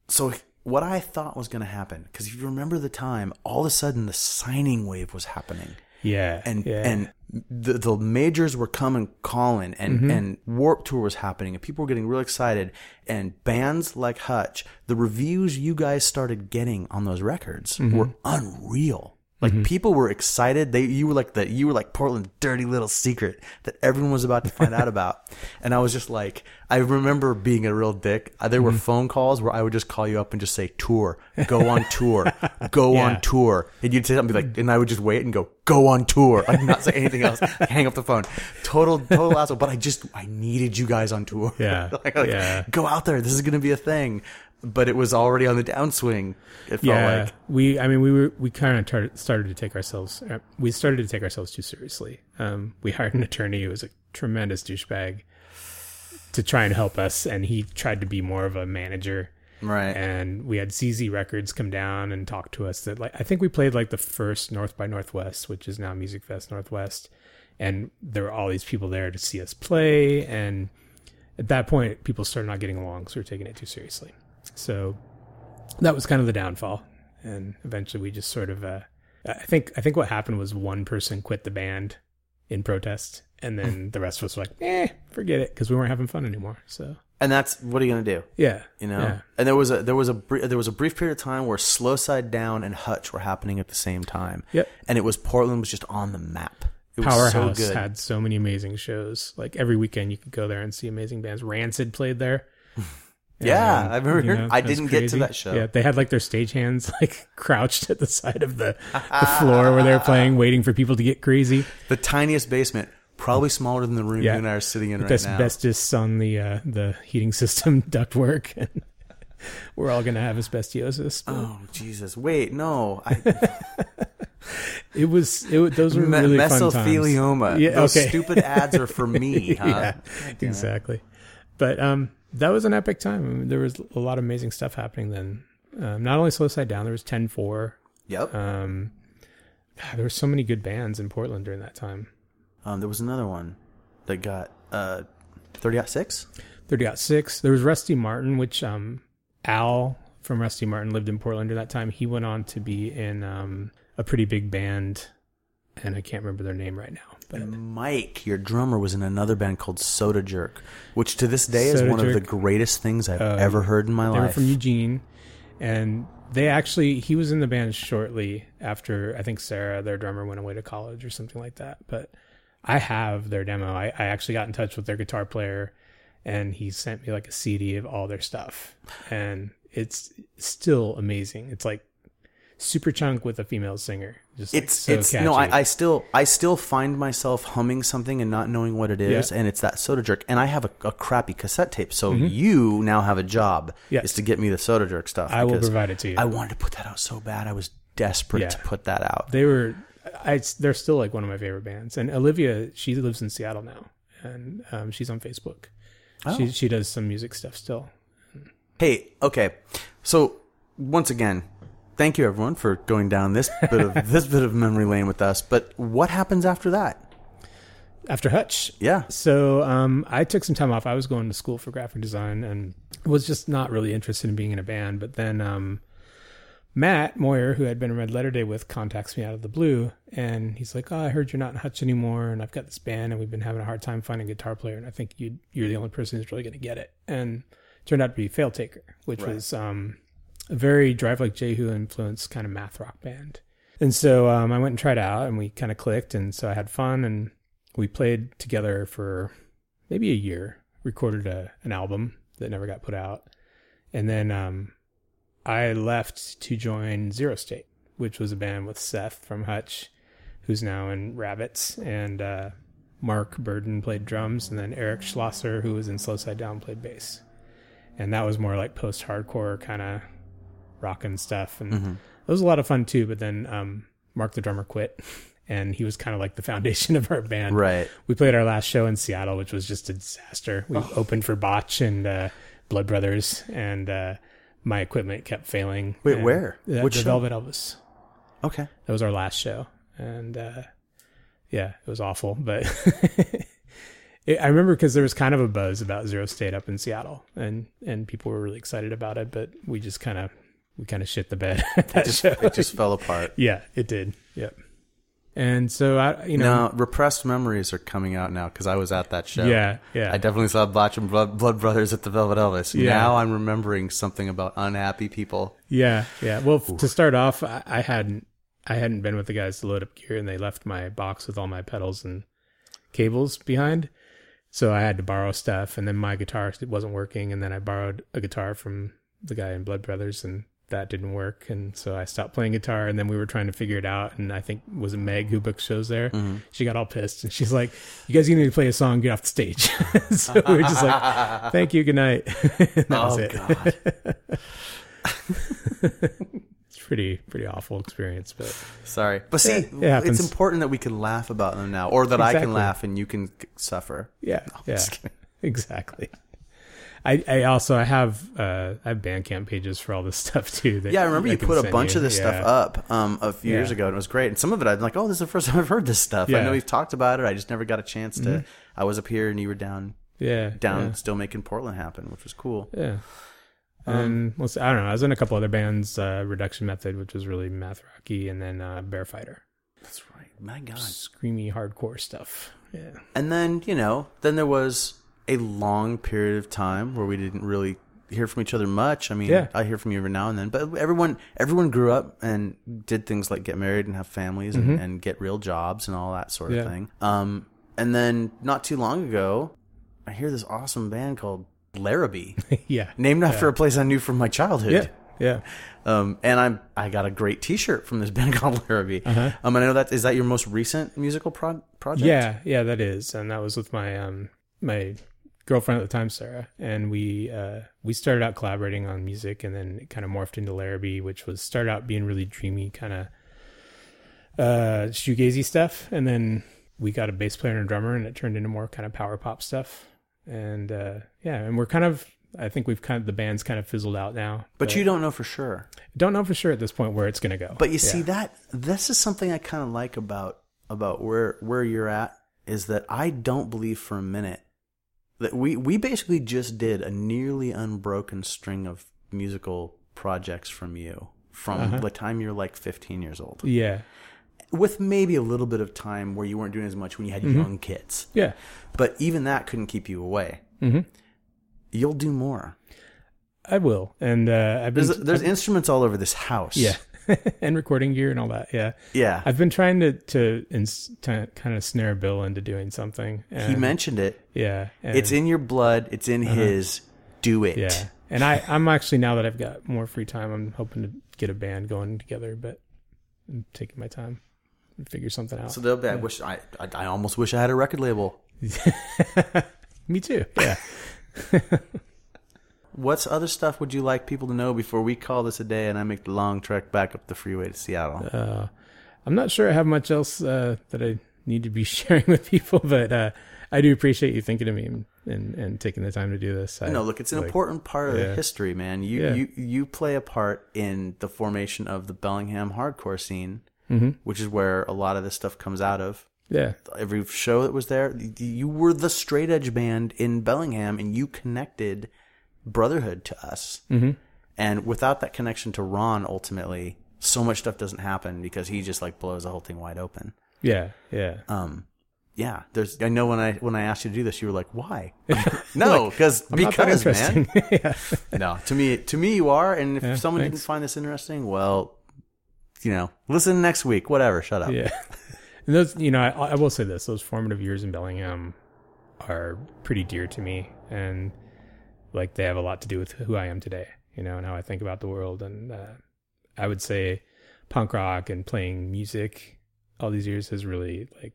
So what I thought was going to happen, because if you remember the time, all of a sudden the signing wave was happening yeah, and yeah. and the the majors were coming calling and Mm-hmm. and warp tour was happening and people were getting real excited and bands like hutch the reviews you guys started getting on those records Mm-hmm. were unreal like people were excited they you were like the you were like portland's dirty little secret that everyone was about to find out about and i was just like i remember being a real dick Uh, Mm-hmm. there were phone calls where i would just call you up and just say tour go on tour go Yeah. on tour. And you'd say something like, and I would just wait and go, go on tour. I did not say anything else. I'd hang up the phone. Total, total asshole. But I just, I needed you guys on tour. Yeah. Like, like, Yeah. Go out there. This is going to be a thing. but it was already on the downswing. It felt yeah, like we. I mean, we were we kind of tar- started to take ourselves. Uh, we started to take ourselves too seriously. Um, we hired an attorney who was a tremendous douchebag to try and help us, and he tried to be more of a manager. right. And we had ZZ Records come down and talk to us. That like I think we played like the first North by Northwest, which is now Music Fest Northwest, and there were all these people there to see us play. And at that point, people started not getting along, so we were taking it too seriously. So that was kind of the downfall. And eventually, we just sort of uh, I think I think what happened was one person quit the band in protest, and Hmm. then the rest of us were like, eh, forget it, because we weren't having fun anymore. So And that's what are you gonna do? yeah, You know. Yeah. And there was a there was a br- there was a brief period of time where Slow Side Down and Hutch were happening at the same time. Yep. And it was Portland was just on the map. It was so Powerhouse good. had so many amazing shows. Like every weekend, you could go there and see amazing bands. Rancid played there. Yeah, And, I remember you hearing- I it was didn't get to that show. Yeah, they had like their stagehands like crouched at the side of the, the floor where they were playing, waiting for people to get crazy. the tiniest basement, probably smaller than the room Yeah. you and I are sitting in right Best now. asbestos on the uh, the heating system ductwork. we're all gonna have asbestosis. but Oh Jesus! Wait, no. I, It was it. was- Those were me- really fun times. mesothelioma. Yeah, Those okay. stupid ads are for me, huh? yeah, exactly. But um, that was an epic time. I mean, there was a lot of amazing stuff happening then. Um, not only Slow Side Down, there was 10 4. Yep. Um, God, there were so many good bands in Portland during that time. Um, there was another one that got uh, thirty out six. 30 out 6. There was Rusty Martin, which um, Al from Rusty Martin lived in Portland during that time. He went on to be in um, a pretty big band, and I can't remember their name right now. But Mike, your drummer, was in another band called Soda Jerk, which to this day is Soda one of the Jerk. Uh, greatest things I've ever heard in my They were life. from Eugene, and they actually he was in the band shortly after I think Sarah, their drummer, went away to college or something like that. But I have their demo. I, I actually got in touch with their guitar player, and he sent me like a CD of all their stuff, and it's still amazing. It's like Superchunk with a female singer. Just like, it's so it's no, catchy. I, I still I still find myself humming something and not knowing what it is, Yeah. and it's that Soda Jerk. And I have a, a crappy cassette tape, so you now have a job Mm-hmm. Yes. is to get me the Soda Jerk stuff. I will because provide it to you. I wanted to put that out so bad. I was desperate Yeah. to put that out. they were I, they're still like one of my favorite bands and olivia she lives in seattle now and um, she's on facebook she, she does some music stuff still Hey, okay. So once again, thank you everyone for going down this bit of this bit of memory lane with us. But what happens after that? after hutch Yeah. so um, i took some time off i was going to school for graphic design and was just not really interested in being in a band but then um, matt moyer who had been in red letter day with contacts me out of the blue and he's like oh i heard you're not in hutch anymore and i've got this band and we've been having a hard time finding a guitar player and i think you, you're the only person who's really going to get it and turned out to be fail taker which was um, a very drive like jehu influenced kind of math rock band and so um, i went and tried out and we kind of clicked and so i had fun and we played together for maybe a year recorded a, an album that never got put out and then um, i left to join zero state which was a band with seth from hutch who's now in rabbits and uh, mark burden played drums and then eric schlosser who was in slow side down played bass and that was more like post-hardcore kind of rockin' stuff and it was a lot of fun too but then um, mark the drummer quit and he was kind of like the foundation of our band Right. we played our last show in Seattle, which was just a disaster. Oh. We opened for Botch and uh, Blood Brothers, and uh, my equipment kept failing. Wait, And where? The, Which the show? Velvet Elvis. Okay. That was our last show, and uh, yeah, it was awful. But it, I remember because there was kind of a buzz about Zero State up in Seattle, and and people were really excited about it. But we just kind of we kind of shit the bed at that show. It just fell apart. yeah, it did. Yep. And so I, you know, Now repressed memories are coming out now because I was at that show. yeah, yeah. I definitely saw Botch and Blood, Blood Brothers at the Velvet Elvis. Yeah. Now I'm remembering something about unhappy people. Yeah, yeah. Well, f- to start off, I, I hadn't I hadn't been with the guys to load up gear, and they left my box with all my pedals and cables behind. So I had to borrow stuff, and then my guitar wasn't working, and then I borrowed a guitar from the guy in Blood Brothers, and that didn't work, and so I stopped playing guitar. And then we were trying to figure it out. And I think it was Meg who booked shows there. Mm-hmm. She got all pissed and she's like, "You guys need to play a song, get off the stage." so we were just like, "Thank you, good night." that was oh it. god. It's pretty pretty awful experience, but Sorry. But see, it happens. it's important that we can laugh about them now or that I can Exactly. laugh and you can c- suffer. yeah, yeah. just kidding. exactly. I, I also I have uh, I have Bandcamp pages for all this stuff too. that- Yeah, I remember you can put a send bunch you. of this Yeah. stuff up um, a few years Yeah. ago, and it was great. And some of it, I'm like, oh, this is the first time I've heard this stuff. I Yeah. know we've talked about it. I just never got a chance to. I was up here, and you were down, Yeah, down, yeah. still making Portland happen, which was cool. Yeah. Um, let's, I don't know. I was in a couple other bands, uh, Reduction Method, which was really math rocky, and then uh, Bear Fighter, That's right. My God. screamy hardcore stuff. Yeah. And then you know, then there was a long period of time where we didn't really hear from each other much. I mean, Yeah. I hear from you every now and then, but everyone everyone grew up and did things like get married and have families and, and get real jobs and all that sort of Mm-hmm. Yeah. thing. Um, and then not too long ago, I hear this awesome band called Larrabee, yeah. named after a place I knew from my childhood. Yeah. Yeah. Um, and I'm I got a great T-shirt from this band called Larrabee. Um, and I know that is that your most recent musical pro- project. Uh-huh. Yeah. Yeah. That is, and that was with my um my girlfriend at the time, Sarah, and we uh we started out collaborating on music, and then it kind of morphed into Larrabee, which was started out being really dreamy, kind of uh shoegazy stuff, and then we got a bass player and a drummer, and it turned into more kind of power pop stuff, and uh yeah, and we're kind of. I think we've kind of the band's kind of fizzled out now. but you don't know for sure. don't know for sure at this point where it's going to go. But you see that this is something I kind of like about about where where you're at is that I don't believe for a minute that we we basically just did a nearly unbroken string of musical projects from you from Uh-huh. the time you're like 15 years old yeah, with maybe a little bit of time where you weren't doing as much when you Mm-hmm. had young kids yeah. but even that couldn't keep you away Mhm. you'll do more I will, and uh, I've been there's there's instruments all over this house yeah, and recording gear and all that. Yeah, yeah I've been trying to to, ins- to kind of snare Bill into doing something. And, he mentioned it yeah, and, It's in your blood. It's in his. Do it. yeah, and I I'm actually now that I've got more free time, I'm hoping to get a band going together, but I'm taking my time and figure something out. So they'll be. I wish. I, I. I almost wish I had a record label. Me too. Yeah. What's other stuff would you like people to know before we call this a day and I make the long trek back up the freeway to Seattle? uh, I'm not sure I have much else uh, that I need to be sharing with people, but uh, I do appreciate you thinking of me and, and, and taking the time to do this. I, no, look, it's an like, important part of the yeah. history, man. You Yeah. you you play a part in the formation of the Bellingham hardcore scene, Mm-hmm. which is where a lot of this stuff comes out of. Yeah, Every show that was there, y- you were the straight edge band in Bellingham, and you connected brotherhood to us. Mm-hmm. And without that connection to Ron, ultimately, so much stuff doesn't happen because he just like blows the whole thing wide open. yeah, yeah. Um, yeah, there's. I know when I when I asked you to do this, you were like, "Why?" no, cause, Not that because man. interesting. yeah. No, to me, to me, you are. And if someone didn't find this interesting, well, you know, listen next week. Whatever. Shut up. Yeah. And those, you know, I, I will say this: those formative years in Bellingham are pretty dear to me, and like they have a lot to do with who I am today, you know, and how I think about the world. And uh, I would say punk rock and playing music all these years has really like,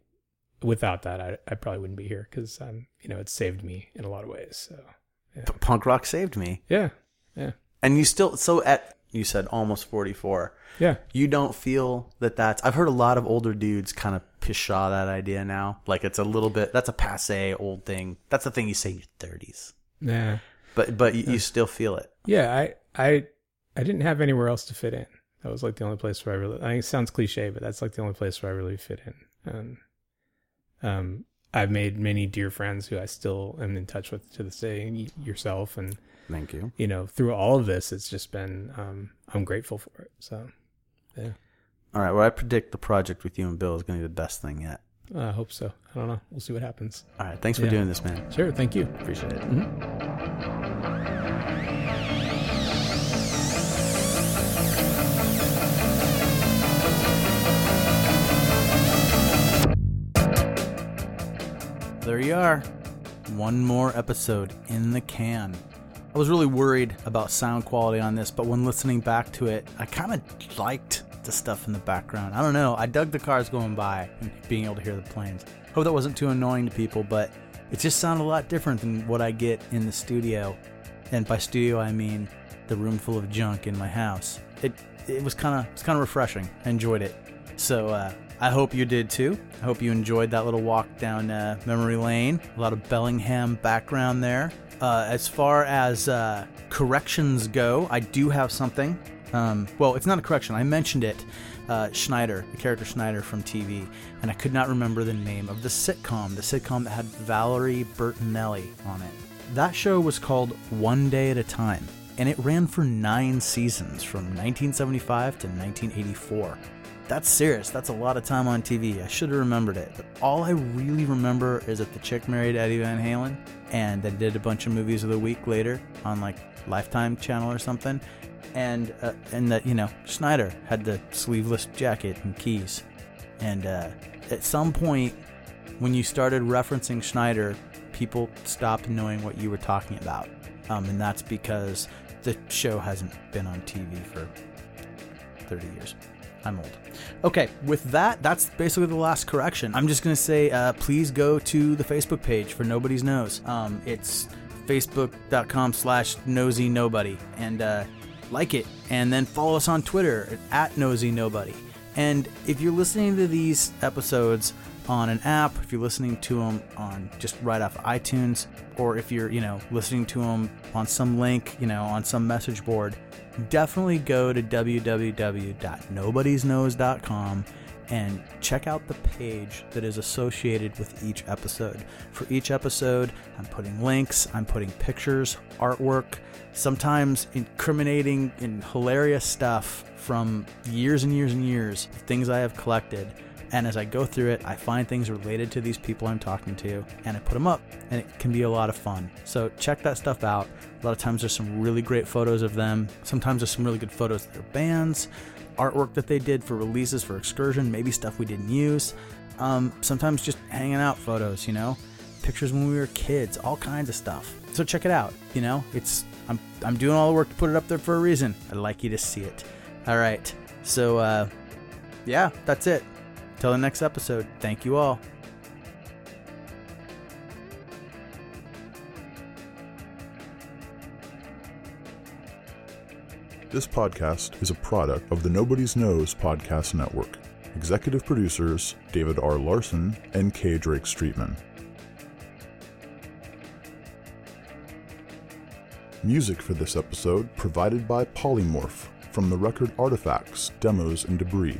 without that, I, I probably wouldn't be here because I'm, you know, it saved me in a lot of ways. So P- Punk rock saved me. yeah, yeah, And you still. So at you said almost forty four. yeah, you don't feel that that's i've heard a lot of older dudes kind of pshaw that idea now like it's a little bit that's a passe old thing that's the thing you say in your 30s yeah. but but you, you still feel it Yeah, I I I didn't have anywhere else to fit in. That was like the only place where I really. I mean, it sounds cliche, but that's like the only place where I really fit in. Um, um, I've made many dear friends who I still am in touch with to this day. and y- Yourself and thank you you know through all of this, it's just been um, I'm grateful for it. So yeah, all right well i predict the project with you and bill is going to be the best thing yet I hope so. I don't know. We'll see what happens. all right thanks for doing this man Sure. Thank you. appreciate it There you are. One more episode in the can. I was really worried about sound quality on this, but when listening back to it, I kind of liked the stuff in the background. I don't know. I dug the cars going by and being able to hear the planes. Hope that wasn't too annoying to people, but it just sounded a lot different than what I get in the studio. And by studio, I mean the room full of junk in my house. It it was kind of it's kind of refreshing. I enjoyed it. So uh, I hope you did too. I hope you enjoyed that little walk down uh, memory lane. A lot of Bellingham background there. Uh, as far as uh, corrections go, I do have something. Um, well, it's not a correction. I mentioned it. Uh, Schneider, the character Schneider from TV, and I could not remember the name of the sitcom. The sitcom that had Valerie Bertinelli on it. That show was called One Day at a Time, and it ran for nine seasons from 1975 to 1984. That's serious. That's a lot of time on TV. I should have remembered it. But all I really remember is that the chick married Eddie Van Halen and then did a bunch of movies of the week later on like Lifetime Channel or something. And uh, and that you know Schneider had the sleeveless jacket and keys. And uh, at some point, when you started referencing Schneider, people stopped knowing what you were talking about. Um, and that's because the show hasn't been on TV for 30 years. I'm old. Okay, with that, that's basically the last correction. I'm just gonna say, uh, please go to the Facebook page for Nobody's Nose. Um, it's facebook.com slash nosy nobody and uh, like it and then follow us on Twitter at nosy nobody. And if you're listening to these episodes on an app, if you're listening to them on just right off iTunes, or if you're, you know, listening to them on some link, you know, on some message board, definitely go to www.nobodiesknows.com and check out the page that is associated with each episode. For each episode, I'm putting links, I'm putting pictures, artwork, sometimes incriminating and hilarious stuff from years and years and years of things I have collected. And as I go through it, I find things related to these people I'm talking to and I put them up, and it can be a lot of fun. So check that stuff out. A lot of times there's some really great photos of them. Sometimes there's some really good photos of their bands, artwork that they did for releases, for excursion, maybe stuff we didn't use. Um, sometimes just hanging out photos, you know, pictures when we were kids, all kinds of stuff. So check it out. You know, it's I'm I'm doing all the work to put it up there for a reason. I'd like you to see it. All right. So uh, yeah, that's it. Till the next episode, thank you all. This podcast is a product of the Nobody's Knows Podcast Network. Executive producers David R. Larson and K. Drake Streetman. Music for this episode provided by Polymorph from the record Artifacts, Demos, and Debris.